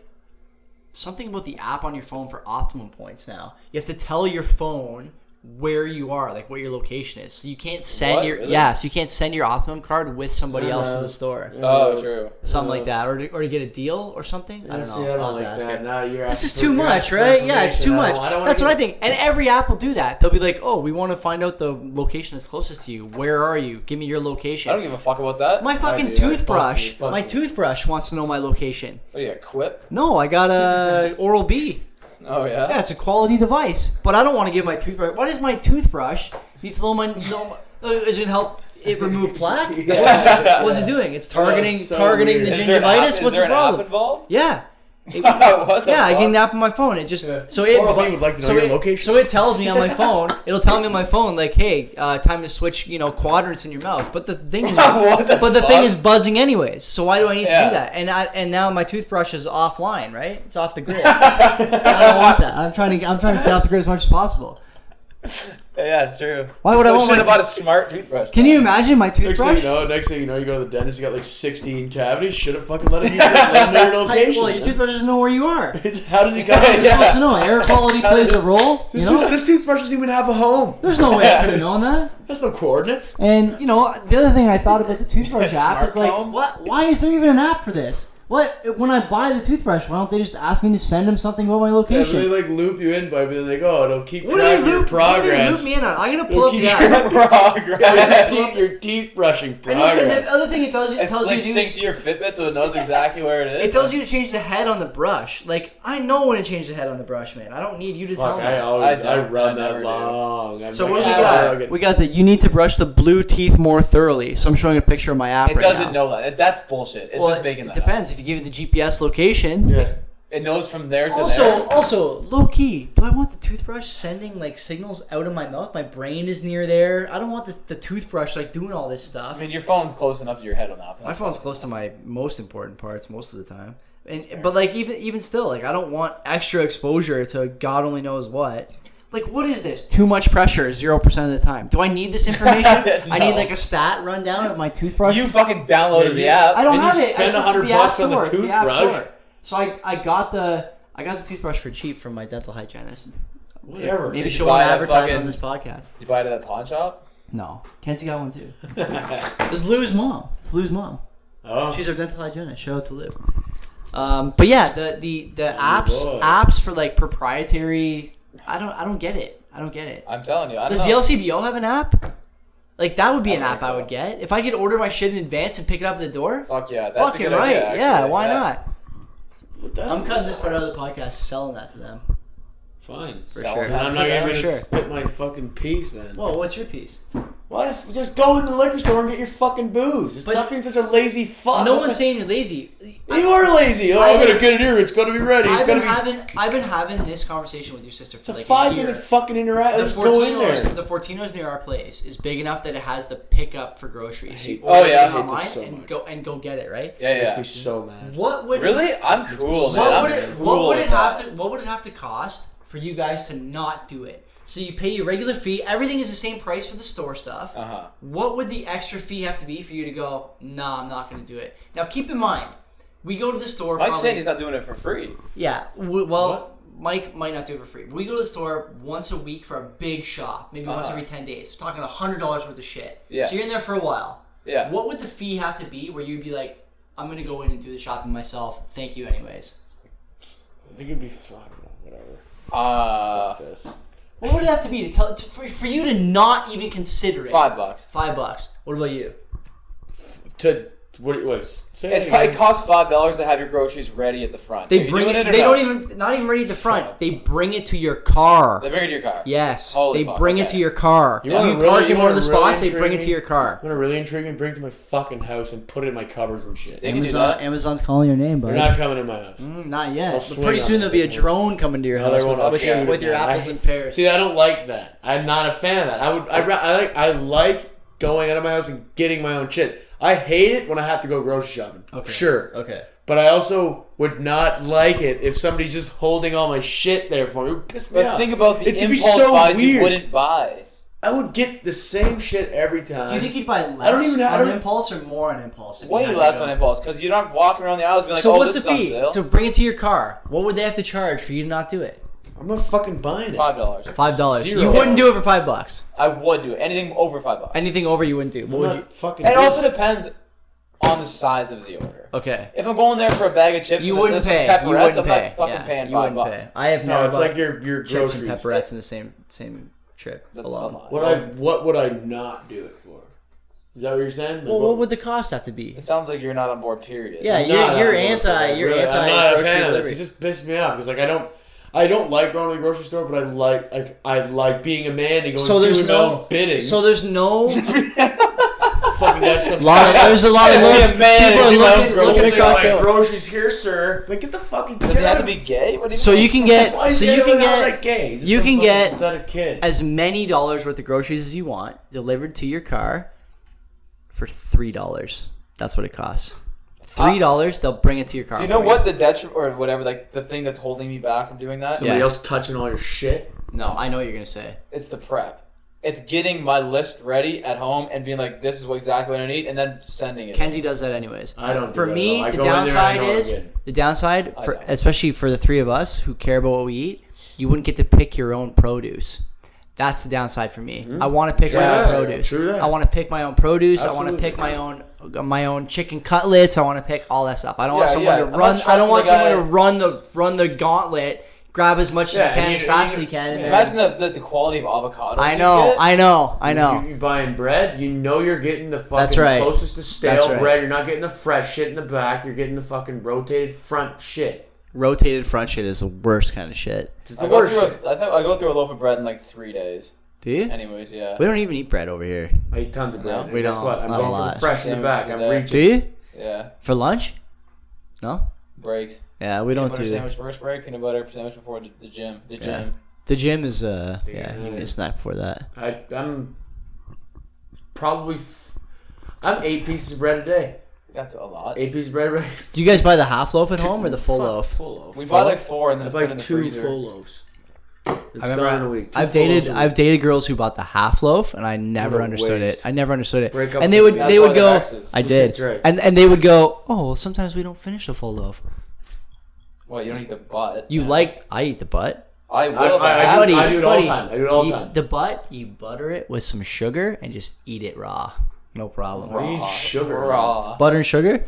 [SPEAKER 1] something about the app on your phone for optimum points now. You have to tell your phone where you are, like what your location is. So you can't send
[SPEAKER 3] What?
[SPEAKER 1] your
[SPEAKER 3] Really?
[SPEAKER 1] yeah, so you can't send your optimum card with somebody
[SPEAKER 2] I
[SPEAKER 1] else
[SPEAKER 2] know.
[SPEAKER 1] in the store.
[SPEAKER 3] Oh, true.
[SPEAKER 1] Something like that, or to, or to get a deal or something. I don't know.
[SPEAKER 2] See, I
[SPEAKER 1] I'll have
[SPEAKER 2] don't
[SPEAKER 1] to
[SPEAKER 2] like
[SPEAKER 1] ask her.
[SPEAKER 2] that. No, you're
[SPEAKER 1] This is
[SPEAKER 2] asking
[SPEAKER 1] too
[SPEAKER 2] for- you're
[SPEAKER 1] much,
[SPEAKER 2] asking for
[SPEAKER 1] right? Yeah, it's too
[SPEAKER 2] information. I
[SPEAKER 1] much.
[SPEAKER 2] don't- I don't wanna
[SPEAKER 1] That's
[SPEAKER 2] get-
[SPEAKER 1] what I think. And every app will do that. They'll be like, "Oh, we want to find out the location that's closest to you. Where are you? Give me your
[SPEAKER 3] I don't
[SPEAKER 1] location."
[SPEAKER 3] give a fuck about that.
[SPEAKER 1] My fucking
[SPEAKER 2] do. That's
[SPEAKER 1] toothbrush.
[SPEAKER 2] bugs me, bugs
[SPEAKER 1] my
[SPEAKER 2] me.
[SPEAKER 1] toothbrush wants to know my location.
[SPEAKER 3] What do you got, Quip?
[SPEAKER 1] No, I got a Oral B.
[SPEAKER 3] Oh yeah.
[SPEAKER 1] Yeah, it's a quality device, but I don't want to give my toothbrush. What is my toothbrush? Needs a little money. Little, uh, is it help it remove plaque? What is it- What's it doing? It's targeting
[SPEAKER 2] so
[SPEAKER 1] targeting
[SPEAKER 2] weird.
[SPEAKER 1] the
[SPEAKER 3] Is there an app-
[SPEAKER 1] gingivitis.
[SPEAKER 3] is
[SPEAKER 1] What's
[SPEAKER 3] there
[SPEAKER 1] the
[SPEAKER 3] an app
[SPEAKER 1] problem?
[SPEAKER 3] involved?
[SPEAKER 1] Yeah. It-
[SPEAKER 3] What the
[SPEAKER 1] yeah, I get an
[SPEAKER 3] fuck?
[SPEAKER 1] app on my phone. It just
[SPEAKER 2] Yeah.
[SPEAKER 1] so it
[SPEAKER 5] Oral B
[SPEAKER 1] but-
[SPEAKER 5] would like to know
[SPEAKER 1] so
[SPEAKER 5] your
[SPEAKER 1] it-
[SPEAKER 5] location.
[SPEAKER 1] So it tells me on my phone. It'll tell me on my phone like, hey, uh, time to switch. You know, quadrants in your mouth. But the thing is,
[SPEAKER 3] What the
[SPEAKER 1] but the thing
[SPEAKER 3] fuck?
[SPEAKER 1] is buzzing anyways. So why do I need to
[SPEAKER 3] Yeah.
[SPEAKER 1] do that? And I and now my toothbrush is offline. Right? It's off the grid. I don't want that. I'm trying to I'm trying to stay off the grid as much as possible.
[SPEAKER 3] Yeah, true.
[SPEAKER 1] Why would I
[SPEAKER 3] I
[SPEAKER 1] want
[SPEAKER 3] should have
[SPEAKER 1] my?
[SPEAKER 3] bought a smart toothbrush.
[SPEAKER 1] Can you imagine my
[SPEAKER 2] Next thing you
[SPEAKER 1] toothbrush?
[SPEAKER 2] know, next thing you know, you go to the dentist. You got like 16 cavities. Should have fucking let him use it in their
[SPEAKER 1] I,
[SPEAKER 2] location.
[SPEAKER 1] well, your toothbrush doesn't know where you are.
[SPEAKER 2] How does he got it?
[SPEAKER 3] Yeah.
[SPEAKER 1] Supposed to know. Air quality plays a role. You
[SPEAKER 5] This,
[SPEAKER 1] know,
[SPEAKER 5] tooth- this toothbrush doesn't even have a home.
[SPEAKER 1] there's no way I could have known that.
[SPEAKER 2] That's no coordinates.
[SPEAKER 1] And you know, the other thing I thought about the toothbrush app
[SPEAKER 3] Smart
[SPEAKER 1] is like,
[SPEAKER 3] comb?
[SPEAKER 1] what? Why is there even an app for this? What? When I buy the toothbrush, why don't they just ask me to send them something about my
[SPEAKER 2] Yeah, but they
[SPEAKER 1] location?
[SPEAKER 2] like loop you in by being like, oh, it'll keep track of your progress.
[SPEAKER 1] in on? I'm gonna
[SPEAKER 2] It'll keep track of your teeth, your teeth brushing
[SPEAKER 1] And then- and the
[SPEAKER 2] progress.
[SPEAKER 1] other thing it tells you, it
[SPEAKER 3] It's
[SPEAKER 1] tells
[SPEAKER 3] like
[SPEAKER 1] you, to
[SPEAKER 3] synced
[SPEAKER 1] use-
[SPEAKER 3] to your Fitbit, so it knows exactly where it is.
[SPEAKER 1] it tells you to change the head on the brush. Like I know when to change the head on the brush, man. I don't need you to tell
[SPEAKER 2] Fuck,
[SPEAKER 1] me.
[SPEAKER 2] I always
[SPEAKER 3] I
[SPEAKER 2] I,
[SPEAKER 3] don't-
[SPEAKER 2] run
[SPEAKER 3] I never
[SPEAKER 2] that
[SPEAKER 3] do.
[SPEAKER 2] long. I'm
[SPEAKER 1] So
[SPEAKER 2] like,
[SPEAKER 1] what do we
[SPEAKER 2] "Oh,
[SPEAKER 1] got?
[SPEAKER 2] okay."
[SPEAKER 1] We got that you need to brush the blue teeth more thoroughly. So I'm showing a picture of my app.
[SPEAKER 3] It
[SPEAKER 1] right
[SPEAKER 3] doesn't
[SPEAKER 1] now.
[SPEAKER 3] know that. It- That's bullshit. It's
[SPEAKER 1] Well,
[SPEAKER 3] just making
[SPEAKER 1] it
[SPEAKER 3] that. up.
[SPEAKER 1] depends if you give it the GPS location.
[SPEAKER 2] Yeah.
[SPEAKER 3] It knows from there to
[SPEAKER 1] Also, oh.
[SPEAKER 3] there.
[SPEAKER 1] also low key. Do I want the toothbrush sending like signals out of my mouth? My brain is near there. I don't want the, the toothbrush like doing all this stuff.
[SPEAKER 3] I mean, your phone's close enough to your head on that.
[SPEAKER 1] my phone's close to my most important parts most of the time, and but like even even still, like I don't want extra exposure to God only knows what. Like what is this? Too much pressure, zero percent of the time. Do I need this information? I need
[SPEAKER 3] No.
[SPEAKER 1] like a stat rundown of my toothbrush.
[SPEAKER 3] You fucking
[SPEAKER 2] Yeah,
[SPEAKER 3] downloaded the
[SPEAKER 2] you-
[SPEAKER 3] app.
[SPEAKER 1] I don't
[SPEAKER 2] And you
[SPEAKER 1] have it.
[SPEAKER 2] spend
[SPEAKER 1] I- this is
[SPEAKER 2] 100
[SPEAKER 1] the App
[SPEAKER 2] bucks on the
[SPEAKER 1] Store. It's App
[SPEAKER 2] toothbrush?
[SPEAKER 1] Store. So I, I got the I got the toothbrush for cheap from my dental hygienist.
[SPEAKER 2] Whatever.
[SPEAKER 1] Maybe
[SPEAKER 3] Did
[SPEAKER 1] she
[SPEAKER 3] you
[SPEAKER 1] won't
[SPEAKER 3] buy a
[SPEAKER 1] advertise on
[SPEAKER 3] fucking-
[SPEAKER 1] this podcast.
[SPEAKER 3] Did you buy it at a pawn shop?
[SPEAKER 1] No, Kenzie got one too. It's Lou's mom. It's Lou's mom.
[SPEAKER 2] Oh.
[SPEAKER 1] She's our dental hygienist. Shout out to Lou. Um, but yeah, the the the apps
[SPEAKER 2] boy.
[SPEAKER 1] apps for like proprietary. I don't I don't get it. I don't get it.
[SPEAKER 3] I'm telling you. I don't
[SPEAKER 1] Does the
[SPEAKER 3] know.
[SPEAKER 1] LCBO have an app? Like that would be
[SPEAKER 3] I
[SPEAKER 1] an
[SPEAKER 3] don't
[SPEAKER 1] app
[SPEAKER 3] think
[SPEAKER 1] I
[SPEAKER 3] so.
[SPEAKER 1] would get if I could order my shit in advance and pick it up at the door.
[SPEAKER 3] Fuck yeah. That's
[SPEAKER 1] Fucking
[SPEAKER 3] a good
[SPEAKER 1] right.
[SPEAKER 3] idea,
[SPEAKER 1] yeah.
[SPEAKER 3] actually.
[SPEAKER 1] Why not?
[SPEAKER 2] But that-
[SPEAKER 1] I'm cutting this part out of the podcast, selling that to them.
[SPEAKER 2] Fine.
[SPEAKER 3] Sell
[SPEAKER 1] sure.
[SPEAKER 3] it.
[SPEAKER 2] And I'm
[SPEAKER 1] That's
[SPEAKER 2] not
[SPEAKER 1] it,
[SPEAKER 2] even
[SPEAKER 1] for
[SPEAKER 2] gonna
[SPEAKER 1] sure.
[SPEAKER 2] spit my fucking piece then.
[SPEAKER 1] Whoa, what's your piece?
[SPEAKER 2] What if just go in the liquor store and get your fucking booze? Just
[SPEAKER 1] But-
[SPEAKER 2] stop being such a lazy fuck.
[SPEAKER 1] No one's saying you're lazy.
[SPEAKER 2] You are lazy. Oh,
[SPEAKER 1] I-
[SPEAKER 2] I'm gonna get it here. It's gonna be ready. It's
[SPEAKER 1] I've
[SPEAKER 2] gonna
[SPEAKER 1] been
[SPEAKER 2] be.
[SPEAKER 1] having I've been having this conversation with your sister
[SPEAKER 2] It's
[SPEAKER 1] for
[SPEAKER 2] a
[SPEAKER 1] like
[SPEAKER 2] five
[SPEAKER 1] a year.
[SPEAKER 2] minute fucking interaction.
[SPEAKER 1] the
[SPEAKER 2] Let's go in
[SPEAKER 1] Fortinos,
[SPEAKER 2] there.
[SPEAKER 1] the Fortinos near our place is big enough that it has the pickup for groceries. You
[SPEAKER 2] hate-
[SPEAKER 1] order
[SPEAKER 3] Oh, yeah,
[SPEAKER 1] it
[SPEAKER 3] I hate
[SPEAKER 2] this
[SPEAKER 1] online
[SPEAKER 2] so
[SPEAKER 1] and
[SPEAKER 2] much.
[SPEAKER 1] go and go get it right.
[SPEAKER 3] Yeah,
[SPEAKER 2] Makes me
[SPEAKER 3] yeah.
[SPEAKER 2] so mad.
[SPEAKER 1] What would
[SPEAKER 3] Really? I'm cool,
[SPEAKER 1] What
[SPEAKER 3] man. I'm
[SPEAKER 1] would it
[SPEAKER 3] cool
[SPEAKER 1] What would it
[SPEAKER 3] with that.
[SPEAKER 1] have to What would it have to cost for you guys to not do it? So you pay your regular fee. Everything is the same price for the store stuff.
[SPEAKER 3] Uh huh.
[SPEAKER 1] What would the extra fee have to be for you to go? Nah, I'm not going to do it. Now keep in mind, we go to the store.
[SPEAKER 3] Mike's
[SPEAKER 1] probably-
[SPEAKER 3] saying he's not doing it for free.
[SPEAKER 1] Yeah. W- well, Mike might not do it for free. We go to the store once a week for a big shop, maybe once
[SPEAKER 3] Uh-huh.
[SPEAKER 1] every 10 days. We're talking $100 worth of shit.
[SPEAKER 3] Yeah.
[SPEAKER 1] So you're in there for a while.
[SPEAKER 3] Yeah.
[SPEAKER 1] What would the fee have to be where you'd be like, I'm going to go in and do the shopping myself. Thank you, anyways?
[SPEAKER 2] I think it'd be fun. Whatever.
[SPEAKER 3] Uh,
[SPEAKER 2] this.
[SPEAKER 1] What would it have to be to tell to, for, for you to not even consider it?
[SPEAKER 3] five bucks.
[SPEAKER 1] Five bucks. What about you?
[SPEAKER 2] To what? do you- Wait. Say
[SPEAKER 3] It's,
[SPEAKER 2] that
[SPEAKER 3] co-
[SPEAKER 2] again.
[SPEAKER 3] it costs five dollars to have your groceries ready at the front. Are
[SPEAKER 1] They
[SPEAKER 3] you
[SPEAKER 1] bring
[SPEAKER 3] doing
[SPEAKER 1] it.
[SPEAKER 3] or
[SPEAKER 1] they
[SPEAKER 3] no?
[SPEAKER 1] don't even not even ready at the front. They bring it to your car.
[SPEAKER 3] They bring it to your car.
[SPEAKER 1] yes.
[SPEAKER 3] Holy
[SPEAKER 1] they
[SPEAKER 3] fuck,
[SPEAKER 1] bring it
[SPEAKER 3] okay.
[SPEAKER 1] to your car.
[SPEAKER 2] You
[SPEAKER 1] You,
[SPEAKER 2] wanna really-
[SPEAKER 1] park
[SPEAKER 2] you
[SPEAKER 1] in one of
[SPEAKER 2] wanna
[SPEAKER 1] the spots.
[SPEAKER 2] really
[SPEAKER 1] They bring it
[SPEAKER 2] intrigue
[SPEAKER 1] to your car.
[SPEAKER 2] I'm gonna really intrigue me. Bring it to my fucking house and put it in my cupboards and shit.
[SPEAKER 3] They
[SPEAKER 2] You're
[SPEAKER 3] can do that.
[SPEAKER 1] Amazon's calling your name, buddy.
[SPEAKER 2] not coming in my house.
[SPEAKER 1] Mm, not yet.
[SPEAKER 2] I'll
[SPEAKER 1] But
[SPEAKER 2] swing
[SPEAKER 1] pretty
[SPEAKER 2] on
[SPEAKER 1] soon there'll be a
[SPEAKER 2] it.
[SPEAKER 1] drone coming to your
[SPEAKER 2] No, they
[SPEAKER 1] house
[SPEAKER 2] won't.
[SPEAKER 1] with,
[SPEAKER 2] I'll
[SPEAKER 1] with
[SPEAKER 2] shoot
[SPEAKER 1] your,
[SPEAKER 2] it
[SPEAKER 1] with your
[SPEAKER 2] now.
[SPEAKER 1] apples
[SPEAKER 2] I-
[SPEAKER 1] and pears.
[SPEAKER 2] See, I don't like that. I'm not a fan of that. I would. I, ra- I like. I like going out of my house and getting my own shit. I hate it when I have to go grocery shopping.
[SPEAKER 1] Okay.
[SPEAKER 2] Sure.
[SPEAKER 1] Okay.
[SPEAKER 2] But I also would not like it if somebody's just holding all my shit there for me. It would piss me
[SPEAKER 3] But
[SPEAKER 2] off.
[SPEAKER 3] think about the
[SPEAKER 2] It'd be
[SPEAKER 3] impulse
[SPEAKER 2] so
[SPEAKER 3] buys you
[SPEAKER 2] weird.
[SPEAKER 3] wouldn't buy.
[SPEAKER 2] I would get the same shit every
[SPEAKER 1] Do you
[SPEAKER 2] time.
[SPEAKER 1] think you'd buy less
[SPEAKER 2] don't even know- I
[SPEAKER 1] on
[SPEAKER 2] don't-
[SPEAKER 1] impulse or more on impulse? if you
[SPEAKER 3] Way
[SPEAKER 1] had to
[SPEAKER 3] less
[SPEAKER 1] go?
[SPEAKER 3] on impulse because you're not walking around the aisles being like,
[SPEAKER 1] so
[SPEAKER 3] "Oh,
[SPEAKER 1] what's
[SPEAKER 3] this
[SPEAKER 1] the
[SPEAKER 3] is on
[SPEAKER 1] fee
[SPEAKER 3] sale."
[SPEAKER 1] to bring it to your car? What would they have to charge for you to not do it?
[SPEAKER 2] I'm not fucking buying it.
[SPEAKER 3] Five dollars.
[SPEAKER 1] Five dollars. You
[SPEAKER 2] Zero.
[SPEAKER 1] wouldn't do it for five bucks.
[SPEAKER 3] I would do it. anything over five bucks.
[SPEAKER 1] Anything over, you wouldn't do. What
[SPEAKER 2] I'm
[SPEAKER 1] would
[SPEAKER 2] not
[SPEAKER 1] you?
[SPEAKER 2] fucking.
[SPEAKER 3] It
[SPEAKER 2] doing
[SPEAKER 3] also depends on the size of the order.
[SPEAKER 1] Okay.
[SPEAKER 3] If I'm going there for a bag of chips,
[SPEAKER 1] You
[SPEAKER 3] and
[SPEAKER 1] wouldn't
[SPEAKER 3] there's
[SPEAKER 1] pay.
[SPEAKER 3] Some
[SPEAKER 1] You wouldn't
[SPEAKER 3] pepperettes, I'm
[SPEAKER 1] pay.
[SPEAKER 3] not fucking
[SPEAKER 1] yeah,
[SPEAKER 3] paying
[SPEAKER 1] you
[SPEAKER 3] five
[SPEAKER 1] wouldn't
[SPEAKER 3] bucks.
[SPEAKER 1] pay. I have never
[SPEAKER 2] No, it's
[SPEAKER 1] bought
[SPEAKER 2] like your your
[SPEAKER 1] chips and
[SPEAKER 2] groceries.
[SPEAKER 1] pepperettes in the same same trip
[SPEAKER 3] That's
[SPEAKER 1] alone.
[SPEAKER 3] a lot.
[SPEAKER 2] What I what would I not do it for? Is that what you're saying?
[SPEAKER 1] Well, what would the cost have to be?
[SPEAKER 3] It sounds like you're not on board. Period.
[SPEAKER 1] Yeah,
[SPEAKER 2] I'm not
[SPEAKER 1] you're, you're
[SPEAKER 2] on board with
[SPEAKER 1] anti.
[SPEAKER 2] that,
[SPEAKER 1] You're
[SPEAKER 2] really.
[SPEAKER 1] anti
[SPEAKER 2] I'm not a
[SPEAKER 1] grocery
[SPEAKER 2] fan of
[SPEAKER 1] delivery.
[SPEAKER 2] this. It just pisses me off because like I don't. I don't like going to the grocery store, but I like like I like being a man and going
[SPEAKER 4] So there's
[SPEAKER 2] doing
[SPEAKER 4] no-
[SPEAKER 2] no bidding.
[SPEAKER 4] So there's no
[SPEAKER 2] fucking that's some
[SPEAKER 1] Lot of- there's a lot of
[SPEAKER 3] Yeah,
[SPEAKER 1] looks.
[SPEAKER 3] be a man
[SPEAKER 1] People are
[SPEAKER 3] and do my own
[SPEAKER 1] looking, looking
[SPEAKER 2] Groceries,
[SPEAKER 1] across the.
[SPEAKER 2] like, groceries here, sir. Like, get the fucking.
[SPEAKER 3] Does it have to be gay? What do you
[SPEAKER 1] So
[SPEAKER 3] mean?
[SPEAKER 1] you can get.
[SPEAKER 2] Why is
[SPEAKER 1] So
[SPEAKER 2] that-
[SPEAKER 1] you can
[SPEAKER 2] how's
[SPEAKER 1] get
[SPEAKER 2] that gay? He's just
[SPEAKER 1] you
[SPEAKER 2] some
[SPEAKER 1] can
[SPEAKER 2] fucking
[SPEAKER 1] get-
[SPEAKER 2] pathetic kid.
[SPEAKER 1] as many dollars worth of groceries as you want delivered to your car for three dollars. That's what it costs. Three dollars, they'll bring it to your car.
[SPEAKER 3] Uh, Do you know
[SPEAKER 1] for
[SPEAKER 3] what the detriment or whatever like the thing that's holding me back from doing that?
[SPEAKER 2] Somebody
[SPEAKER 1] Yeah.
[SPEAKER 2] else touching all your shit.
[SPEAKER 1] No, I know what you're gonna say.
[SPEAKER 3] It's the prep. It's getting my list ready at home and being like, "This is what exactly what I need,and then sending it.
[SPEAKER 1] Kenzie does that anyways.
[SPEAKER 2] I don't.
[SPEAKER 1] For
[SPEAKER 2] do that,
[SPEAKER 1] me,
[SPEAKER 2] though. I
[SPEAKER 1] the
[SPEAKER 2] go in there and I
[SPEAKER 1] downside
[SPEAKER 2] know what I'm
[SPEAKER 1] is
[SPEAKER 2] getting.
[SPEAKER 1] the downside,
[SPEAKER 3] I
[SPEAKER 1] for,
[SPEAKER 3] know.
[SPEAKER 1] especially for the three of us who care about what we eat. You wouldn't get to pick your own produce. That's the downside for me. I want to pick my own
[SPEAKER 2] that.
[SPEAKER 1] produce.
[SPEAKER 2] Mm-hmm. True that.
[SPEAKER 1] I want to pick my own produce. I want to
[SPEAKER 2] Absolutely.
[SPEAKER 1] pick my own my own chicken cutlets. I want to pick all that stuff. I don't want
[SPEAKER 3] Yeah,
[SPEAKER 1] someone
[SPEAKER 3] yeah.
[SPEAKER 1] to
[SPEAKER 3] I'm not
[SPEAKER 1] run. I
[SPEAKER 3] trusting
[SPEAKER 1] don't want
[SPEAKER 3] the guy-
[SPEAKER 1] someone to run the run the gauntlet. Grab as much
[SPEAKER 2] Yeah,
[SPEAKER 1] as you can,
[SPEAKER 2] you-
[SPEAKER 1] as fast
[SPEAKER 2] you-
[SPEAKER 1] as you can. and then-
[SPEAKER 3] Imagine the, the, the quality of avocados.
[SPEAKER 1] I
[SPEAKER 3] you
[SPEAKER 1] know,
[SPEAKER 3] get.
[SPEAKER 1] I know, I
[SPEAKER 2] You,
[SPEAKER 1] know.
[SPEAKER 2] you buying bread, you know you're getting the fucking
[SPEAKER 1] That's right.
[SPEAKER 2] closest to stale
[SPEAKER 1] That's right.
[SPEAKER 2] bread. You're not getting the fresh shit in the back. You're getting the fucking rotated front shit.
[SPEAKER 1] Rotated front shit is the worst kind of shit.
[SPEAKER 2] It's
[SPEAKER 3] I
[SPEAKER 2] the
[SPEAKER 3] go
[SPEAKER 2] worst
[SPEAKER 3] through.
[SPEAKER 2] shit.
[SPEAKER 3] A, I think I go through a loaf of bread in like three days.
[SPEAKER 1] Do you?
[SPEAKER 3] Anyways, yeah.
[SPEAKER 1] We don't even eat bread over here.
[SPEAKER 2] I eat tons of
[SPEAKER 3] No,
[SPEAKER 2] bread.
[SPEAKER 1] we
[SPEAKER 2] Guess
[SPEAKER 1] don't.
[SPEAKER 2] what? I'm
[SPEAKER 1] Not a
[SPEAKER 2] going for
[SPEAKER 1] lot.
[SPEAKER 2] the fresh in the back. I'm
[SPEAKER 3] Sandwiches today.
[SPEAKER 2] reaching.
[SPEAKER 1] Do you?
[SPEAKER 3] Yeah.
[SPEAKER 1] For lunch? No?
[SPEAKER 3] Breaks.
[SPEAKER 1] Yeah, we
[SPEAKER 3] Peanut
[SPEAKER 1] don't
[SPEAKER 3] butter
[SPEAKER 1] do that.
[SPEAKER 3] sandwich first break. Peanut butter sandwich before the the gym. The
[SPEAKER 1] Yeah.
[SPEAKER 3] gym.
[SPEAKER 1] The gym is, uh, yeah, you
[SPEAKER 2] Yeah.
[SPEAKER 1] need a snack before that.
[SPEAKER 2] I, I'm probably. F- I'm eight pieces of bread a day.
[SPEAKER 3] That's a lot.
[SPEAKER 2] Eight pieces of bread a day.
[SPEAKER 1] Do you guys buy the half loaf at home or the full
[SPEAKER 2] Fuck,
[SPEAKER 1] loaf?
[SPEAKER 2] Full loaf.
[SPEAKER 3] We bought like four and then
[SPEAKER 2] I
[SPEAKER 3] it's
[SPEAKER 2] buy
[SPEAKER 3] put in the
[SPEAKER 2] two
[SPEAKER 3] freezer.
[SPEAKER 2] full loaves. It's
[SPEAKER 1] I
[SPEAKER 2] gone in a
[SPEAKER 1] remember
[SPEAKER 2] week. Two
[SPEAKER 1] I've
[SPEAKER 2] full
[SPEAKER 1] dated
[SPEAKER 2] loaves a
[SPEAKER 1] I've
[SPEAKER 2] week.
[SPEAKER 1] dated girls who bought the half loaf and I never
[SPEAKER 2] a
[SPEAKER 1] understood
[SPEAKER 2] waste.
[SPEAKER 1] it. I never understood it.
[SPEAKER 2] Break up
[SPEAKER 1] And they
[SPEAKER 2] with
[SPEAKER 1] would
[SPEAKER 2] me.
[SPEAKER 1] they
[SPEAKER 3] That's
[SPEAKER 1] would
[SPEAKER 3] why they're
[SPEAKER 1] go
[SPEAKER 3] exes.
[SPEAKER 1] I did.
[SPEAKER 2] That's right.
[SPEAKER 1] And and they would go, "Oh, well, sometimes we don't finish the full loaf."
[SPEAKER 3] Well, you don't eat the butt.
[SPEAKER 1] You like I eat the butt.
[SPEAKER 3] I will.
[SPEAKER 2] I-
[SPEAKER 3] if I,
[SPEAKER 2] I- I
[SPEAKER 3] have
[SPEAKER 1] Howdy,
[SPEAKER 2] do- I do it all
[SPEAKER 1] buddy.
[SPEAKER 2] the time. I do it all the
[SPEAKER 1] You-
[SPEAKER 2] time.
[SPEAKER 1] The butt, you butter it with some sugar and just eat it raw. No problem.
[SPEAKER 3] raw,
[SPEAKER 2] you eat sugar.
[SPEAKER 3] Raw.
[SPEAKER 1] Butter and sugar?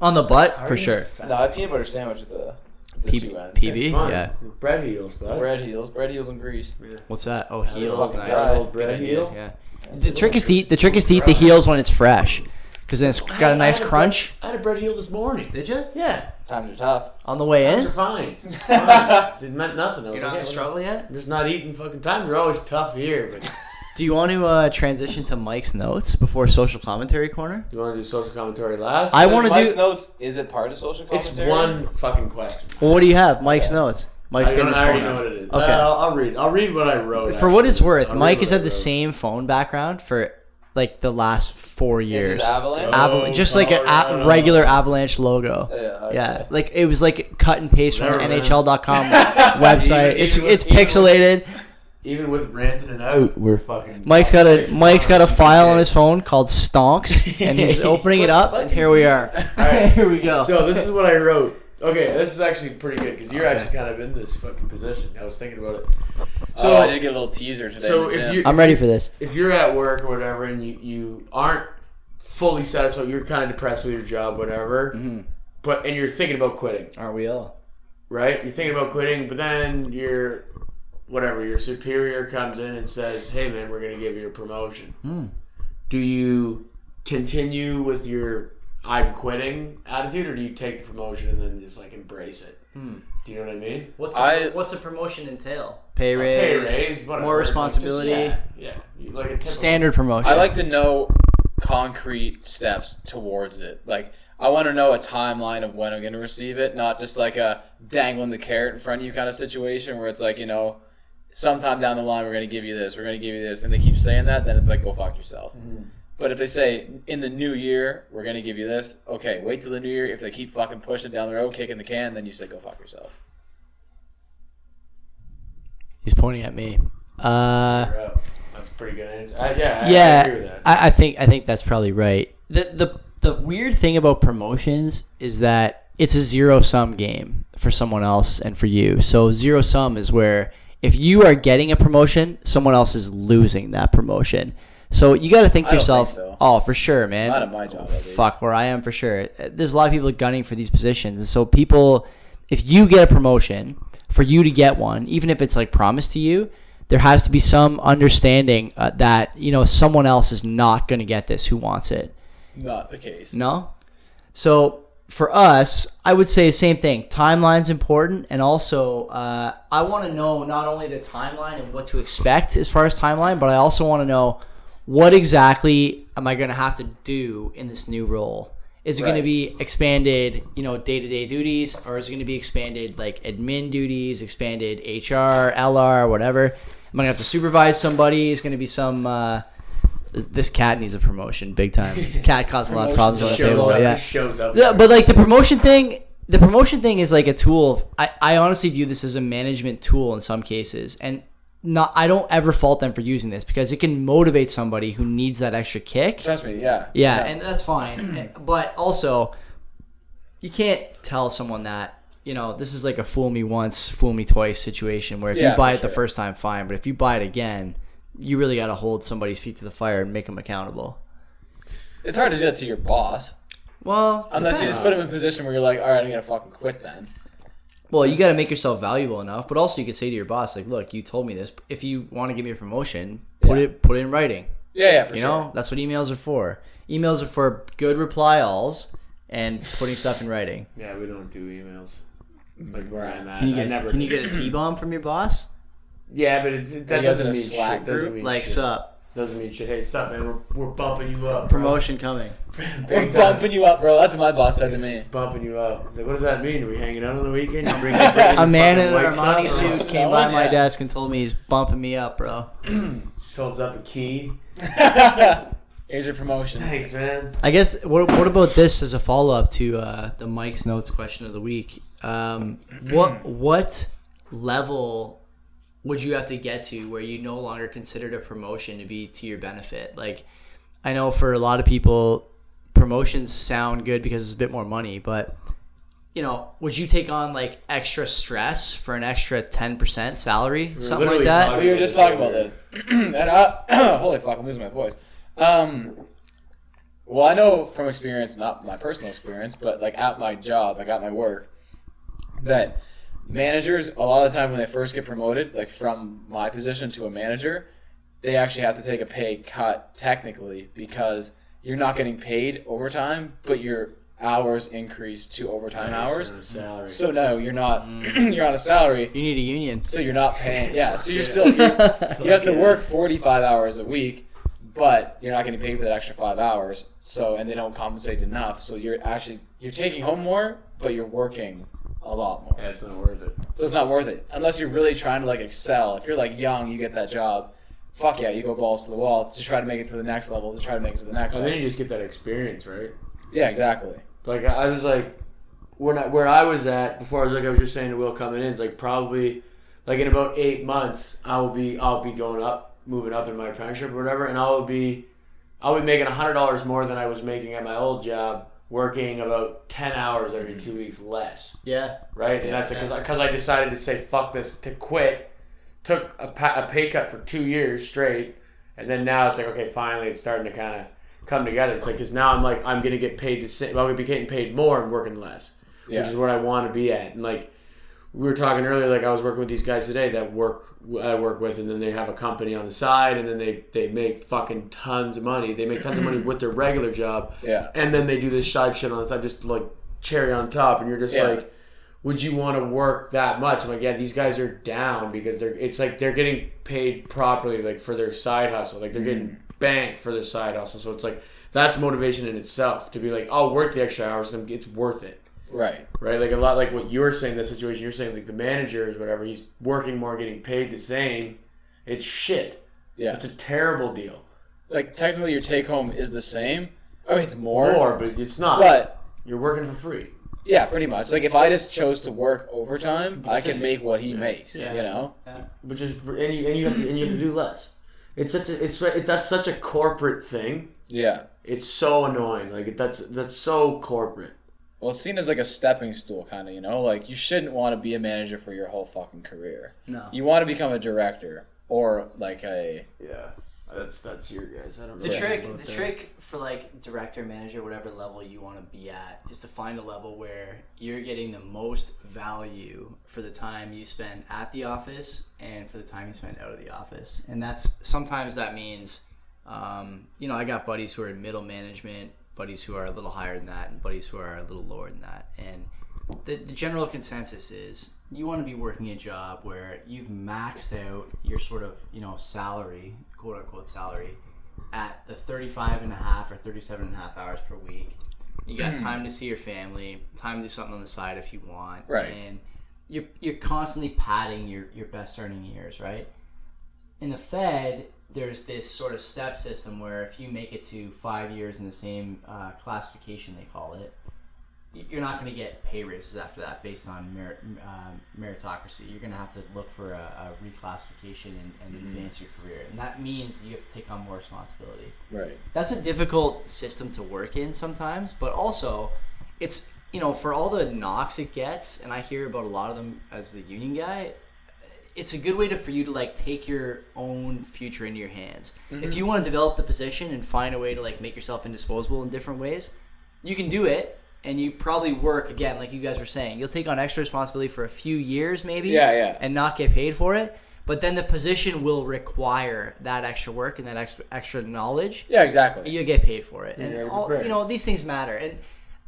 [SPEAKER 1] On the butt, for sure.
[SPEAKER 3] No, I peanut butter sandwich with the, the
[SPEAKER 1] P-
[SPEAKER 3] two ends.
[SPEAKER 1] PB?
[SPEAKER 2] It's fun.
[SPEAKER 1] Yeah.
[SPEAKER 2] Bread heels, bud.
[SPEAKER 3] Bread heels, bread heels and grease.
[SPEAKER 1] What's that? Oh,
[SPEAKER 2] Have a
[SPEAKER 1] heels.
[SPEAKER 2] fucking
[SPEAKER 3] nice.
[SPEAKER 2] good old Bread heel.
[SPEAKER 1] Yeah. The trick is to eat. The trick is to eat the heels when it's fresh, because then it's got a nice crunch.
[SPEAKER 2] I had a bread heel this morning.
[SPEAKER 1] Did you?
[SPEAKER 2] Yeah,
[SPEAKER 3] Times are tough.
[SPEAKER 1] On the way
[SPEAKER 2] times
[SPEAKER 1] in.
[SPEAKER 2] are fine. It's fine. Didn't meant nothing. I was
[SPEAKER 1] You're not in
[SPEAKER 2] like,
[SPEAKER 1] the
[SPEAKER 2] yeah,
[SPEAKER 1] struggle yet.
[SPEAKER 2] I'm just not eating fucking times. are always tough here. But
[SPEAKER 1] Do you want to uh, transition to Mike's notes before social commentary corner?
[SPEAKER 2] do you want to do social commentary last?
[SPEAKER 1] I
[SPEAKER 3] Does
[SPEAKER 1] want to
[SPEAKER 3] Mike's
[SPEAKER 1] do.
[SPEAKER 3] notes. Is it part of social
[SPEAKER 2] It's
[SPEAKER 3] commentary?
[SPEAKER 2] one fucking question.
[SPEAKER 1] Well, what do you have? Mike's notes. Mike's
[SPEAKER 2] I, don't-
[SPEAKER 1] getting his
[SPEAKER 2] I already
[SPEAKER 1] phone
[SPEAKER 2] know
[SPEAKER 1] out.
[SPEAKER 2] what it is.
[SPEAKER 1] Okay.
[SPEAKER 2] Uh, I'll, I'll read. I'll read what I wrote.
[SPEAKER 1] For what it's
[SPEAKER 2] actually.
[SPEAKER 1] worth,
[SPEAKER 2] I'll read
[SPEAKER 1] Mike
[SPEAKER 2] what
[SPEAKER 1] has
[SPEAKER 2] I
[SPEAKER 1] had the
[SPEAKER 2] wrote.
[SPEAKER 1] same phone background for like the last four
[SPEAKER 3] Is
[SPEAKER 1] years.
[SPEAKER 3] it Avalanche?
[SPEAKER 2] Uh,
[SPEAKER 1] Aval- just like an a
[SPEAKER 2] Colorado.
[SPEAKER 1] regular Avalanche logo.
[SPEAKER 2] Uh,
[SPEAKER 3] yeah. okay.
[SPEAKER 1] Yeah, like it was like cut and paste from the
[SPEAKER 2] Whatever, man.
[SPEAKER 1] NHL.com website.
[SPEAKER 2] Even-
[SPEAKER 1] it's
[SPEAKER 2] even
[SPEAKER 1] it's
[SPEAKER 2] with- even with-
[SPEAKER 1] pixelated.
[SPEAKER 2] Even with ranting it out, we're fucking.
[SPEAKER 1] Mike's got
[SPEAKER 2] Six
[SPEAKER 1] a Mike's got a
[SPEAKER 2] months.
[SPEAKER 1] file on his phone called Stonks, and he's opening it up. And here we are.
[SPEAKER 2] All right.
[SPEAKER 1] here we go.
[SPEAKER 2] So this is what I wrote. Okay, this is actually pretty good because you're actually kind of in this fucking position. I was thinking about it. So
[SPEAKER 3] So Oh, I did get a little teaser today.
[SPEAKER 2] so
[SPEAKER 3] in the
[SPEAKER 2] if
[SPEAKER 3] gym.
[SPEAKER 2] you
[SPEAKER 1] I'm ready for this.
[SPEAKER 2] if you're at work or whatever and you, you aren't fully satisfied, you're kind of depressed with your job, whatever.
[SPEAKER 1] Mm-hmm.
[SPEAKER 2] But and you're thinking about quitting,
[SPEAKER 1] Aren't we all?
[SPEAKER 2] right? You're thinking about quitting, but then your whatever your superior comes in and says, "Hey, man, we're gonna give you a promotion."
[SPEAKER 1] Hmm.
[SPEAKER 2] Do you continue with your "I'm quitting" attitude, or do you take the promotion and then just like embrace it?
[SPEAKER 1] Hmm.
[SPEAKER 2] Do you know what I mean?
[SPEAKER 1] What's
[SPEAKER 3] the- I-
[SPEAKER 1] what's the promotion entail? Pay
[SPEAKER 2] Pay
[SPEAKER 1] raise.
[SPEAKER 2] raise, whatever.
[SPEAKER 1] more
[SPEAKER 2] Like, just-
[SPEAKER 1] responsibility.
[SPEAKER 2] yeah, yeah, You- like a typical-
[SPEAKER 1] Standard promotion.
[SPEAKER 3] I like to know concrete steps towards it. Like I want to know a timeline of when I'm going to receive it, not just like a dangling the carrot in front of you kind of situation where it's like you know, sometime down the line we're going to give you this, we're going to give you this, and they keep saying that, then it's like go fuck yourself.
[SPEAKER 1] Mm-hmm.
[SPEAKER 3] But if they say in the new year we're going to give you this, okay, wait till the new year. If they keep fucking pushing down the road, kicking the can, then you say go fuck yourself.
[SPEAKER 1] He's pointing at me. Uh,
[SPEAKER 2] You're out. That's a pretty good answer. I, yeah, I, I agree with
[SPEAKER 1] yeah,
[SPEAKER 2] that.
[SPEAKER 1] I, I think I think that's probably right. The the the weird thing about promotions is that it's a zero sum game for someone else and for you. So zero sum is where if you are getting a promotion, someone else is losing that promotion. So you got to think to
[SPEAKER 3] I don't
[SPEAKER 1] yourself,
[SPEAKER 3] think so.
[SPEAKER 1] oh, for sure, man.
[SPEAKER 3] Not at my job, at least.
[SPEAKER 1] Fuck, where I am for sure. There's a lot of people gunning for these positions, and so people, if you get a promotion, for you to get one, even if it's like promised to you, there has to be some understanding uh, that you know someone else is not going to get this who wants it.
[SPEAKER 3] Not the case.
[SPEAKER 1] No, so for us, I would say the same thing. Timeline's important, and also uh, I want to know not only the timeline and what to expect as far as timeline, but I also want to know what exactly am I going to have to do in this new role. Is it going to be
[SPEAKER 2] Right.
[SPEAKER 1] expanded, you know, day to day duties, or is it going to be expanded like admin duties, expanded HR, LR, whatever? Am I going to have to supervise somebody? Is going to be some. Uh, this- this cat needs a promotion, big time. This cat caused a lot of problems on the
[SPEAKER 2] Shows
[SPEAKER 1] table.
[SPEAKER 2] up,
[SPEAKER 1] Yeah,
[SPEAKER 2] just shows up.
[SPEAKER 1] yeah, but like the promotion thing, the promotion thing is like a tool. Of, I I honestly view this as a management tool in some cases, and not I don't ever fault them for using this because it can motivate somebody who needs that extra kick.
[SPEAKER 3] Trust me, yeah.
[SPEAKER 1] Yeah, and that's fine. but also, you can't tell someone that. You know, this is like a fool me once, fool me twice situation where if
[SPEAKER 3] Yeah,
[SPEAKER 1] you buy
[SPEAKER 3] for
[SPEAKER 1] it the
[SPEAKER 3] sure.
[SPEAKER 1] first time, fine. But if you buy it again, you really got to hold somebody's feet to the fire and make them accountable.
[SPEAKER 3] It's hard to do that to your boss.
[SPEAKER 1] Well,
[SPEAKER 3] Unless you just put him in a position where you're like, all right, I'm going to fucking quit then.
[SPEAKER 1] Well, you got to make yourself valuable enough, but also you could say to your boss, like, "Look, you told me this. If you want to give me a promotion, put
[SPEAKER 3] Yeah.
[SPEAKER 1] it put it in writing.
[SPEAKER 3] Yeah, yeah, for
[SPEAKER 1] you
[SPEAKER 3] sure.
[SPEAKER 1] know, that's what emails are for. Emails are for good reply alls and putting stuff in writing.
[SPEAKER 2] Yeah, we don't do emails. Like where I'm at,
[SPEAKER 1] Can you
[SPEAKER 2] I
[SPEAKER 1] get
[SPEAKER 2] never.
[SPEAKER 1] a, can you
[SPEAKER 2] do.
[SPEAKER 1] get a T bomb from your boss?
[SPEAKER 2] Yeah, but it, it-
[SPEAKER 3] Like,
[SPEAKER 2] that
[SPEAKER 3] as
[SPEAKER 2] doesn't
[SPEAKER 3] in a
[SPEAKER 2] mean
[SPEAKER 3] Slack
[SPEAKER 2] shit. Doesn't
[SPEAKER 3] group?
[SPEAKER 2] mean
[SPEAKER 1] Like,
[SPEAKER 2] shit.
[SPEAKER 1] sup,
[SPEAKER 2] Doesn't mean shit. Hey, sup, man? We're, we're bumping you up. bro.
[SPEAKER 1] promotion coming.
[SPEAKER 2] Big
[SPEAKER 3] We're
[SPEAKER 2] time.
[SPEAKER 3] bumping you up, bro. That's what my boss said to me.
[SPEAKER 2] bumping you up. He's like, what does that mean? Are we hanging out on the weekend? You bring, you bring
[SPEAKER 1] A man in an
[SPEAKER 2] fucking white
[SPEAKER 1] Armani
[SPEAKER 2] stuff?
[SPEAKER 1] suit came by my desk and told me he's bumping me up, bro.
[SPEAKER 2] Just holds up a key.
[SPEAKER 3] Here's your promotion.
[SPEAKER 2] Thanks, man.
[SPEAKER 1] I guess what, what about this as a follow up to uh, the Mike's notes question of the week? Um, what what level would you have to get to where you no longer considered a promotion to be to your benefit? Like, I know for a lot of people, promotions sound good because it's a bit more money, but you know, would you take on like extra stress for an extra ten percent salary, something like
[SPEAKER 2] literally
[SPEAKER 1] that?
[SPEAKER 2] talking-
[SPEAKER 3] We were just talking about this. and I, holy fuck, I'm losing my voice. Um, well, I know from experience, not my personal experience, but like at my job, like at my work, that managers, a lot of the time when they first get promoted, like from my position to a manager, they actually have to take a pay cut technically because you're not getting paid overtime, but your hours increase to overtime hours.
[SPEAKER 2] Salary.
[SPEAKER 3] So no, you're not. you're on a salary,
[SPEAKER 1] You need a union.
[SPEAKER 3] so you're not paying. Yeah, so you're still you're, you have to work 45 hours a week, but you're not getting paid for that extra five hours. So and they don't compensate enough. So you're actually you're taking home more, but you're working a lot more.
[SPEAKER 2] yeah, it's not worth it.
[SPEAKER 3] So it's not worth it unless you're really trying to like excel. If you're like young, you get that job. Fuck yeah, you go balls to the wall to try to make it to the next level. To try to make it to the next
[SPEAKER 2] So then
[SPEAKER 3] level.
[SPEAKER 2] you just get that experience, right?
[SPEAKER 3] Yeah, exactly.
[SPEAKER 2] Like I I was like, when I, where I was at before, I was like I was just saying to Will coming in, it's like probably, like in about eight months, I will be I'll be going up, moving up in my apprenticeship or whatever, and I will be, I'll be making hundred dollars more than I was making at my old job, working about ten hours every two weeks less,
[SPEAKER 1] Yeah.
[SPEAKER 2] right? And that's because because I decided to say fuck this to quit, took a, pa- a pay cut for two years straight, and then now it's like okay, finally it's starting to kind of come together. It's like because now I'm like I'm gonna get paid the same. I'm gonna be getting paid more and working less,
[SPEAKER 3] Yeah.
[SPEAKER 2] which is what I want to be at. And like we were talking earlier, like I was working with these guys today that work I work with, and then they have a company on the side, and then they they make fucking tons of money. They make tons of money with their regular job,
[SPEAKER 3] Yeah.
[SPEAKER 2] and then they do this side shit on the side, just like cherry on top. And you're just
[SPEAKER 3] Yeah.
[SPEAKER 2] like. Would you want to work that much? I'm like, yeah, these guys are down because they're. It's like they're getting paid properly, like for their side hustle. Like they're
[SPEAKER 3] Mm-hmm.
[SPEAKER 2] getting banked for their side hustle. So it's like that's motivation in itself to be like, I'll work the extra hours. And it's worth it,
[SPEAKER 3] Right.
[SPEAKER 2] right? Like a lot, like what you were saying. The situation you're saying, like the manager is whatever. He's working more, getting paid the same. It's shit.
[SPEAKER 3] Yeah.
[SPEAKER 2] It's a terrible deal.
[SPEAKER 3] Like technically, your take home is the same. Oh, it's more.
[SPEAKER 2] Or, but it's not.
[SPEAKER 3] But
[SPEAKER 2] You're working for free.
[SPEAKER 3] Yeah, pretty much. Like if I just chose to work overtime, I can make what he makes.
[SPEAKER 1] Yeah.
[SPEAKER 3] You know.
[SPEAKER 2] which is and you, and you have to and you have to do less. It's such a it's it, that's such a corporate thing.
[SPEAKER 3] Yeah.
[SPEAKER 2] It's so annoying. Like that's that's so corporate.
[SPEAKER 3] Well, it's seen as like a stepping stool, kind of. You know, like you shouldn't want to be a manager for your whole fucking career.
[SPEAKER 1] No.
[SPEAKER 3] You want to become a director or like a
[SPEAKER 2] Yeah, that's that's your guys. I don't know.
[SPEAKER 1] The trick, the trick for like director, manager, whatever level you want to be at, is to find a level where you're getting the most value for the time you spend at the office and for the time you spend out of the office. And that's sometimes that means, um, you know, I got buddies who are in middle management, buddies who are a little higher than that, and buddies who are a little lower than that. And the, the general consensus is you want to be working a job where you've maxed out your sort of you know salary, quote unquote salary, at the 35 and a half or 37 and a half hours per week. You got time to see your family, time to do something on the side if you want,
[SPEAKER 3] Right.
[SPEAKER 1] And you're you're constantly padding your your best earning years, right? in the Fed, there's this sort of step system where if you make it to five years in the same uh, classification, they call it, y- you're not going to get pay raises after that based on merit, um, meritocracy. You're going to have to look for a, a reclassification and, and advance your career. And that means that you have to take on more responsibility
[SPEAKER 3] Right.
[SPEAKER 1] that's a difficult system to work in sometimes but also it's you know for all the knocks it gets and i hear about a lot of them as the union guy it's a good way to, for you to like take your own future into your hands
[SPEAKER 3] Mm-hmm.
[SPEAKER 1] if you want to develop the position and find a way to like make yourself indisposable in different ways you can do it and you probably work again like you guys were saying you'll take on extra responsibility for a few years maybe
[SPEAKER 3] Yeah, yeah.
[SPEAKER 1] and not get paid for it but then the position will require that extra work and that extra, extra knowledge
[SPEAKER 3] Yeah, exactly.
[SPEAKER 1] you get paid for it,
[SPEAKER 2] gotta
[SPEAKER 1] and
[SPEAKER 2] be
[SPEAKER 1] all,
[SPEAKER 2] prepared.
[SPEAKER 1] you know these things matter. And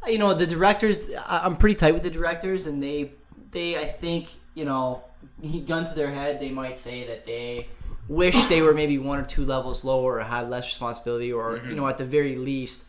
[SPEAKER 1] uh, you know the directors, I- I'm pretty tight with the directors, and they, they, I think, you know, he gun to their head, they might say that they wish they were maybe one or two levels lower or had less responsibility, or
[SPEAKER 2] Mm-hmm.
[SPEAKER 1] you know, at the very least,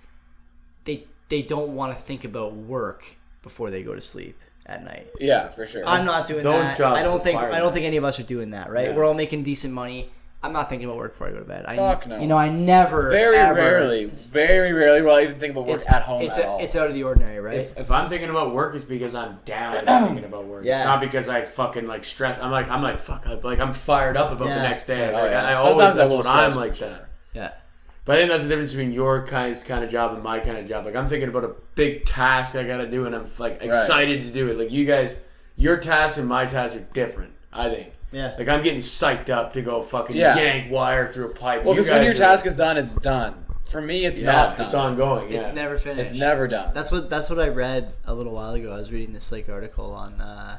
[SPEAKER 1] they they don't want to think about work before they go to sleep at night.
[SPEAKER 3] Yeah, for sure.
[SPEAKER 1] I'm not doing
[SPEAKER 2] Those
[SPEAKER 1] that.
[SPEAKER 2] jobs
[SPEAKER 1] I don't think
[SPEAKER 2] require
[SPEAKER 1] I don't
[SPEAKER 2] that.
[SPEAKER 1] think any of us are doing that, right? We're all making decent money. I'm not thinking about work before I go to bed. I,
[SPEAKER 3] Fuck no.
[SPEAKER 1] You know, I never
[SPEAKER 3] very
[SPEAKER 1] ever-
[SPEAKER 3] rarely, very rarely will I even think about work at home
[SPEAKER 1] it's
[SPEAKER 3] at
[SPEAKER 1] a-
[SPEAKER 3] all.
[SPEAKER 1] it's out of the ordinary, right?
[SPEAKER 2] If, if I'm thinking about work, it's because I'm down and I'm thinking about work.
[SPEAKER 1] Yeah.
[SPEAKER 2] It's not because I fucking like stress. I'm like I'm like fuck up. Like I'm fired up about
[SPEAKER 1] Yeah.
[SPEAKER 2] the next day.
[SPEAKER 3] Oh,
[SPEAKER 2] Like,
[SPEAKER 3] yeah.
[SPEAKER 2] I, I always
[SPEAKER 3] Sometimes I
[SPEAKER 2] that's
[SPEAKER 3] will
[SPEAKER 2] when
[SPEAKER 3] stress
[SPEAKER 2] I'm
[SPEAKER 3] for
[SPEAKER 2] like
[SPEAKER 3] sure.
[SPEAKER 2] that.
[SPEAKER 1] yeah.
[SPEAKER 2] But I think that's the difference between your kind kind of job and my kind of job. Like I'm thinking about a big task I gotta do, and I'm like excited to do it. Like you guys, your tasks and my tasks are different. I think.
[SPEAKER 1] Yeah.
[SPEAKER 2] Like I'm getting psyched up to go fucking
[SPEAKER 3] Yeah.
[SPEAKER 2] yank wire through a pipe.
[SPEAKER 3] well,
[SPEAKER 2] You
[SPEAKER 3] because when
[SPEAKER 2] guys
[SPEAKER 3] your
[SPEAKER 2] are-
[SPEAKER 3] task is done, it's done. For me, it's
[SPEAKER 2] yeah,
[SPEAKER 3] not done.
[SPEAKER 2] it's ongoing. Yeah.
[SPEAKER 1] It's never finished.
[SPEAKER 3] It's never done.
[SPEAKER 1] That's what that's what I read a little while ago. I was reading this like article on uh,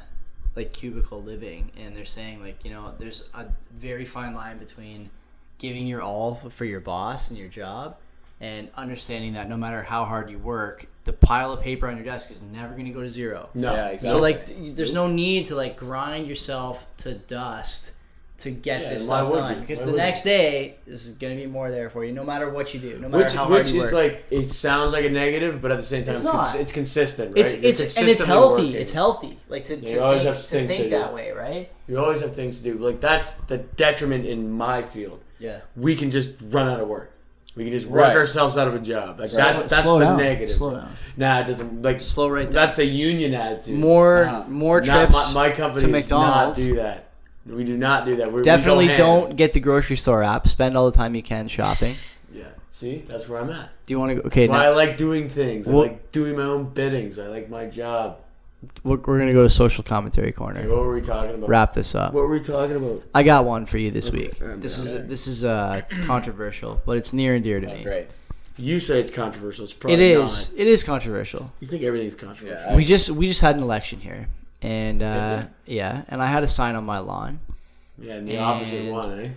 [SPEAKER 1] like cubicle living, and they're saying like you know there's a very fine line between giving your all for your boss and your job, and understanding that no matter how hard you work, the pile of paper on your desk is never going to go to zero.
[SPEAKER 2] no.
[SPEAKER 3] Yeah, exactly.
[SPEAKER 1] So like, d- there's no need to like grind yourself to dust to get
[SPEAKER 2] Yeah,
[SPEAKER 1] this
[SPEAKER 2] why
[SPEAKER 1] stuff
[SPEAKER 2] would
[SPEAKER 1] done
[SPEAKER 2] you?
[SPEAKER 1] because
[SPEAKER 2] Why
[SPEAKER 1] the
[SPEAKER 2] would you?
[SPEAKER 1] next day this is gonna be more there for you, no matter what you do, no matter
[SPEAKER 2] Which,
[SPEAKER 1] how hard
[SPEAKER 2] which
[SPEAKER 1] you
[SPEAKER 2] is
[SPEAKER 1] work.
[SPEAKER 2] like it sounds like a negative, but at the same time,
[SPEAKER 1] It's
[SPEAKER 2] it's,
[SPEAKER 1] not.
[SPEAKER 2] cons- it's consistent, right?
[SPEAKER 1] it's
[SPEAKER 2] You're
[SPEAKER 1] it's and it's
[SPEAKER 2] consistently
[SPEAKER 1] healthy.
[SPEAKER 2] working.
[SPEAKER 1] It's healthy. Like to, to
[SPEAKER 2] you always
[SPEAKER 1] think,
[SPEAKER 2] have
[SPEAKER 1] to
[SPEAKER 2] stinks
[SPEAKER 1] think
[SPEAKER 2] that you-
[SPEAKER 1] that way, right?
[SPEAKER 2] You always have things to do. Like that's the detriment in my field.
[SPEAKER 1] Yeah.
[SPEAKER 2] We can just run out of work. We can just work
[SPEAKER 3] Right.
[SPEAKER 2] ourselves out of a job. Like that's that's
[SPEAKER 1] Slow
[SPEAKER 2] the
[SPEAKER 1] down.
[SPEAKER 2] negative.
[SPEAKER 1] Slow down.
[SPEAKER 2] Nah, it doesn't like
[SPEAKER 1] Slow right down.
[SPEAKER 2] That's the union attitude.
[SPEAKER 1] More
[SPEAKER 3] Uh-huh.
[SPEAKER 1] more
[SPEAKER 2] Not
[SPEAKER 1] trips.
[SPEAKER 2] my, my company
[SPEAKER 1] to
[SPEAKER 2] does
[SPEAKER 1] McDonald's.
[SPEAKER 2] Not do that. We do not do that. We're,
[SPEAKER 1] Definitely
[SPEAKER 2] we go
[SPEAKER 1] don't,
[SPEAKER 2] ham.
[SPEAKER 1] get the grocery store app. Spend all the time you can shopping.
[SPEAKER 2] Yeah. See, that's where I'm at.
[SPEAKER 1] Do you want to go? Okay,
[SPEAKER 2] Why I
[SPEAKER 1] now
[SPEAKER 2] like doing things.
[SPEAKER 1] Well-
[SPEAKER 2] I like doing my own biddings. I like my job.
[SPEAKER 1] we're, we're gonna go to social commentary
[SPEAKER 2] Like,
[SPEAKER 1] corner.
[SPEAKER 2] what were we talking about?
[SPEAKER 1] Wrap this up.
[SPEAKER 2] What were we talking about?
[SPEAKER 1] I got one for you this week.
[SPEAKER 2] I'm
[SPEAKER 1] This
[SPEAKER 2] down.
[SPEAKER 1] is this is uh, controversial, but it's near and dear to me.
[SPEAKER 3] Oh, Great.
[SPEAKER 2] You say it's controversial. It's probably
[SPEAKER 1] It is.
[SPEAKER 2] Not.
[SPEAKER 1] It is controversial.
[SPEAKER 2] You think everything's controversial?
[SPEAKER 3] Yeah.
[SPEAKER 1] We just we just had an election here, and uh, yeah, and I had a sign on my lawn.
[SPEAKER 2] Yeah, and the opposite
[SPEAKER 1] And-
[SPEAKER 2] one, eh?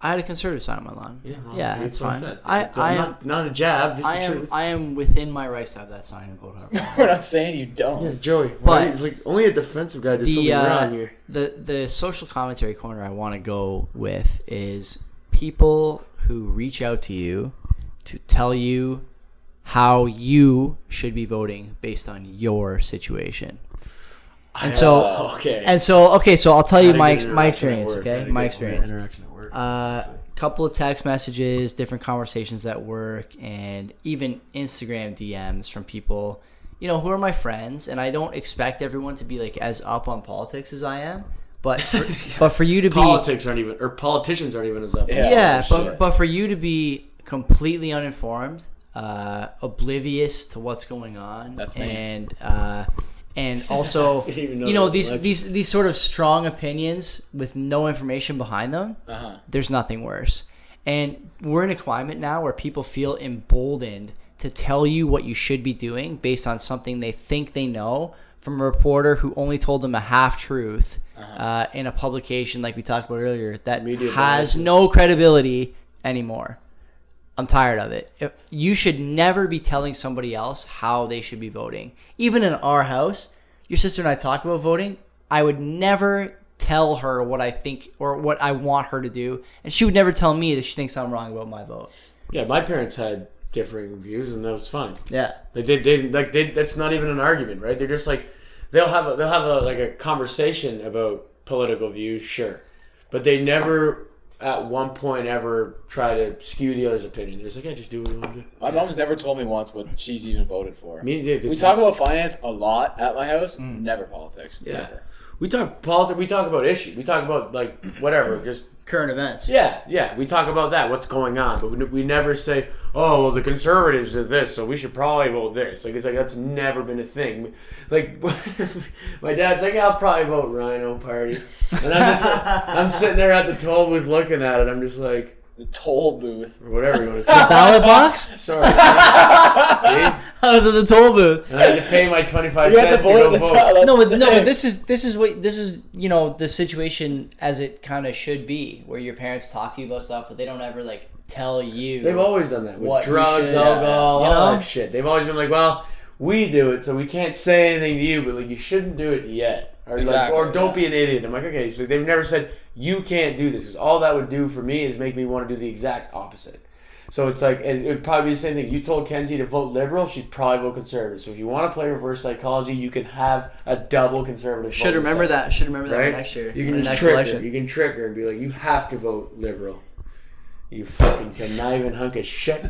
[SPEAKER 1] I had a conservative sign on my lawn. Yeah,
[SPEAKER 2] well,
[SPEAKER 1] that's
[SPEAKER 2] what
[SPEAKER 1] fine.
[SPEAKER 2] said.
[SPEAKER 1] I,
[SPEAKER 2] It's
[SPEAKER 1] I am
[SPEAKER 2] not, not a jab. Just
[SPEAKER 1] I
[SPEAKER 2] the
[SPEAKER 1] am
[SPEAKER 2] truth.
[SPEAKER 1] I am within my rights to have that sign and vote however.
[SPEAKER 3] We're not saying you
[SPEAKER 2] yeah,
[SPEAKER 3] don't.
[SPEAKER 2] Joey.
[SPEAKER 1] But-
[SPEAKER 2] But it's like only a defensive guy does something
[SPEAKER 1] the uh,
[SPEAKER 2] wrong here.
[SPEAKER 1] the the social commentary corner I want to go with is people who reach out to you to tell you how you should be voting based on your situation. And so
[SPEAKER 2] Oh, okay.
[SPEAKER 1] and so okay, so I'll tell you
[SPEAKER 2] Had a
[SPEAKER 1] my
[SPEAKER 2] good
[SPEAKER 1] my
[SPEAKER 2] interaction at
[SPEAKER 1] experience,
[SPEAKER 2] work. Had
[SPEAKER 1] okay?
[SPEAKER 2] a
[SPEAKER 1] My
[SPEAKER 2] good
[SPEAKER 1] experience.
[SPEAKER 2] Interaction at work.
[SPEAKER 1] Uh, couple of text messages, different conversations at work, and even Instagram DMs from people, you know, who are my friends. And I don't expect everyone to be like as up on politics as I am, but for, but for you to be
[SPEAKER 2] Politics aren't even, or politicians aren't even as up.
[SPEAKER 3] Yeah.
[SPEAKER 1] yeah,
[SPEAKER 3] for
[SPEAKER 1] but
[SPEAKER 3] sure.
[SPEAKER 1] but for you to be completely uninformed, uh, oblivious to what's going on,
[SPEAKER 3] That's me.
[SPEAKER 1] and uh, and also
[SPEAKER 2] didn't even know
[SPEAKER 1] you know
[SPEAKER 2] there was
[SPEAKER 1] these
[SPEAKER 2] an election.
[SPEAKER 1] these these sort of strong opinions with no information behind them.
[SPEAKER 3] Uh-huh.
[SPEAKER 1] There's nothing worse, and we're in a climate now where people feel emboldened to tell you what you should be doing based on something they think they know from a reporter who only told them a half truth. Uh, in a publication like we talked about earlier that
[SPEAKER 2] Media
[SPEAKER 1] has
[SPEAKER 2] biases.
[SPEAKER 1] no credibility anymore.
[SPEAKER 6] I'm tired of it. If- You should never be telling somebody else how they should be voting. Even in our house, your sister and I talk about voting. I would never tell her what I think or what I want her to do, and she would never tell me that she thinks I'm wrong about my vote.
[SPEAKER 2] Yeah, my parents had differing views, and that was fine.
[SPEAKER 6] Yeah.
[SPEAKER 2] Like they, they like they, that's not even an argument, right? They're just like they'll have a, they'll have a, like a conversation about political views, sure, but they never at one point ever try to skew the other's opinion. They're just like, yeah, just do what you want to do.
[SPEAKER 3] My mom's never told me once what she's even voted for.
[SPEAKER 2] I mean, yeah,
[SPEAKER 3] we
[SPEAKER 2] it's-
[SPEAKER 3] talk about finance a lot at my house, never politics.
[SPEAKER 2] Mm. Yeah.
[SPEAKER 3] Never.
[SPEAKER 2] we talk politics. We talk about issue. We talk about like whatever. Just
[SPEAKER 6] Current events.
[SPEAKER 2] yeah, yeah. We talk about that. What's going on? But we, we never say, oh, well, the conservatives did this, so we should probably vote this. Like it's like that's never been a thing. Like my dad's like, I'll probably vote Rhino Party, and I'm just I'm sitting there at the toll booth looking at it. I'm just like,
[SPEAKER 3] The toll booth.
[SPEAKER 2] or whatever you want to call
[SPEAKER 6] Ballot box?
[SPEAKER 2] it. Sorry. See,
[SPEAKER 6] I was at the toll booth.
[SPEAKER 2] and I had to pay my twenty five
[SPEAKER 3] You have
[SPEAKER 2] cents
[SPEAKER 3] to
[SPEAKER 2] to go
[SPEAKER 3] vote
[SPEAKER 2] vote.
[SPEAKER 3] at the top.
[SPEAKER 6] no,
[SPEAKER 3] That's
[SPEAKER 6] but no,
[SPEAKER 3] sick.
[SPEAKER 6] but this is this is what this is. You know, the situation as it kind of should be, where your parents talk to you about stuff, but they don't ever like tell you.
[SPEAKER 2] They've always done that with
[SPEAKER 6] What you
[SPEAKER 2] drugs,
[SPEAKER 6] should-
[SPEAKER 2] alcohol,
[SPEAKER 6] yeah, yeah.
[SPEAKER 2] all
[SPEAKER 6] You know?
[SPEAKER 2] that shit. They've always been like, well, we do it, so we can't say anything to you, but like you shouldn't do it yet, or like,
[SPEAKER 3] Exactly,
[SPEAKER 2] or don't
[SPEAKER 3] yeah.
[SPEAKER 2] be an idiot. I'm like, okay, so they've never said you can't do this because all that would do for me is make me want to do the exact opposite. So it's like it would probably be the same thing. You told Kenzie to vote liberal, she'd probably vote conservative. So if you want to play reverse psychology, you can have a double conservative.
[SPEAKER 1] Should
[SPEAKER 2] voting
[SPEAKER 1] remember
[SPEAKER 2] cycle,
[SPEAKER 1] that. Should remember that
[SPEAKER 2] right?
[SPEAKER 1] for next year.
[SPEAKER 2] You
[SPEAKER 1] for the
[SPEAKER 2] can just
[SPEAKER 1] next
[SPEAKER 2] trick
[SPEAKER 1] election.
[SPEAKER 2] her. You can trick her and be like, you have to vote liberal. You fucking conniving hunk of shit.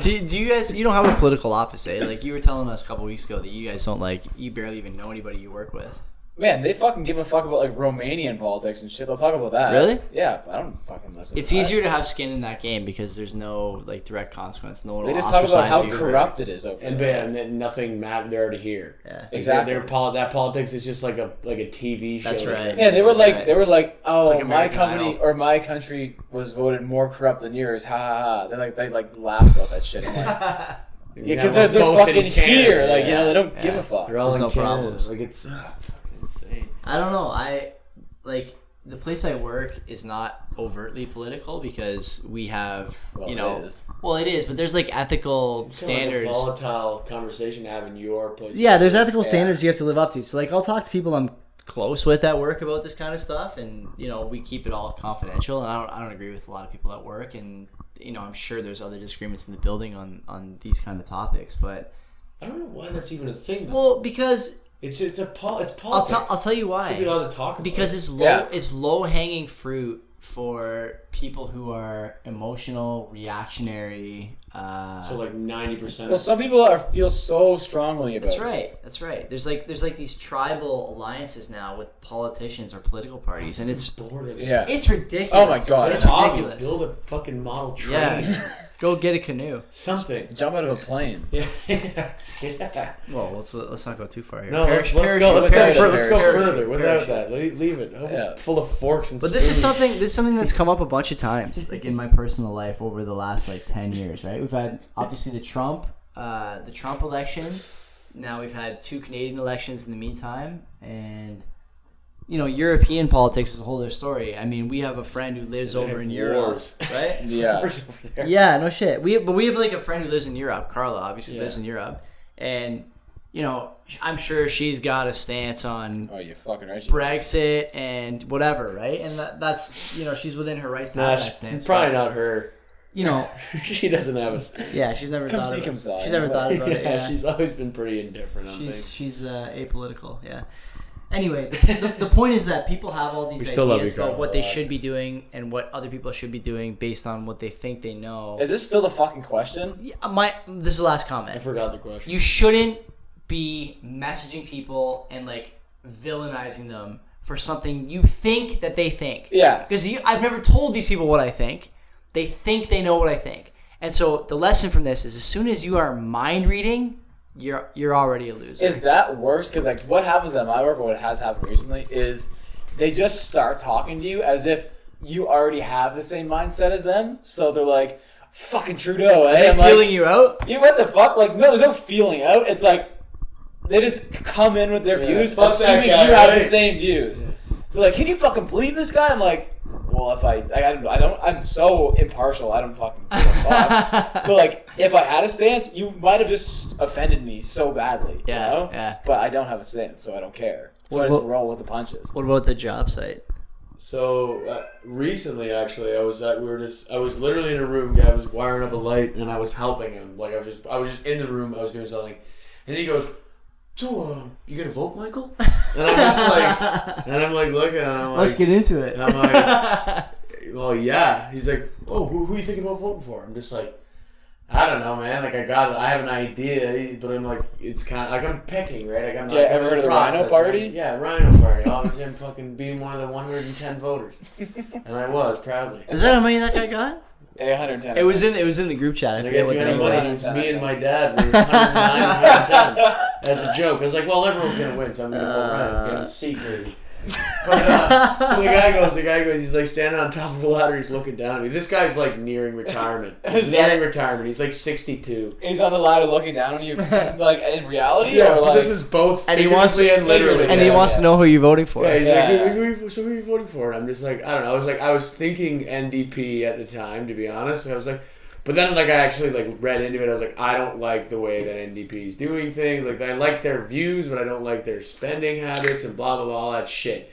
[SPEAKER 1] Do, do you guys? You don't have a political office, eh? Like you were telling us a couple weeks ago that you guys don't like. You barely even know anybody you work with.
[SPEAKER 3] Man, they fucking give a fuck about like Romanian politics and shit. They'll talk about that.
[SPEAKER 1] Really?
[SPEAKER 3] Yeah, but I don't fucking listen.
[SPEAKER 1] It's
[SPEAKER 3] to that.
[SPEAKER 1] easier to have skin in that game because there's no like direct consequence. No one.
[SPEAKER 3] They
[SPEAKER 1] will
[SPEAKER 3] just talk about
[SPEAKER 1] ostracize
[SPEAKER 3] how
[SPEAKER 1] you.
[SPEAKER 3] corrupt it is over
[SPEAKER 2] and
[SPEAKER 3] there.
[SPEAKER 2] bam, then nothing mattered there to hear.
[SPEAKER 1] Yeah.
[SPEAKER 3] Exactly.
[SPEAKER 2] Their, their poli- that politics is just like a like a TV show.
[SPEAKER 1] That's right.
[SPEAKER 3] Yeah, they were
[SPEAKER 1] That's
[SPEAKER 3] like,
[SPEAKER 1] right.
[SPEAKER 3] they were like, oh,
[SPEAKER 1] like
[SPEAKER 3] my
[SPEAKER 1] American
[SPEAKER 3] company
[SPEAKER 1] Idol.
[SPEAKER 3] or my country was voted more corrupt than yours. Ha ha ha. They like, they like laugh about that shit. I'm like, yeah, because they're, they're
[SPEAKER 2] Both in
[SPEAKER 3] fucking
[SPEAKER 2] Canada,
[SPEAKER 3] here. Like, you know,
[SPEAKER 1] yeah,
[SPEAKER 3] they don't
[SPEAKER 1] yeah.
[SPEAKER 3] give a fuck.
[SPEAKER 2] They're all
[SPEAKER 1] There's
[SPEAKER 2] in
[SPEAKER 1] no
[SPEAKER 2] Canada.
[SPEAKER 1] problems.
[SPEAKER 2] Like it's, uh, it's fucking insane.
[SPEAKER 1] I don't know. I like the place I work is not overtly political because we have
[SPEAKER 3] Well,
[SPEAKER 1] you
[SPEAKER 3] it
[SPEAKER 1] know.
[SPEAKER 3] is.
[SPEAKER 1] Well, it is, but there's like ethical
[SPEAKER 2] It's kinda like a
[SPEAKER 1] standards.
[SPEAKER 2] volatile conversation to have in your place.
[SPEAKER 1] Yeah, there's ethical
[SPEAKER 3] Yeah.
[SPEAKER 1] standards you have to live up to. So like I'll talk to people I'm close with at work about this kind of stuff and you know, we keep it all confidential and I don't I don't agree with a lot of people at work and you know, I'm sure there's other disagreements in the building on on these kind of topics, but
[SPEAKER 2] I don't know why that's even a thing. Though.
[SPEAKER 1] well, because
[SPEAKER 2] it's it's a pol- it's
[SPEAKER 1] I'll
[SPEAKER 2] politics.
[SPEAKER 1] tell I'll tell you
[SPEAKER 2] It's something
[SPEAKER 1] why.
[SPEAKER 2] on the talk about.
[SPEAKER 1] Because it's low
[SPEAKER 3] Yeah.
[SPEAKER 1] it's low hanging fruit for people who are emotional, reactionary. Uh,
[SPEAKER 2] so like ninety percent.
[SPEAKER 3] Well, some people are, feel so strongly about
[SPEAKER 1] That's
[SPEAKER 3] it.
[SPEAKER 1] right. That's right. There's like there's like these tribal alliances now with politicians or political parties, and it's
[SPEAKER 2] bored of it.
[SPEAKER 3] Yeah.
[SPEAKER 1] it's ridiculous.
[SPEAKER 3] Oh my God.
[SPEAKER 1] it's
[SPEAKER 2] It's obvious.
[SPEAKER 1] ridiculous.
[SPEAKER 2] Build a fucking model train.
[SPEAKER 1] Yeah, go get a canoe.
[SPEAKER 2] Something.
[SPEAKER 3] Jump out of a plane.
[SPEAKER 2] Yeah. yeah.
[SPEAKER 1] Well, let's let's not go too far here.
[SPEAKER 2] No,
[SPEAKER 1] Parish-
[SPEAKER 2] let's, let's
[SPEAKER 1] parachute,
[SPEAKER 2] go. Let's go,
[SPEAKER 3] parachute,
[SPEAKER 2] fur- let's go
[SPEAKER 3] parachute,
[SPEAKER 2] further without
[SPEAKER 1] parachute.
[SPEAKER 2] that. Le- Leave it. Oh,
[SPEAKER 3] Yeah.
[SPEAKER 2] It's full of forks and.
[SPEAKER 1] But this is
[SPEAKER 2] spoons.
[SPEAKER 1] something this is something that's come up a bunch of times, like in my personal life over the last like ten years, right? We've had obviously the Trump, uh, the Trump election. Now we've had two Canadian elections in the meantime, and you know European politics is a whole other story. I mean, we have a friend who lives
[SPEAKER 2] They
[SPEAKER 1] over
[SPEAKER 2] have
[SPEAKER 1] in Europe,
[SPEAKER 2] wars.
[SPEAKER 1] right?
[SPEAKER 3] Yeah.
[SPEAKER 2] Forks over there.
[SPEAKER 1] Yeah, no shit. We but we have like a friend who lives in Europe. Carla obviously
[SPEAKER 2] Yeah.
[SPEAKER 1] lives in Europe, and you know I'm sure she's got a stance on
[SPEAKER 3] Oh, you fucking right. you-
[SPEAKER 1] Brexit and whatever, right? And that, that's you know she's within her rights to
[SPEAKER 2] Nah,
[SPEAKER 1] have that
[SPEAKER 2] she's
[SPEAKER 1] stance.
[SPEAKER 2] probably
[SPEAKER 1] but,
[SPEAKER 2] not her.
[SPEAKER 1] You know,
[SPEAKER 2] she doesn't have a. st-
[SPEAKER 1] yeah, she's never
[SPEAKER 3] Come
[SPEAKER 1] thought
[SPEAKER 3] see,
[SPEAKER 1] about
[SPEAKER 3] come
[SPEAKER 1] it.
[SPEAKER 3] saw,
[SPEAKER 1] She's
[SPEAKER 3] yeah.
[SPEAKER 1] never thought about
[SPEAKER 2] yeah,
[SPEAKER 1] it. Yeah,
[SPEAKER 2] she's always been pretty indifferent on
[SPEAKER 1] she's
[SPEAKER 2] things.
[SPEAKER 1] she's uh, apolitical. Yeah. Anyway, the, the, the point is that people have all
[SPEAKER 2] We
[SPEAKER 1] these
[SPEAKER 2] still love
[SPEAKER 1] ideas
[SPEAKER 2] you, Carla,
[SPEAKER 1] about
[SPEAKER 2] a
[SPEAKER 1] what they
[SPEAKER 2] lot.
[SPEAKER 1] should be doing and what other people should be doing based on what they think they know.
[SPEAKER 3] Is this still the fucking question?
[SPEAKER 1] Yeah, my this is the last comment.
[SPEAKER 2] I forgot the question.
[SPEAKER 1] you shouldn't be messaging people and like villainizing them for something you think that they think.
[SPEAKER 3] Yeah.
[SPEAKER 1] Because you, I've never told these people what I think. They think they know what I think. And so the lesson from this is as soon as you are mind reading, you're you're already a loser.
[SPEAKER 3] Is that worse? Because like, what happens at my work, or what has happened recently, is they just start talking to you as if you already have the same mindset as them. So they're like, "Fucking Trudeau,"
[SPEAKER 1] Are
[SPEAKER 3] eh?
[SPEAKER 1] they
[SPEAKER 3] I'm like,
[SPEAKER 1] feeling you out?
[SPEAKER 3] You know what the fuck? Like, no, there's no feeling out. It's like they just come in with their
[SPEAKER 2] Yeah,
[SPEAKER 3] views,
[SPEAKER 2] fuck that
[SPEAKER 3] assuming
[SPEAKER 2] guy,
[SPEAKER 3] you have
[SPEAKER 2] right?
[SPEAKER 3] the same views. So like, can you fucking believe this guy? I'm like, well, if I, I, I don't, I don't, I'm so impartial. I don't fucking give a fuck. but like, if I had a stance, you might have just offended me so badly.
[SPEAKER 1] Yeah,
[SPEAKER 3] You know?
[SPEAKER 1] yeah.
[SPEAKER 3] But I don't have a stance, so I don't care. So
[SPEAKER 1] What
[SPEAKER 3] I just
[SPEAKER 1] about-
[SPEAKER 3] roll with the punches.
[SPEAKER 1] What about the job site?
[SPEAKER 2] So uh, recently, actually, I was at, we were just I was literally in a room. Guy was wiring up a light, and I was helping him. Like I was just I was just in the room. I was doing something, and he goes, "So uh, you gonna vote, Michael?" And I'm just like, and I'm like looking, and I'm like,
[SPEAKER 1] Let's get into it.
[SPEAKER 2] and I'm like, well, yeah. He's like, oh, who, who are you thinking about voting for? I'm just like, I don't know, man. Like, I got it. I have an idea, but I'm like, it's kind of like I'm picking, right? Like, I'm not
[SPEAKER 3] Yeah, ever heard of the Rhino
[SPEAKER 2] process,
[SPEAKER 3] Party?
[SPEAKER 2] right? Yeah, Rhino Party. Obviously, I'm fucking being one of the 110 voters, and I was proudly.
[SPEAKER 1] Is that how many that guy got?
[SPEAKER 3] A 110.
[SPEAKER 1] It was in. It was in the group chat. I
[SPEAKER 2] Like,
[SPEAKER 1] forget
[SPEAKER 2] I
[SPEAKER 1] what
[SPEAKER 2] got
[SPEAKER 1] that
[SPEAKER 2] 200
[SPEAKER 1] was.
[SPEAKER 2] votes.
[SPEAKER 3] like-
[SPEAKER 2] It was me and my dad. We were 109 110. That's a joke. I was like, well, liberals gonna win, so I'm gonna vote Rhino.
[SPEAKER 1] Uh.
[SPEAKER 2] Get a C grade. But, uh, so the guy goes, the guy goes, he's like standing on top of a ladder, he's looking down at me. This guy's like nearing retirement. He's
[SPEAKER 3] Is that-
[SPEAKER 2] nearing retirement. He's like 62.
[SPEAKER 3] He's on the ladder looking down on you, like in reality,
[SPEAKER 2] Yeah,
[SPEAKER 3] or
[SPEAKER 2] but
[SPEAKER 3] like
[SPEAKER 2] this is both
[SPEAKER 1] And he wants to-
[SPEAKER 2] figuratively and literally.
[SPEAKER 1] And he
[SPEAKER 3] Yeah,
[SPEAKER 1] wants
[SPEAKER 3] yeah.
[SPEAKER 1] to know who you're voting for.
[SPEAKER 2] Yeah, he's
[SPEAKER 3] Yeah.
[SPEAKER 2] like, who, who- who- so who are you voting for? And I'm just like, I don't know. I was like, I was thinking NDP at the time, to be honest. And I was like, but then like I actually like read into it. I was like, I don't like the way that NDP is doing things. Like I like their views, but I don't like their spending habits and blah blah blah all that shit.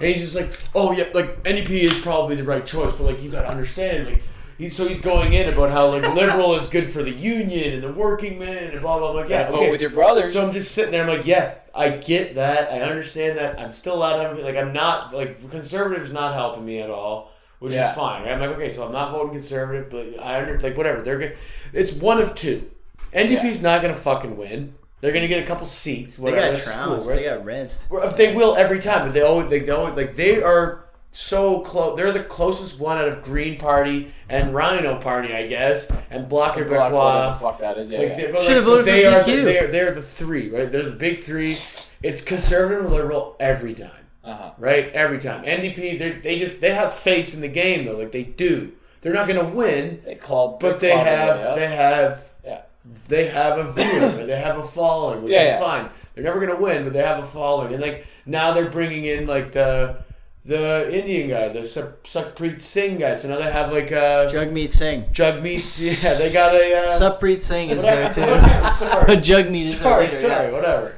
[SPEAKER 2] And he's just like, oh yeah, like NDP is probably the right choice, but like you gotta understand, like. He, so he's going in about how like liberal is good for the union and the working man and blah blah blah. Like, Yeah,
[SPEAKER 3] vote
[SPEAKER 2] okay.
[SPEAKER 3] with your brothers.
[SPEAKER 2] So I'm just sitting there. I'm like, yeah, I get that. I understand that. I'm still out of like I'm not like conservatives not helping me at all, which
[SPEAKER 3] Yeah.
[SPEAKER 2] is fine. Right? I'm like, okay, so I'm not voting conservative, but I under like whatever. They're gonna. It's one of two. NDP's not gonna fucking win. They're gonna get a couple seats.
[SPEAKER 1] They
[SPEAKER 2] Whatever.
[SPEAKER 1] got
[SPEAKER 2] That's
[SPEAKER 1] trounced.
[SPEAKER 2] cool, right?
[SPEAKER 1] They got rinsed.
[SPEAKER 2] Well, if they will every time, but they always they, they always like they are so close. They're the closest one out of Green Party and Rhino Party, I guess, and Bloc
[SPEAKER 3] Block, whatever
[SPEAKER 2] Québécois.
[SPEAKER 3] the fuck that is. Yeah,
[SPEAKER 2] uh, Like,
[SPEAKER 3] yeah.
[SPEAKER 2] they- but,
[SPEAKER 1] Should have
[SPEAKER 2] like,
[SPEAKER 1] voted
[SPEAKER 2] they
[SPEAKER 1] for
[SPEAKER 2] are
[SPEAKER 1] PQ.
[SPEAKER 2] The, they're, they're the three, right? They're the big three. It's conservative and liberal every time,
[SPEAKER 3] Uh-huh.
[SPEAKER 2] right? Every time. NDP, they they just they have face in the game though, like they do. They're not going to win,
[SPEAKER 3] They called,
[SPEAKER 2] but they
[SPEAKER 3] clawed their
[SPEAKER 2] have
[SPEAKER 3] way up.
[SPEAKER 2] they have
[SPEAKER 3] Yeah.
[SPEAKER 2] they have a viewer, and they have a following, which
[SPEAKER 3] Yeah,
[SPEAKER 2] is
[SPEAKER 3] yeah.
[SPEAKER 2] fine. They're never going to win, but they have a following, and like now they're bringing in like the. The Indian guy, the Sup- Sukhpreet Singh guy. So now they have like a
[SPEAKER 1] Jugmeet Singh.
[SPEAKER 2] Jugmeet. Yeah, they got a. Uh,
[SPEAKER 1] Supreet Singh is there too.
[SPEAKER 2] Sorry.
[SPEAKER 1] Jugmeet is
[SPEAKER 2] Sorry,
[SPEAKER 1] there. too,
[SPEAKER 2] sorry, whatever.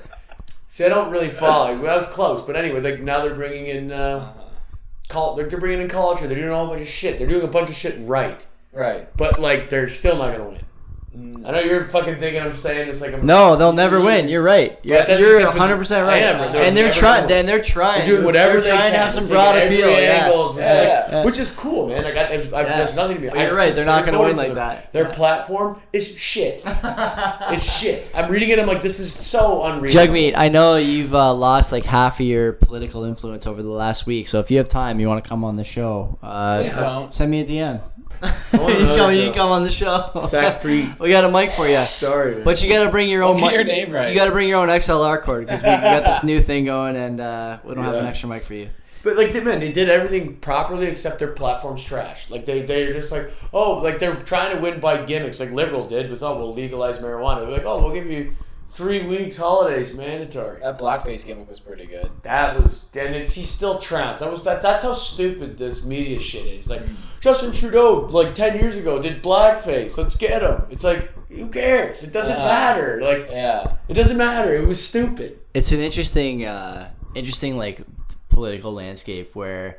[SPEAKER 2] See, I don't really follow. Like, I was close, but anyway, like now they're bringing in uh,
[SPEAKER 3] Uh-huh.
[SPEAKER 2] cult. They're, they're bringing in culture. They're doing a whole bunch of shit. They're doing a bunch of shit right,
[SPEAKER 3] Right.
[SPEAKER 2] but like they're still not gonna win. I know you're fucking thinking I'm saying this like I'm.
[SPEAKER 1] No, they'll never win. You're right. You're,
[SPEAKER 2] that's
[SPEAKER 1] you're
[SPEAKER 2] the-
[SPEAKER 1] 100 percent right.
[SPEAKER 2] I am, but they're
[SPEAKER 1] and they're
[SPEAKER 2] never
[SPEAKER 1] trying.
[SPEAKER 2] gonna
[SPEAKER 1] Then
[SPEAKER 2] win.
[SPEAKER 1] they're trying.
[SPEAKER 2] They're doing whatever
[SPEAKER 1] They're
[SPEAKER 2] they
[SPEAKER 1] trying
[SPEAKER 2] can
[SPEAKER 1] to have some
[SPEAKER 2] They're
[SPEAKER 1] broad
[SPEAKER 2] taking
[SPEAKER 1] appeal.
[SPEAKER 2] every
[SPEAKER 1] Yeah.
[SPEAKER 2] angles, which, is
[SPEAKER 3] Yeah.
[SPEAKER 2] like-
[SPEAKER 1] Yeah.
[SPEAKER 2] which is cool, man. Like I, I, I,
[SPEAKER 1] Yeah.
[SPEAKER 2] there's nothing to be.
[SPEAKER 1] But you're right, they're not gonna
[SPEAKER 2] voting
[SPEAKER 1] win like
[SPEAKER 2] for them.
[SPEAKER 1] that.
[SPEAKER 2] Their platform is shit. it's shit. I'm reading it. I'm like, this is so unreal.
[SPEAKER 1] Jugmeet, I know you've uh, lost like half of your political influence over the last week. So if you have time, you want to come on the show. Uh,
[SPEAKER 3] Please don't.
[SPEAKER 1] Send me a DM.
[SPEAKER 2] on
[SPEAKER 1] you,
[SPEAKER 2] another
[SPEAKER 1] come, you
[SPEAKER 2] show.
[SPEAKER 1] come on the show.
[SPEAKER 2] Sackpreet.
[SPEAKER 1] we got a mic for you.
[SPEAKER 2] Sorry, man.
[SPEAKER 1] But you got to bring your own.
[SPEAKER 3] Get
[SPEAKER 1] mic.
[SPEAKER 3] your name right.
[SPEAKER 1] You got to bring your own XLR cord because we we got this new thing going, and uh, we don't have an
[SPEAKER 2] Yeah.
[SPEAKER 1] extra mic for you.
[SPEAKER 2] But like, they- man, they did everything properly except their platform's trash. Like they they're just like, oh, like they're trying to win by gimmicks, like liberal did with oh, we'll legalize marijuana. They're like, oh, we'll give you three weeks holidays mandatory.
[SPEAKER 3] That blackface gimmick was pretty good.
[SPEAKER 2] That was and it's, he's still trounced. That was that, that's how stupid this media shit is. Like
[SPEAKER 1] Mm-hmm.
[SPEAKER 2] Justin Trudeau, like ten years ago, did blackface. Let's get him. It's like who cares? It doesn't
[SPEAKER 3] Yeah.
[SPEAKER 2] matter. Like
[SPEAKER 3] Yeah.
[SPEAKER 2] it doesn't matter. It was stupid.
[SPEAKER 1] It's an interesting, uh, interesting like political landscape where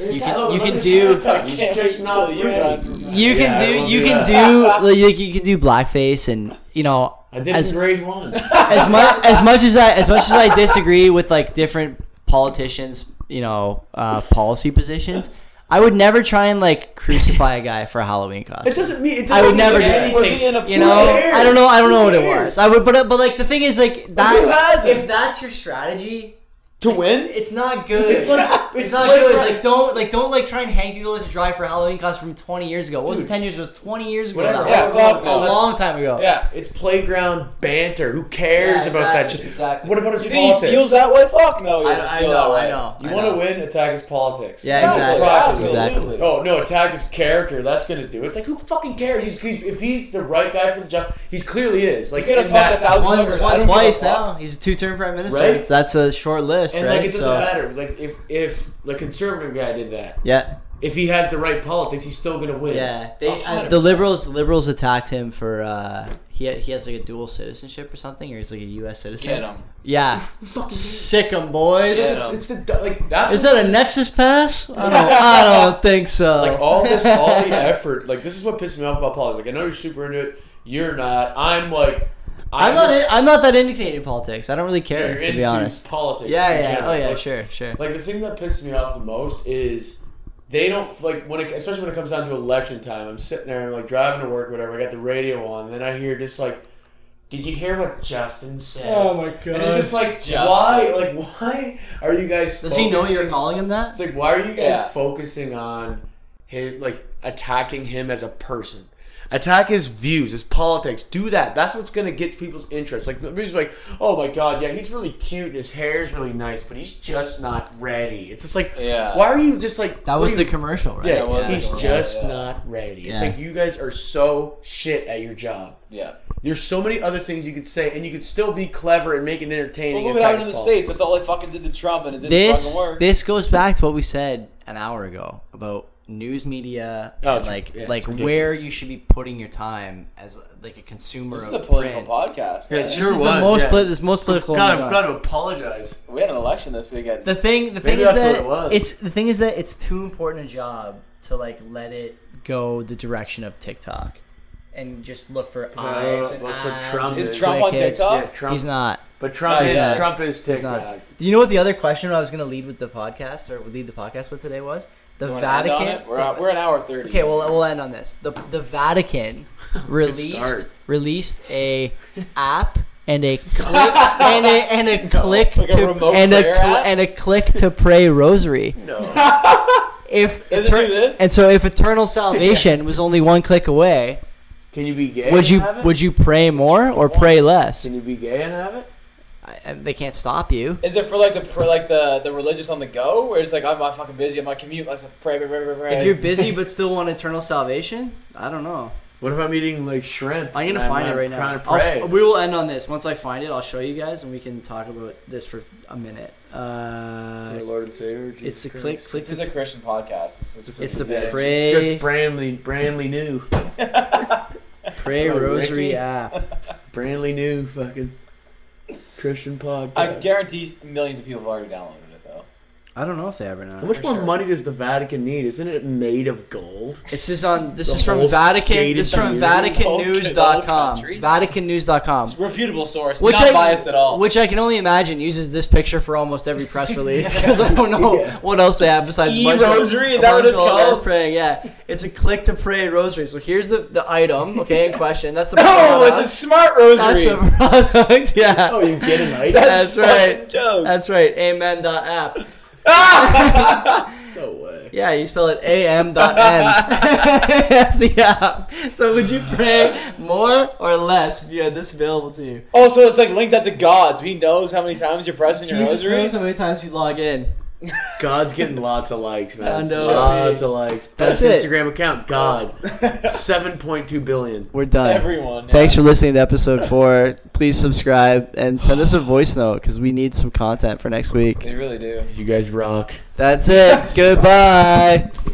[SPEAKER 1] you
[SPEAKER 2] oh,
[SPEAKER 1] can you can do
[SPEAKER 2] It's just not
[SPEAKER 3] you
[SPEAKER 2] ready.
[SPEAKER 1] you can
[SPEAKER 2] Yeah, I
[SPEAKER 1] do
[SPEAKER 2] won't
[SPEAKER 1] you
[SPEAKER 2] do
[SPEAKER 1] can
[SPEAKER 2] that.
[SPEAKER 1] do like you- you can do blackface and you know
[SPEAKER 2] I did
[SPEAKER 1] As-
[SPEAKER 2] in grade one.
[SPEAKER 1] as much as much as I as much as I disagree with like different politicians, you know, uh, policy positions, I would never try and like crucify a guy for a Halloween costume.
[SPEAKER 2] It doesn't mean it doesn't
[SPEAKER 1] I would never
[SPEAKER 2] mean
[SPEAKER 1] do
[SPEAKER 2] anything.
[SPEAKER 1] that.
[SPEAKER 3] Was he in a
[SPEAKER 1] you know,
[SPEAKER 2] cares?
[SPEAKER 1] I don't know. I don't know what it
[SPEAKER 2] Who cares?
[SPEAKER 1] was. I would, but but like the thing is, like
[SPEAKER 2] who
[SPEAKER 1] that.
[SPEAKER 2] hasn't?
[SPEAKER 1] If that's your strategy,
[SPEAKER 2] to win?
[SPEAKER 1] it's not good.
[SPEAKER 2] It's not-
[SPEAKER 1] It's
[SPEAKER 2] it's
[SPEAKER 1] not
[SPEAKER 2] plain
[SPEAKER 1] good.
[SPEAKER 2] right.
[SPEAKER 1] Like don't like don't like try and hang people to dry for a Halloween costume from twenty years ago. What was it
[SPEAKER 2] Dude.
[SPEAKER 1] ten years ago? It was twenty years ago.
[SPEAKER 2] Whatever.
[SPEAKER 1] now.
[SPEAKER 2] Yeah,
[SPEAKER 1] It was
[SPEAKER 3] well,
[SPEAKER 1] a
[SPEAKER 3] no, that's-
[SPEAKER 1] long time ago.
[SPEAKER 3] Yeah.
[SPEAKER 2] It's playground banter. Who cares
[SPEAKER 1] Yeah,
[SPEAKER 2] about that
[SPEAKER 1] exactly,
[SPEAKER 2] shit?
[SPEAKER 1] exactly.
[SPEAKER 2] What about his
[SPEAKER 3] You think he
[SPEAKER 2] politics?
[SPEAKER 3] feels that way? Fuck no. He doesn't
[SPEAKER 1] I, I
[SPEAKER 3] feel
[SPEAKER 1] know.
[SPEAKER 3] that way.
[SPEAKER 1] I know.
[SPEAKER 2] you
[SPEAKER 1] I
[SPEAKER 2] want
[SPEAKER 1] know.
[SPEAKER 2] to win? Attack his politics.
[SPEAKER 1] Yeah,
[SPEAKER 2] Attack
[SPEAKER 1] exactly.
[SPEAKER 2] his
[SPEAKER 1] Exactly.
[SPEAKER 2] property.
[SPEAKER 3] Absolutely.
[SPEAKER 2] Oh no! Attack his character. That's gonna do. it. It's like who fucking cares? He's, he's if he's the right guy for the job, he clearly is. Like
[SPEAKER 3] You gotta
[SPEAKER 2] in
[SPEAKER 3] fuck
[SPEAKER 2] that-
[SPEAKER 3] a thousand
[SPEAKER 1] One,
[SPEAKER 3] numbers. I
[SPEAKER 1] one
[SPEAKER 3] don't give a
[SPEAKER 1] twice
[SPEAKER 3] fuck.
[SPEAKER 1] now. He's a two-term prime minister.
[SPEAKER 2] Right?
[SPEAKER 1] So that's a short list,
[SPEAKER 2] And
[SPEAKER 1] right?
[SPEAKER 2] like it doesn't
[SPEAKER 1] so,
[SPEAKER 2] matter. Like if if the conservative guy did that,
[SPEAKER 1] Yeah.
[SPEAKER 2] if he has the right politics, he's still going to win.
[SPEAKER 1] Yeah, they, uh,
[SPEAKER 2] 100%.
[SPEAKER 1] the liberals the liberals attacked him for uh, he he has like a dual citizenship or something, or he's like a U.S. citizen.
[SPEAKER 3] Get him.
[SPEAKER 1] Yeah, sick 'em, boys.
[SPEAKER 3] Yeah.
[SPEAKER 2] It's, it's the like that's
[SPEAKER 1] Is that a Nexus pass? I don't, I don't think so.
[SPEAKER 2] like all this all the effort like this is what pisses me off about politics. Like I know you're super into it, you're not. I'm like
[SPEAKER 1] I'm not
[SPEAKER 2] just-
[SPEAKER 1] I'm not that indicated in politics. I don't really care
[SPEAKER 2] you're
[SPEAKER 1] to be
[SPEAKER 2] into
[SPEAKER 1] honest.
[SPEAKER 2] Politics.
[SPEAKER 1] Yeah,
[SPEAKER 2] in
[SPEAKER 1] yeah.
[SPEAKER 2] general.
[SPEAKER 1] Oh yeah,
[SPEAKER 2] Like,
[SPEAKER 1] sure, sure.
[SPEAKER 2] Like the thing that pisses me off the most is they don't like when it, especially when it comes down to election time. I'm sitting there, I'm like driving to work, or whatever. I got the radio on, and then I hear just like, "Did you hear what Justin said?"
[SPEAKER 7] my
[SPEAKER 2] and it's just like,
[SPEAKER 3] Justin.
[SPEAKER 2] why? Like, why are you guys?
[SPEAKER 1] Does he know
[SPEAKER 2] focusing-
[SPEAKER 1] you're calling him that?
[SPEAKER 2] It's like, why are you guys
[SPEAKER 3] Yeah.
[SPEAKER 2] focusing on him, like attacking him as a person? Attack his views, his politics. Do that. That's what's gonna get people's interest. Like nobody's like, oh my god, yeah, he's really cute and his hair's really nice, but he's just not ready. It's just like,
[SPEAKER 3] Yeah.
[SPEAKER 2] why are you just like?
[SPEAKER 1] That
[SPEAKER 2] what
[SPEAKER 1] was
[SPEAKER 2] are
[SPEAKER 1] the
[SPEAKER 2] you-
[SPEAKER 1] commercial, right?
[SPEAKER 2] yeah.
[SPEAKER 3] That was the
[SPEAKER 2] he's
[SPEAKER 3] commercial,
[SPEAKER 2] just
[SPEAKER 3] yeah.
[SPEAKER 2] not ready. It's
[SPEAKER 1] Yeah.
[SPEAKER 2] like you guys are so shit at your job.
[SPEAKER 3] Yeah.
[SPEAKER 2] There's so many other things you could say, and you could still be clever and make it entertaining.
[SPEAKER 3] Well, look
[SPEAKER 2] and
[SPEAKER 3] what happened in the
[SPEAKER 2] tax
[SPEAKER 3] states. That's all they fucking did to Trump, and it didn't
[SPEAKER 1] this
[SPEAKER 3] fucking work.
[SPEAKER 1] this goes back to what we said an hour ago about news media
[SPEAKER 2] Oh,
[SPEAKER 1] and
[SPEAKER 2] it's-
[SPEAKER 1] like
[SPEAKER 2] yeah, it's
[SPEAKER 1] like
[SPEAKER 2] ridiculous.
[SPEAKER 1] where you should be putting your time as like a consumer
[SPEAKER 3] This is a
[SPEAKER 1] of
[SPEAKER 3] political
[SPEAKER 1] print.
[SPEAKER 3] podcast.
[SPEAKER 2] Yeah,
[SPEAKER 3] man.
[SPEAKER 2] sure.
[SPEAKER 1] This is the
[SPEAKER 2] was,
[SPEAKER 1] most
[SPEAKER 2] yeah.
[SPEAKER 1] poli- this most political.
[SPEAKER 2] God,
[SPEAKER 1] we've
[SPEAKER 2] I've
[SPEAKER 1] done.
[SPEAKER 2] got to apologize.
[SPEAKER 3] We had an election this weekend.
[SPEAKER 1] The thing the thing
[SPEAKER 2] Maybe
[SPEAKER 1] is
[SPEAKER 2] that's what
[SPEAKER 1] that
[SPEAKER 2] it was.
[SPEAKER 1] it's the thing is that it's too important a job to like let it go the direction of TikTok and just look for eyes and
[SPEAKER 2] look for
[SPEAKER 1] ads
[SPEAKER 2] Trump.
[SPEAKER 1] and
[SPEAKER 3] is Trump on
[SPEAKER 1] click hits.
[SPEAKER 3] TikTok?
[SPEAKER 2] Trump.
[SPEAKER 1] He's not.
[SPEAKER 2] But Trump
[SPEAKER 3] No,
[SPEAKER 2] is
[SPEAKER 3] he's not.
[SPEAKER 2] Trump is
[SPEAKER 1] He's
[SPEAKER 2] TikTok.
[SPEAKER 1] not. Do you know what the other question I was going to lead with the podcast or lead the podcast with today was? The
[SPEAKER 3] You wanna end on
[SPEAKER 1] Vatican.
[SPEAKER 3] it? We're, at- we're an hour thirty.
[SPEAKER 1] Okay, well we'll end on this. The the Vatican released
[SPEAKER 2] start.
[SPEAKER 1] released a app and a click and a and a click
[SPEAKER 3] like a
[SPEAKER 1] to
[SPEAKER 3] remote
[SPEAKER 1] and a
[SPEAKER 3] prayer
[SPEAKER 1] cl-
[SPEAKER 3] app?
[SPEAKER 1] and a click to pray rosary.
[SPEAKER 3] no.
[SPEAKER 1] If
[SPEAKER 3] Does it do this?
[SPEAKER 1] and so if eternal salvation was only one click away,
[SPEAKER 2] Can you be gay?
[SPEAKER 1] would you
[SPEAKER 2] and have it?
[SPEAKER 1] would you pray more or pray less?
[SPEAKER 2] Can you be gay and have it?
[SPEAKER 1] I, I- they can't stop you.
[SPEAKER 3] Is it for like the for like the, the religious on the go, where it's like I'm, i fucking busy, I'm on commute, I'm pray, pray, pray, pray, pray.
[SPEAKER 1] If you're busy but still want eternal salvation, I don't know.
[SPEAKER 2] What if I'm eating like shrimp?
[SPEAKER 1] I'm
[SPEAKER 2] and
[SPEAKER 1] gonna find
[SPEAKER 2] not
[SPEAKER 1] it right
[SPEAKER 2] trying
[SPEAKER 1] now.
[SPEAKER 2] to pray.
[SPEAKER 1] I'll, we will end on this. Once I find it, I'll show you guys, and we can talk about this for a minute. Uh,
[SPEAKER 2] Dear Lord and Savior, Jesus
[SPEAKER 1] it's the
[SPEAKER 2] Christ.
[SPEAKER 1] click, click.
[SPEAKER 3] this is a Christian podcast. This is
[SPEAKER 1] It's the
[SPEAKER 3] Yeah.
[SPEAKER 1] pray,
[SPEAKER 2] Just brandly, brandly new,
[SPEAKER 1] pray
[SPEAKER 2] Oh,
[SPEAKER 1] rosary
[SPEAKER 2] Ricky?
[SPEAKER 1] app.
[SPEAKER 2] brandly new fucking Christian podcast.
[SPEAKER 3] I guarantee millions of people have already downloaded it though.
[SPEAKER 1] I don't know if they ever know.
[SPEAKER 2] How much
[SPEAKER 3] for
[SPEAKER 2] more
[SPEAKER 3] sure.
[SPEAKER 2] money does the Vatican need? Isn't it made of gold?
[SPEAKER 1] This is on. This
[SPEAKER 2] The
[SPEAKER 1] is from
[SPEAKER 2] whole
[SPEAKER 1] Vatican.
[SPEAKER 2] state
[SPEAKER 1] This is
[SPEAKER 2] is
[SPEAKER 1] from
[SPEAKER 2] the
[SPEAKER 1] VaticanNews.com.
[SPEAKER 3] country.
[SPEAKER 1] VaticanNews.com.
[SPEAKER 3] It's a reputable source, not biased at all.
[SPEAKER 1] Um, Which I can only imagine uses this picture for almost every press release because I don't know what else they have besides
[SPEAKER 3] E
[SPEAKER 1] bunch of-
[SPEAKER 3] rosary, is
[SPEAKER 1] a
[SPEAKER 3] that what
[SPEAKER 1] bunch
[SPEAKER 3] it's
[SPEAKER 1] of old guys
[SPEAKER 3] called?
[SPEAKER 1] Praying, yeah. It's a click to pray rosary. So here's the, the item, okay, in question. That's the
[SPEAKER 3] oh,
[SPEAKER 1] product.
[SPEAKER 3] it's a smart
[SPEAKER 1] That's
[SPEAKER 3] rosary.
[SPEAKER 1] the product. Yeah.
[SPEAKER 2] Oh, you get it, right?
[SPEAKER 1] That's
[SPEAKER 3] fucking
[SPEAKER 1] right.
[SPEAKER 3] Jokes.
[SPEAKER 1] That's right. Amen.app.
[SPEAKER 3] Ah!
[SPEAKER 2] No way.
[SPEAKER 1] Yeah, you spell it am dot n. That's the app. So would you pray more or less if you had this available to you?
[SPEAKER 3] also, it's like linked up to gods. He knows how many times you're pressing your
[SPEAKER 1] Jesus
[SPEAKER 3] rosary.
[SPEAKER 1] knows how many times you log in.
[SPEAKER 2] God's getting lots of likes, man.
[SPEAKER 1] I know.
[SPEAKER 2] Lots of likes.
[SPEAKER 1] That's
[SPEAKER 2] Best
[SPEAKER 1] it.
[SPEAKER 2] Instagram account, God, seven point two billion.
[SPEAKER 1] We're done.
[SPEAKER 3] Everyone. yeah.
[SPEAKER 1] Thanks for listening to episode four. Please subscribe and send us a voice note because we need some content for next week.
[SPEAKER 3] They really do.
[SPEAKER 2] You guys rock.
[SPEAKER 1] That's it. Goodbye.